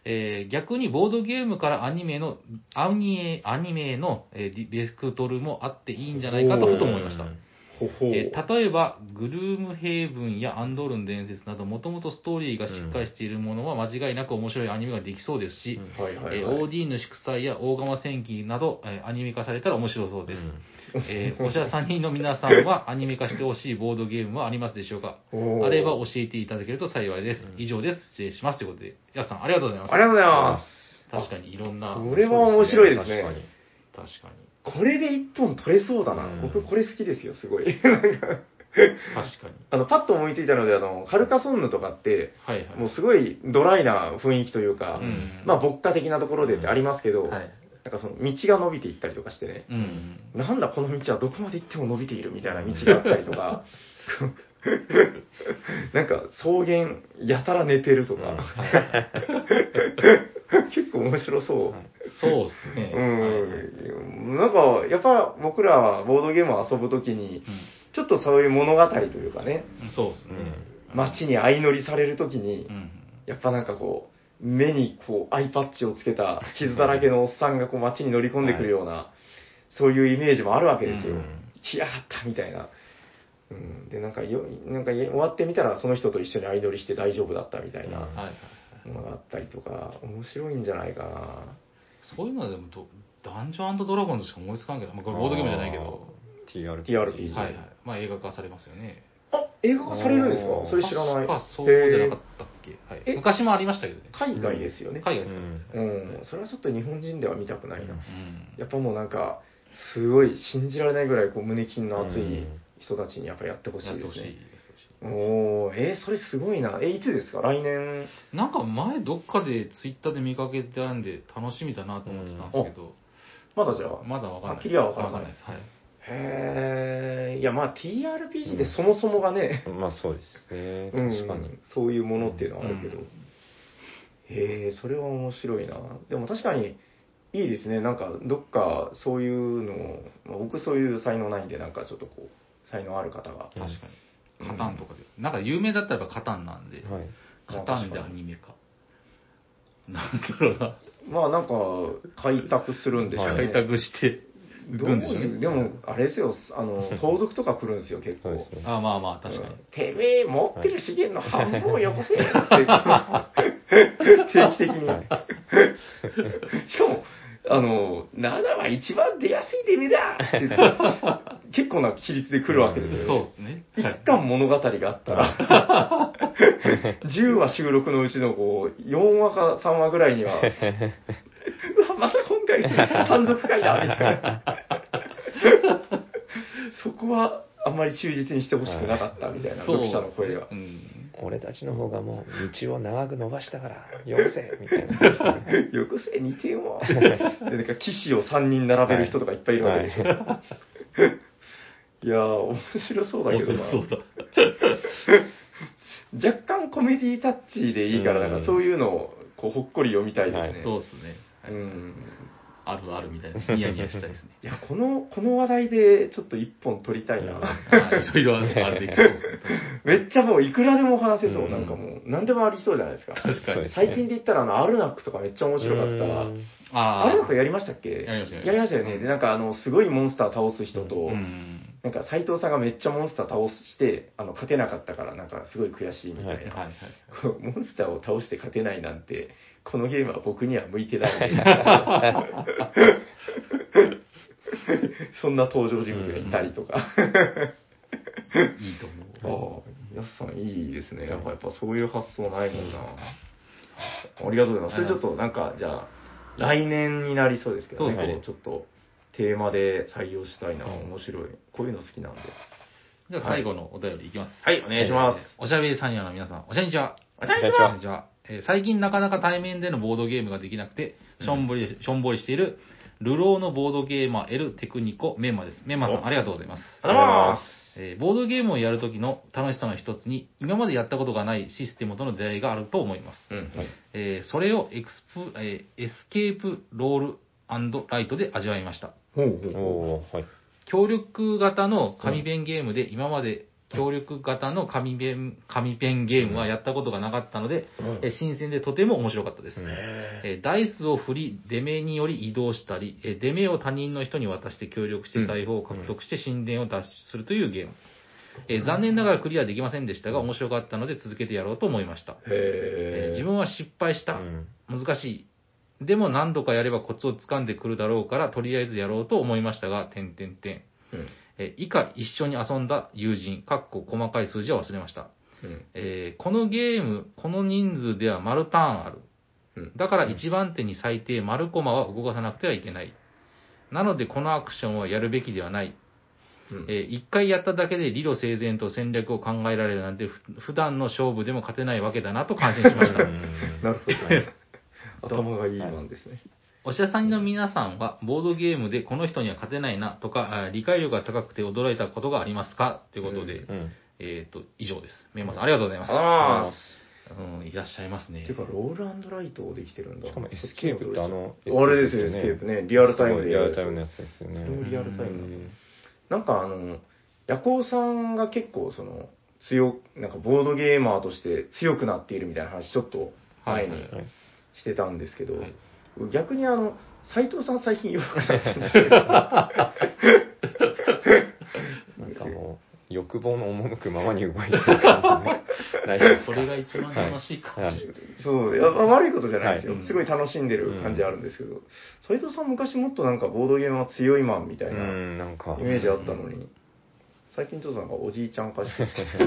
Speaker 1: えー逆にボードゲームからアニメの、アニメアニメへの、えーディベクトルもあっていいんじゃないかとふと思いました
Speaker 3: うん。
Speaker 2: ほほう。
Speaker 1: えー例えば、グルームヘイブンやアンドールの伝説など、もともとストーリーがしっかりしているものは間違いなく面白いアニメができそうですし、
Speaker 2: はいはい
Speaker 1: えー
Speaker 2: はい。
Speaker 1: OD の祝祭や大釜戦記など、えーアニメ化されたら面白そうです。えーおしゃさんにの皆さんはアニメ化してほしいボードゲームはありますでしょうか
Speaker 2: おー
Speaker 1: あれば教えていただけると幸いです。以上です。失礼します。ということで、やすさんありがとうございます。
Speaker 2: ありがとうございます。
Speaker 1: 確かにいろんな、
Speaker 2: これは面白いです
Speaker 3: 確か
Speaker 2: ね。
Speaker 3: に
Speaker 1: 確かに、
Speaker 2: これで一本取れそうだな
Speaker 3: う。ん
Speaker 2: 僕これ好きですよ、すごい。
Speaker 1: 確かに。
Speaker 2: あの、パッと思いついたので、あの、カルカソンヌとかって、
Speaker 1: はいはい。
Speaker 2: もうすごいドライな雰囲気というか、
Speaker 1: うん
Speaker 2: まあ、牧歌的なところでってありますけど、
Speaker 1: はい。
Speaker 2: なんかその道が伸びていったりとかしてね、
Speaker 1: うん。
Speaker 2: なんだこの道はどこまで行っても伸びているみたいな道があったりとか、 なんか草原やたら寝てるとか、 結構面白そう。
Speaker 1: そうですね。
Speaker 2: う
Speaker 1: はい
Speaker 2: ん、なんか、やっぱ僕らはボードゲームを遊ぶときに、ちょっとそういう物語というかね、
Speaker 1: うんそうですね。
Speaker 2: 街に相乗りされるときに
Speaker 1: う、ん。
Speaker 2: やっぱなんかこう、目にこう、アイパッチをつけた傷だらけのおっさんがこう街に乗り込んでくるような、そういうイメージもあるわけですよ。
Speaker 1: うん
Speaker 2: 来やがったみたいな。うん、で、なんかよ、なんか終わってみたらその人と一緒に相乗りして大丈夫だったみたいな
Speaker 1: はいはいはい。
Speaker 2: のがあったりとか、面白いんじゃないかな。
Speaker 1: そういうのはでもど、ダンジョンドラゴンズしか思いつかんけど、まあ、これボードゲームじゃないけど、
Speaker 3: TRPG
Speaker 2: TRPG ー
Speaker 1: はいはい。まあ映画化されますよね。
Speaker 2: あ、映画化されるんですか
Speaker 3: おー
Speaker 2: それ知らない。
Speaker 1: あ、そうじゃなかったっけ。は
Speaker 2: え
Speaker 1: い。昔もありましたけどね。
Speaker 2: 海外ですよね。
Speaker 1: 海外ですからね
Speaker 2: う。ん、それはちょっと日本人では見たくないな。
Speaker 1: うん
Speaker 2: やっぱもうなんか、すごい信じられないぐらいこう胸筋の熱い
Speaker 3: うん
Speaker 2: 人たちにやっぱやってほし
Speaker 1: やっ
Speaker 2: い
Speaker 1: て
Speaker 2: で
Speaker 1: ほ
Speaker 2: す
Speaker 1: しい
Speaker 2: ね。
Speaker 1: です
Speaker 2: おー、えーそれすごいな。え、いつですか来年。
Speaker 1: なんか前どっかでツイッターで見かけたんで楽しみだなと思ってたんですけど、
Speaker 2: まだじゃあ。
Speaker 1: まだわかんない。
Speaker 2: はっきりはわからない
Speaker 1: です。はい。
Speaker 2: へー、いやまあ TRPG でそもそもがね、
Speaker 3: まあそうですね
Speaker 2: うん、
Speaker 3: 確かに
Speaker 2: そういうものっていうのはあるけど。
Speaker 1: うん
Speaker 2: へー、それは面白いな。でも確かに、いいですね。なんか、どっかそういうのを、まあ僕そういう才能ないんで、なんかちょっとこう、才能ある方が。
Speaker 3: うん
Speaker 1: 確かに。カタンとかで。なんか有名だったらやっぱカタンなんで、
Speaker 3: はい
Speaker 1: カタンでアニメ化。なんだろうな。
Speaker 2: まあなんか、開拓するんでしょうね。
Speaker 3: はい
Speaker 1: 開拓して、
Speaker 2: どう
Speaker 1: 軍でしょうね
Speaker 2: でも、あれですよ、あの、盗賊とか来るんですよ、結
Speaker 3: そ
Speaker 2: 構。
Speaker 3: うですね
Speaker 1: あまあまあ、確かに
Speaker 2: うん。てめえ、持ってる資源の半分をよこせって 言って定期的に。
Speaker 3: はい
Speaker 2: しかも、あの、7は一番出やすいデメだって 言って結構な比率で来るわけですよ、ね。
Speaker 1: そうですね。
Speaker 2: 一
Speaker 1: はい
Speaker 2: 巻物語があったら、10話収録のうちのこう、4話か3話ぐらいに は、うわ、また今回、山賊会だ、みたい な。そこは、あんまり忠実にしてほしくなかった、みたいな、
Speaker 1: そう
Speaker 2: 読者の声では
Speaker 1: う。ん。
Speaker 3: 俺たちの方がもう道を長く伸ばしたからよこ せみたいな感じですね
Speaker 2: よこせ、2 点を。で、なんか、騎士を3人並べる人とかいっぱいいるわけでしょ。いやー、面白そうだけ
Speaker 1: 面
Speaker 2: どな。
Speaker 1: 白そうだ。
Speaker 2: 若干コメディタッチでいいから、
Speaker 3: うん
Speaker 2: なんかそういうのをこうほっこり読みたいですね。
Speaker 3: はい
Speaker 1: そうですね。はい
Speaker 2: うん。
Speaker 1: あるあるみたいな。ニヤニヤしたいです ね。
Speaker 2: いや、この、この話題でちょっと一本取りたいな。
Speaker 1: あいろいろあるあるできそうですね。
Speaker 2: めっちゃもういくらでも話せそう。
Speaker 3: うん
Speaker 2: なんかもう、何でもありそうじゃないですか。
Speaker 1: 確か
Speaker 3: そう
Speaker 1: に
Speaker 3: で。すね
Speaker 2: 最近で言ったら、あの、アルナックとかめっちゃ面白かったわ。
Speaker 3: うん
Speaker 1: あ
Speaker 2: アルナッ
Speaker 1: あ
Speaker 2: クやりましたっけや
Speaker 1: りましたやりました
Speaker 2: よね。で、なんかあの、すごいモンスター倒す人と、
Speaker 1: うん。
Speaker 2: なんか斎藤さんがめっちゃモンスター倒して、あの、勝てなかったから、なんかすごい悔しいみたい
Speaker 1: はいは
Speaker 2: な。
Speaker 1: い。
Speaker 2: こう モンスターを倒して勝てないなんて、このゲームは僕には向いてない ね。そんな登場人物がいたりとか。
Speaker 1: いいと
Speaker 2: あ
Speaker 1: 思う。
Speaker 2: あ、やすさんいいですね。なんかやっぱそういう発想ないもんな。ありがとうございます。それちょっとなんか、じゃあ、来年になりそうですけどね、
Speaker 1: そうですね
Speaker 2: こうちょっとテーマで採用したいな。面白い。こういうの好きなんで。
Speaker 1: じゃあ最後のお便りいきます。
Speaker 2: はい、お願いします。
Speaker 1: おしゃべりサニアの皆さん、おしゃにちは。
Speaker 2: おしゃに
Speaker 3: ちは
Speaker 1: おにちは。えー最近なかなか対面でのボードゲームができなくて、しょんぼり、しょんぼりしている、ルローのボードゲーマー L テクニコメンマです。メンマさん、
Speaker 2: お
Speaker 1: ありがとうございます。
Speaker 2: ありがとうございま
Speaker 1: えーボードゲームをやるときの楽しさの一つに、今までやったことがないシステムとの出会いがあると思います。
Speaker 2: す。うん、はい。
Speaker 1: えーそれをエクスプ、えーエスケープロールライトで味わいました。
Speaker 2: ほうほう。
Speaker 3: おーはい
Speaker 1: 協力型の紙弁ゲームで今まで協力型の紙ペン、紙ペンゲームはやったことがなかったので、
Speaker 2: うん
Speaker 1: えー新鮮でとても面白かったです。
Speaker 3: うん
Speaker 2: へ
Speaker 1: えーダイスを振り、出目により移動したり、えー出目を他人の人に渡して協力して財宝を獲得して神殿を脱出するというゲーム。えー残念ながらクリアできませんでしたが、面白かったので続けてやろうと思いました。
Speaker 2: ー
Speaker 1: えー
Speaker 2: へー
Speaker 1: 自分は失敗した。
Speaker 3: うん
Speaker 1: 難しい。でも何度かやればコツをつかんでくるだろうから、とりあえずやろうと思いましたが、点点点。
Speaker 2: うん
Speaker 1: えー以下一緒に遊んだ友人、かっこ細かい数字は忘れました。
Speaker 2: うん
Speaker 1: えーこのゲーム、この人数では丸ターンある。
Speaker 2: うん
Speaker 1: だから1番手に最低丸コマは動かさなくてはいけない。なのでこのアクションはやるべきではない。
Speaker 2: うん
Speaker 1: え1回やっただけで理路整然と戦略を考えられるなんて、ふ普段の勝負でも勝てないわけだなと感心しました。
Speaker 2: なるほど
Speaker 3: はい
Speaker 2: 頭がいいマンですね。
Speaker 1: おしゃさんの皆さんは、ボードゲームでこの人には勝てないなとか、あー理解力が高くて驚いたことがありますかということで、
Speaker 3: うん
Speaker 1: えっ、と、以上です。メンマさん、ありがとうございます。
Speaker 2: あ
Speaker 1: うん、いらっしゃいます
Speaker 2: あ。
Speaker 1: ね
Speaker 2: て。か、ロールライトをできてるんだ。
Speaker 3: しかもエスケープってあの、
Speaker 2: あれですよ、エスケープね。リアルタイムで
Speaker 3: リ
Speaker 2: や
Speaker 3: ア
Speaker 2: る
Speaker 3: ルタイムの
Speaker 2: や
Speaker 3: やつですよ
Speaker 2: つ。そ
Speaker 3: ね
Speaker 2: れ。もリアルタイム
Speaker 3: う
Speaker 2: なんだな
Speaker 3: ん
Speaker 2: んかあの、ヤコウさんが結構その、強、なんかボードゲーマーとして強くなっているみたいな話ちょっと前
Speaker 1: はい
Speaker 2: に
Speaker 1: はい
Speaker 3: はい
Speaker 2: してたんですけど
Speaker 1: はい、
Speaker 2: 逆にあの、斎藤さん最近弱くなってるんです よ
Speaker 3: なんかもう、欲望の赴くままに動いてる感じね。ないです
Speaker 1: そ
Speaker 3: か
Speaker 1: れが一番楽しいかもしれない。
Speaker 2: そう、いやまあ悪いことじゃないですよ
Speaker 1: は。い
Speaker 2: すごい楽しんでる感じあるんですけど、斎藤さん昔もっとなんかボードゲーマー強いマンみた
Speaker 3: う、
Speaker 2: いなん
Speaker 3: なんか
Speaker 2: イ、メージあったのに、最近ちょっとなんかおじいちゃん化してきて。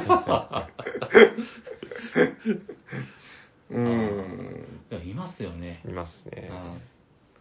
Speaker 2: うん。
Speaker 1: いや、いますよね。
Speaker 3: いますね。
Speaker 1: うん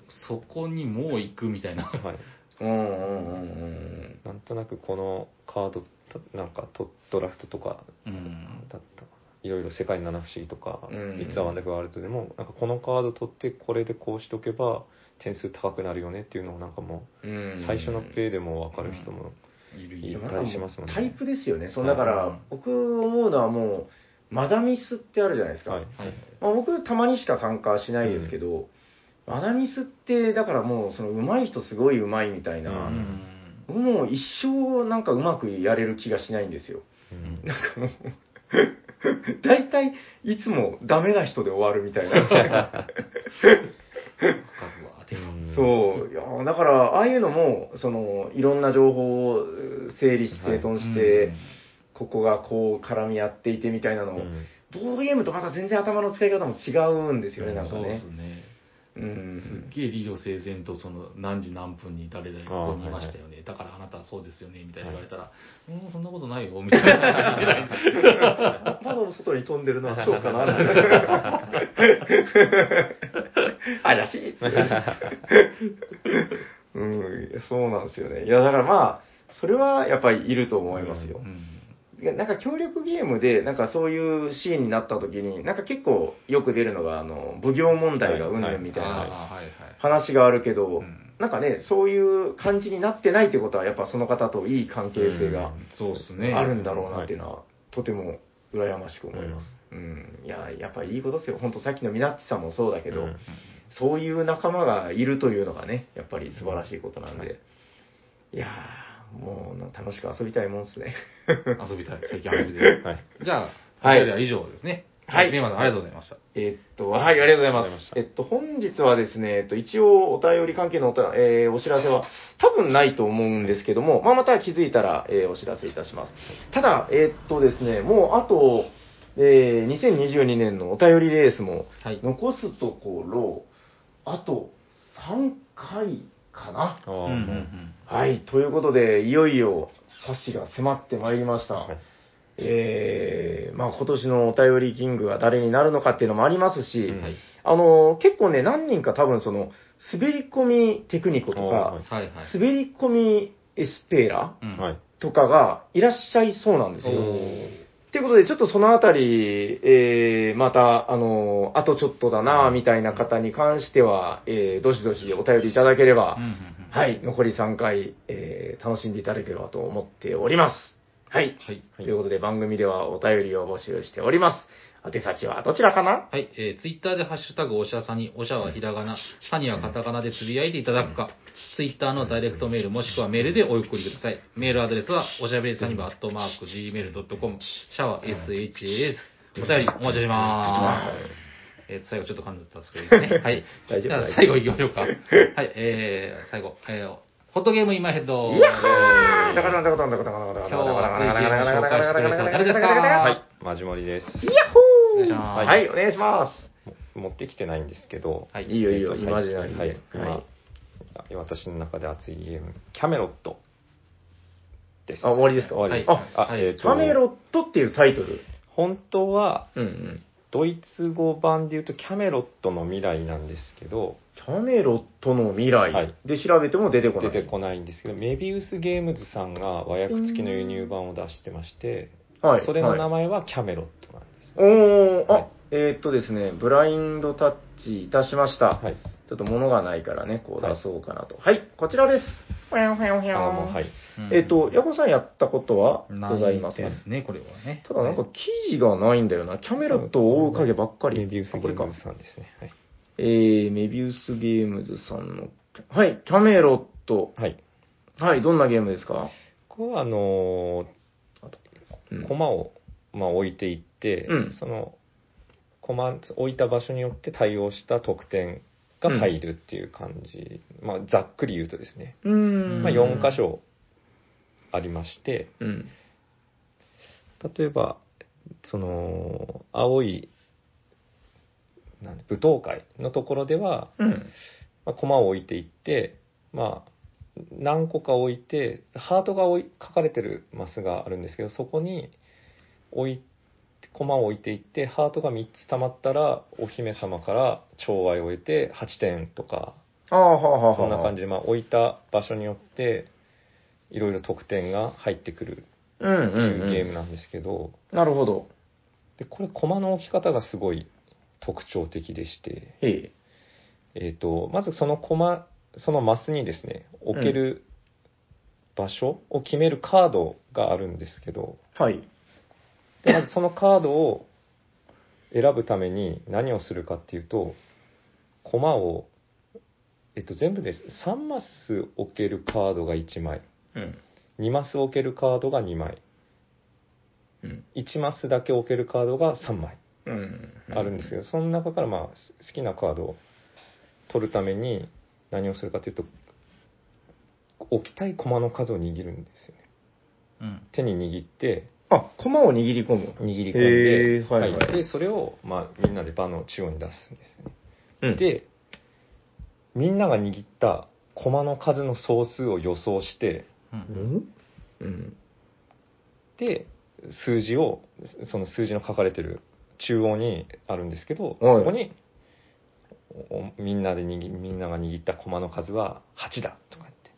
Speaker 1: そこにもう行くみたいな。
Speaker 3: はい。
Speaker 2: うんうんうんうん
Speaker 3: なんとなくこのカード、たなんかトドラフトとか
Speaker 1: うん。
Speaker 3: だったかないろいろ世界の七不思議とか、
Speaker 2: うん
Speaker 3: いつはワンダフルワールドでも、なんかこのカード取って、これでこうしとけば、点数高くなるよねっていうのをなんかも
Speaker 2: うん
Speaker 3: う、最初のプレイでも分かる人も、
Speaker 1: いる
Speaker 3: い
Speaker 1: い
Speaker 3: る
Speaker 1: る。
Speaker 2: なんかもう
Speaker 3: いっぱいしますもんね
Speaker 2: タイプですよね。そう
Speaker 3: は
Speaker 2: だ
Speaker 3: い
Speaker 2: から、僕思うのはもう、マダミスってあるじゃないですか。
Speaker 3: はい。
Speaker 1: はい。
Speaker 2: まあ、僕、たまにしか参加しないですけど、マダミスって、だからもう、その、上手い人すごい上手いみたいな、
Speaker 1: う。
Speaker 3: うん
Speaker 2: 僕もう一生なんかうまくやれる気がしないんですよ。
Speaker 3: うん
Speaker 2: なんかもう大体、いつもダメな人で終わるみたいな。
Speaker 1: わかるわ。でも、
Speaker 2: そう。いやだから、ああいうのも、その、いろんな情報を整理し、整頓して、ここがこう絡み合っていてみたいなのを、
Speaker 3: うん
Speaker 2: ボードゲームとまた全然頭の使い方も違うんですよね、
Speaker 3: うん
Speaker 2: なんか
Speaker 1: そうで
Speaker 2: ね
Speaker 1: す。ね。
Speaker 2: う
Speaker 1: すっ
Speaker 2: ん。
Speaker 1: げえ理路整然とその何時何分に誰々がここにいましたよね、だからあなたはそうですよねみたいに言われたら、うんそんなことないよみたい な
Speaker 2: あ窓の外に飛んでるのはそうかな。 怪しいっつってうん、いやそうなんですよね。いや、だからまあ、それはやっぱりいると思いますよ
Speaker 1: う。ん
Speaker 2: いやなんか協力ゲームで、なんかそういうシーンになった時に、なんか結構よく出るのが、あの、奉行問題がうんぬんみたい
Speaker 1: あ
Speaker 2: な
Speaker 1: あはいはい、
Speaker 2: 話があるけど、
Speaker 1: うん
Speaker 2: なんかね、そういう感じになってないってことは、やっぱその方といい関係性が
Speaker 1: そうですね
Speaker 2: あるんだろうなっていうのは、とても羨ましく思います。うん。いや、やっぱいいことですよ。ほんとさっきのミナッチさんもそうだけど、
Speaker 3: うん
Speaker 2: そういう仲間がいるというのがね、やっぱり素晴らしいことなんで。、
Speaker 3: はい
Speaker 2: やー、もうな楽しく遊びたいもん ですね。
Speaker 1: 遊びたい最近遊びでる
Speaker 3: はい。
Speaker 1: じゃあ、
Speaker 2: はい
Speaker 1: では以上ですね
Speaker 2: はい
Speaker 1: レイマンさんありがとうございました
Speaker 2: えっと、はい、ありがとうございま
Speaker 3: あ
Speaker 2: す
Speaker 3: りがとうございまし。た
Speaker 2: えっと、本日はですね、えっと、一応お便り関係のおた、えーお知らせは多分ないと思うんですけども、まあ、また気づいたら、えーお知らせいたします。ただ、えっとですね、もうあと、えー2022年のお便りレースも
Speaker 1: はい
Speaker 2: 残すところ、あと3回かな。
Speaker 3: ああ、
Speaker 1: うんうん
Speaker 2: はい、ということで、いよいよ、サシが迫ってまいりました。
Speaker 3: い
Speaker 2: えーまあ今年のお便りキングは誰になるのかっていうのもありますし、
Speaker 1: う
Speaker 3: う
Speaker 1: ん
Speaker 3: ん
Speaker 1: はい
Speaker 2: あの、結構ね、何人か多分その、滑り込みテクニコとか、
Speaker 3: は
Speaker 1: はいはい
Speaker 2: 滑り込みエスペーラ
Speaker 1: うん
Speaker 3: はい。
Speaker 2: とかがいらっしゃいそうなんです
Speaker 1: お
Speaker 2: よ。
Speaker 1: ー
Speaker 2: ってことで、ちょっとそのあたり、えーまた、あの、あとちょっとだな、みたいな方に関しては、えーどしどしお便りいただければ、
Speaker 1: うんうんうん
Speaker 2: はい、残り3回、えー楽しんでいただければと思っております。はい。
Speaker 1: はい。
Speaker 3: はい
Speaker 2: ということで番組ではお便りを募集しております。宛先はどちらかな
Speaker 1: はい、えー、ツイッターでハッシュタグおしゃさに、おしゃはひらがな、さにはカタカナでつぶやいていただくか、ツイッターのダイレクトメールもしくはメールでお送りください。メールアドレスは、おしゃべりさにば、アットマーク、gmail.com、シャワー、sha です。お便りお待ちしております。えー、最後ちょっと噛んじゃったんですけどいいですね。はい。
Speaker 3: 大丈
Speaker 1: じ
Speaker 3: 夫
Speaker 1: ゃあ
Speaker 3: 大丈夫
Speaker 1: 最後行きましょうか。はい、えー、最後、えー、ホットゲーム今ヘッド。いや
Speaker 2: 今日は
Speaker 3: はい、マジモリです。
Speaker 1: お願いします。
Speaker 2: はい、お願いしま
Speaker 3: も持ってきてないんですけど、
Speaker 1: は
Speaker 2: す。
Speaker 1: い
Speaker 2: いいよいいよ、
Speaker 3: えっ
Speaker 2: イ
Speaker 3: と
Speaker 2: マジナリー
Speaker 3: は
Speaker 2: で
Speaker 3: い。はい私の中で熱いゲーム、キャメロットです。
Speaker 2: あ、終わりですか
Speaker 3: 終わりです。
Speaker 1: はい
Speaker 3: あ、
Speaker 1: はい
Speaker 3: えっ
Speaker 2: キ
Speaker 3: と
Speaker 2: ャメロットっていうタイトル。
Speaker 3: 本当は、
Speaker 2: うんうん。
Speaker 3: ドイツ語版で言うとキャメロットの未来なんですけど、
Speaker 2: キャメロットの未来で調べても出てこな
Speaker 3: 出
Speaker 2: い。
Speaker 3: てこないんですけど、メビウスゲームズさんが和訳付きの輸入版を出してまして、
Speaker 2: はい。
Speaker 3: それの名
Speaker 2: はい
Speaker 3: 前はキャメロットなんです。
Speaker 2: おー、
Speaker 3: は
Speaker 2: あ
Speaker 3: い、
Speaker 2: えーっとですね、ブラインドタッチいたしました。
Speaker 3: はい。
Speaker 2: ちょっと物がないからね、こう出そうかなと。はい、こちらです。ほやほやほ
Speaker 3: あ
Speaker 2: や
Speaker 3: の、もうはい。
Speaker 1: うん
Speaker 2: えっ、と、ヤコさんやったことは
Speaker 1: な
Speaker 2: ございません
Speaker 1: で。すね、これはね。
Speaker 2: ただなんか記事がないんだよな。キャメロットを覆う影ばっかり。
Speaker 3: メビウスゲ
Speaker 2: あこれ
Speaker 3: ー
Speaker 2: か
Speaker 3: ムズさんですね。はい。
Speaker 2: えー、メビウスゲームズさんの。はい、キャメロット。
Speaker 3: はい。
Speaker 2: はい、どんなゲームですか
Speaker 3: ここは、あのー
Speaker 2: うん
Speaker 3: 駒を、まあ、置いていって、
Speaker 2: うん
Speaker 3: その駒置いた場所によって対応した得点が入るっていう感じ、まあ、ざっくり言うとですね、
Speaker 2: うーん。
Speaker 3: まあ、
Speaker 1: うん
Speaker 3: 4箇所ありまして
Speaker 2: うん。
Speaker 3: 例えばその青いなん舞踏会のところでは、
Speaker 2: うん。
Speaker 3: まあ、駒を置いていって、まあ、何個か置いてハートが置い書かれてるマスがあるんですけどそこに置い駒を置いていってハートが3つ溜まったらお姫様から寵愛を得て8点とか
Speaker 2: ああ、はあ、はあ、はあ。
Speaker 3: そんな感じで、まあ、置いた場所によっていろいろ得点が入ってくる
Speaker 2: うん、う
Speaker 3: ってい
Speaker 2: ん、
Speaker 3: うゲーム
Speaker 2: な。
Speaker 3: なんですけど、
Speaker 2: なるほど。
Speaker 3: でこれ駒の置き方がすごい特徴的でして。
Speaker 2: へえ。
Speaker 3: えー、とまずその駒そのマスにですね置ける場所を決めるカードがあるんですけど
Speaker 2: はい。
Speaker 3: でまずそのカードを選ぶために何をするかっていうと駒を、えっと全部です3マス置けるカードが1枚
Speaker 2: うん。
Speaker 3: 2マス置けるカードが2枚
Speaker 2: うん。
Speaker 3: 1マスだけ置けるカードが3枚
Speaker 2: うん。
Speaker 3: あるんですけ
Speaker 2: よ。
Speaker 3: ど、その中からまあす好きなカードを取るために何をするかというと置きたい駒の数を握るんですよね
Speaker 1: うん。
Speaker 3: 手に握って
Speaker 2: あ、駒を握り込む。
Speaker 3: 握り
Speaker 2: へ
Speaker 3: 込ん
Speaker 2: ー
Speaker 3: で,、
Speaker 2: はいはい
Speaker 3: でそれをまあみんなで場の中央に出すんですね、
Speaker 2: うん。
Speaker 3: でみんなが握った駒の数の総数を予想して
Speaker 1: うん
Speaker 2: うん、うん。
Speaker 3: で数字をその数字の書かれてる中央にあるんですけど、
Speaker 2: はい
Speaker 3: そこにおみんなで握みんなが握った駒の数は8だとか言って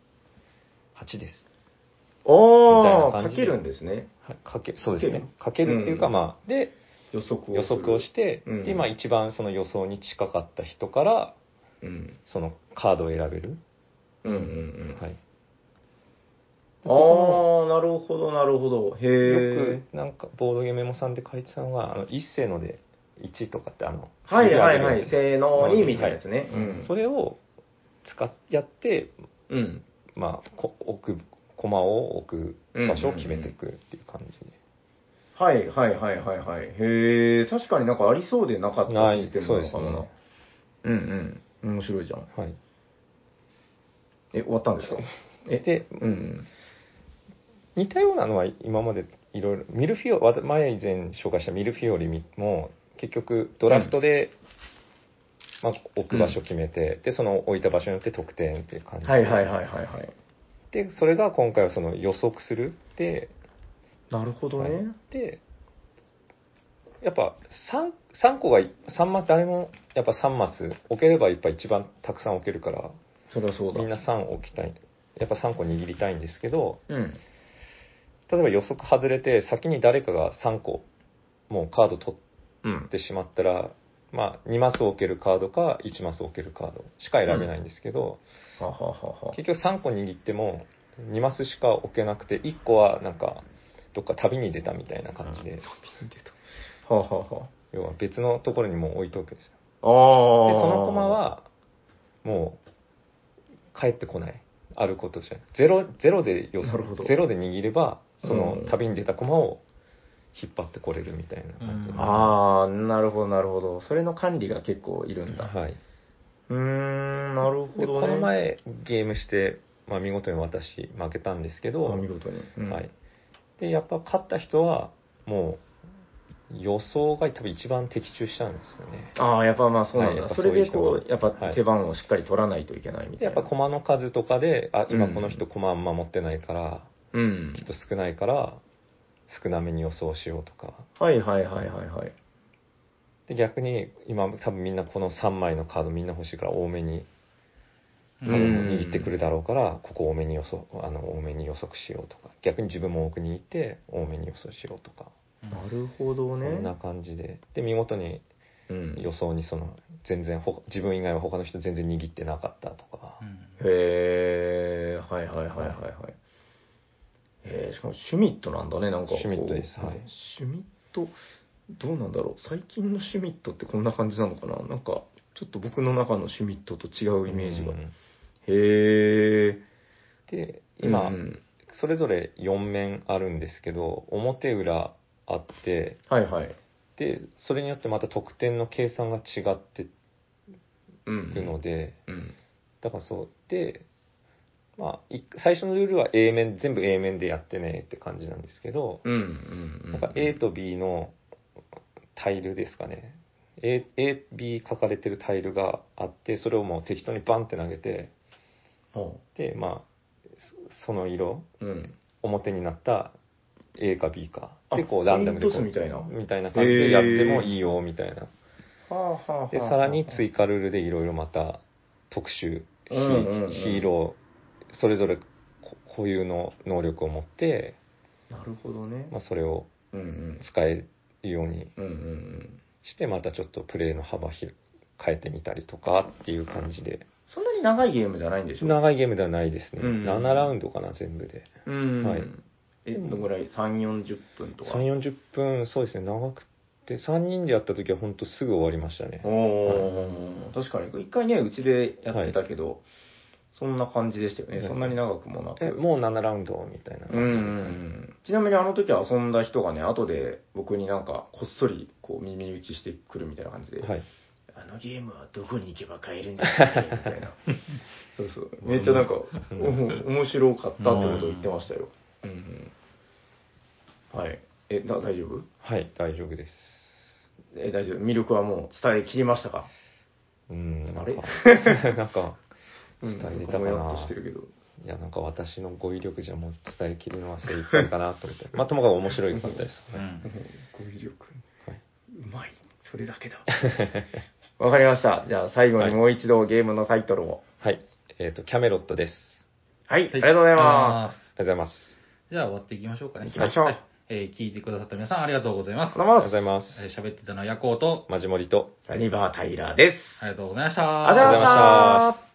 Speaker 3: 8です、
Speaker 2: あ
Speaker 3: みたいな
Speaker 2: あ、
Speaker 3: 感
Speaker 2: か
Speaker 3: じ
Speaker 2: け
Speaker 3: で
Speaker 2: るんですね。
Speaker 3: はい、かけそうですねかけるっていうか、
Speaker 2: うん
Speaker 3: まあで
Speaker 2: 予測をする。
Speaker 3: 予測をして、
Speaker 2: うん
Speaker 3: でまあ一番その予想に近かった人から
Speaker 2: うん。
Speaker 3: そのカードを選べる、
Speaker 2: うんうんうん。
Speaker 3: はい、
Speaker 2: ああ、なるほど、なるほど。
Speaker 3: よ
Speaker 2: へえ。
Speaker 3: くなんかボードゲーメモさんで書いてたのがあの一世ので1とかってあの
Speaker 2: はいはいは
Speaker 3: 上げるや
Speaker 2: い。
Speaker 3: つ
Speaker 2: せーのに、みたいなやつね。うん。
Speaker 3: それを使っやって、
Speaker 2: うん。
Speaker 3: まあ、こ置く駒を置く場所を決めていくっていう感じで、
Speaker 2: はいはいはいはいはい。へえ、確かになんかありそうでなかった
Speaker 3: ない
Speaker 2: システムなのか
Speaker 3: そう
Speaker 2: な
Speaker 3: で。
Speaker 2: うんうん。面白いじゃん。
Speaker 3: はい、
Speaker 2: え、終わったん ですかえ
Speaker 3: で
Speaker 2: うん。
Speaker 3: 似たようなのは今までいろいろミルフィオわた前以前紹介したミルフィオリも結局ドラフトで、まあ、置く場所を決めて、でその置いた場所によって得点っていう感じで,、
Speaker 2: はいはいはいはいはい。
Speaker 3: でそれが今回はその予測するで
Speaker 2: なるほど
Speaker 3: はい
Speaker 2: ね。
Speaker 3: でやっぱ 3, 三個が三マス誰もやっぱ3マス置ければやっぱ一番たくさん置けるから
Speaker 2: そりゃそうだ
Speaker 3: みん。な3置きたいやっぱ3個握りたいんですけど
Speaker 2: うん。
Speaker 3: 例えば予測外れて先に誰かが3個もうカード取
Speaker 2: うん
Speaker 3: っ。てしまったら、まあ、2マス置けるカードか1マス置けるカードしか選べないんですけど、
Speaker 2: はははは。
Speaker 3: 結局3個握っても2マスしか置けなくて1個はなんかどっか旅に出たみたいな感じで、
Speaker 2: はあ、はあは
Speaker 3: 要は別のところにもう置いとくわけですよ。
Speaker 2: あ、
Speaker 3: で、
Speaker 2: ああ。
Speaker 3: その駒、は、もう、帰ってこない。あることじゃない。ゼロ、ゼロでよ
Speaker 2: なるほど
Speaker 3: ゼロで握れば、その
Speaker 2: うん
Speaker 3: 旅に出た駒を引っ張ってこれるみたいな感じ
Speaker 1: うん
Speaker 3: で。
Speaker 2: ああ、なるほど、なるほど。それの管理が結構いるんだ。
Speaker 3: はい。
Speaker 2: うーん、なるほ
Speaker 3: で、
Speaker 2: どね。
Speaker 3: この前ゲームして、まあ見事に私負けたんですけど、
Speaker 2: あ、見事に。うん
Speaker 3: はい。。で、やっぱ勝った人は、もう、予想が多分一番的中したんですよね。
Speaker 2: ああ、やっぱまあそうなんだ。
Speaker 3: はいやっぱ
Speaker 2: それ
Speaker 3: そうい
Speaker 2: で
Speaker 3: う人
Speaker 2: こ
Speaker 3: が
Speaker 2: う、やっぱ
Speaker 3: はい
Speaker 2: 手番をしっかり取らないといけないみ
Speaker 3: で、
Speaker 2: たい
Speaker 3: やっ
Speaker 2: な。
Speaker 3: ぱ駒の数とかで、あ、今
Speaker 2: うん
Speaker 3: この人駒あんま持ってないから、
Speaker 2: うん
Speaker 3: きっ。と少ないから、少なめに予想しようとか。
Speaker 2: はいはいはいはいはい。
Speaker 3: で、逆に、今多分みんなこの3枚のカードみんな欲しいから多めに、多
Speaker 2: うん
Speaker 3: 分握ってくるだろうから、ここ多めに予想、あの、多めに予測しようとか。逆に自分も多く握って、多めに予想しようとか。
Speaker 2: なるほど
Speaker 3: そ
Speaker 2: ね。
Speaker 3: んな感じで。で、見事に
Speaker 2: うん。
Speaker 3: 予想にその全然ほ自分以外は他の人全然握ってなかったとか、
Speaker 1: うん
Speaker 2: へえ、はいはいはいはいはい。えー、しかもシュミットなんだね、なんかこう。
Speaker 3: シュミットですはい
Speaker 2: シュミット、どうなんだろう。最近のシュミットってこんな感じなのかななんか、ちょっと僕の中のシュミットと違うイメージが。
Speaker 3: うん
Speaker 2: へえ。
Speaker 3: で今、
Speaker 2: うん
Speaker 3: それぞれ4面あるんですけど表裏あって
Speaker 2: はいはい。
Speaker 3: でそれによってまた得点の計算が違って
Speaker 2: う
Speaker 3: いくの
Speaker 2: ん。
Speaker 3: で、
Speaker 2: うん。
Speaker 3: だからそうでまあい最初のルールは A 面全部 A 面でやってねって感じなんですけど、
Speaker 2: うんうんうん。
Speaker 3: なんか A と B のタイルですかね。A、A、B 書かれてるタイルがあって、それをもう適当にバンって投げて、
Speaker 2: は
Speaker 3: で、まあ、そその色、
Speaker 2: あうん。
Speaker 3: 表になった A か B か。で、
Speaker 2: あ
Speaker 3: こうランダムでこ
Speaker 2: コイントスみ
Speaker 3: う、
Speaker 2: たいな
Speaker 3: みたいな感じでやってもいいよ、みたいな。
Speaker 2: はあはあはあ
Speaker 3: で、さらに追加ルールでいろいろまた特集、ヒ
Speaker 2: うんうんうん
Speaker 3: ヒーロー、それぞれこ固有の能力を持って、
Speaker 2: なるほどね。
Speaker 3: まあ、それを
Speaker 2: うんうん。
Speaker 3: 使えるように
Speaker 2: うんうんうん。
Speaker 3: してまたちょっとプレイの幅ひ変えてみたりとかっていう感じで
Speaker 2: そんなに長いゲームじゃないんでしょ
Speaker 3: 長いゲームではないですね、
Speaker 2: うん
Speaker 3: 7ラウンドかな全部で
Speaker 2: うん。
Speaker 3: はい
Speaker 2: え、どのぐらい ?3、40分とか。
Speaker 3: 3 4 0分そうですね長くて3人でやった時は本当すぐ終わりましたね
Speaker 2: おー確かに。一回ね、うちでやってたけど、そんな感じでしたよね。
Speaker 3: はい
Speaker 2: そんなに長くもなく。
Speaker 3: えもう7ラウンドみたいな
Speaker 2: うんうんうん。ちなみにあの時遊んだ人がね、後で僕になんか、こっそり、こう、耳打ちしてくるみたいな感じで、
Speaker 3: はい
Speaker 2: あのゲームはどこに行けば買えるんだろうねみたいな。 そうそう。めっちゃなんか、お
Speaker 3: ん
Speaker 2: 面白かったってことを言ってましたよ。うんうん。はい。え、だ大丈夫
Speaker 3: はい大丈夫です
Speaker 2: え、大丈夫。魅力はもう伝えきりましたか
Speaker 3: うんなんか
Speaker 2: あれ
Speaker 3: なんか伝えれたか
Speaker 2: うん僕もやっ
Speaker 3: な
Speaker 2: としてるけど。
Speaker 3: いやなんか私の語彙力じゃもう伝えきるのは精一杯かなと思って まあともかく面白いかったです、
Speaker 1: う
Speaker 3: はい
Speaker 1: ん
Speaker 2: 語彙力。
Speaker 3: はい、
Speaker 2: うまい。それだけだ。わかりました。じゃあ最後にもう一度ゲームのタイトルを。
Speaker 3: はい、えっ、とキャメロットです
Speaker 2: はい、ありがとうございま
Speaker 3: ありがとうございます
Speaker 1: じゃあ終わっていきましょうかね。
Speaker 2: 行きましょう
Speaker 1: はいえー聞いてくださった皆さんありがとうございます
Speaker 2: す。。おはよう
Speaker 3: あ
Speaker 2: ご
Speaker 3: りがと
Speaker 2: ざ
Speaker 3: うござ
Speaker 2: い
Speaker 3: い
Speaker 2: ま
Speaker 3: ます
Speaker 1: えー喋ってたのはヤコウと、
Speaker 3: マジモリと
Speaker 2: す。サニバー・タイラーです。
Speaker 1: ありがとうございました。
Speaker 2: ありがとうございました。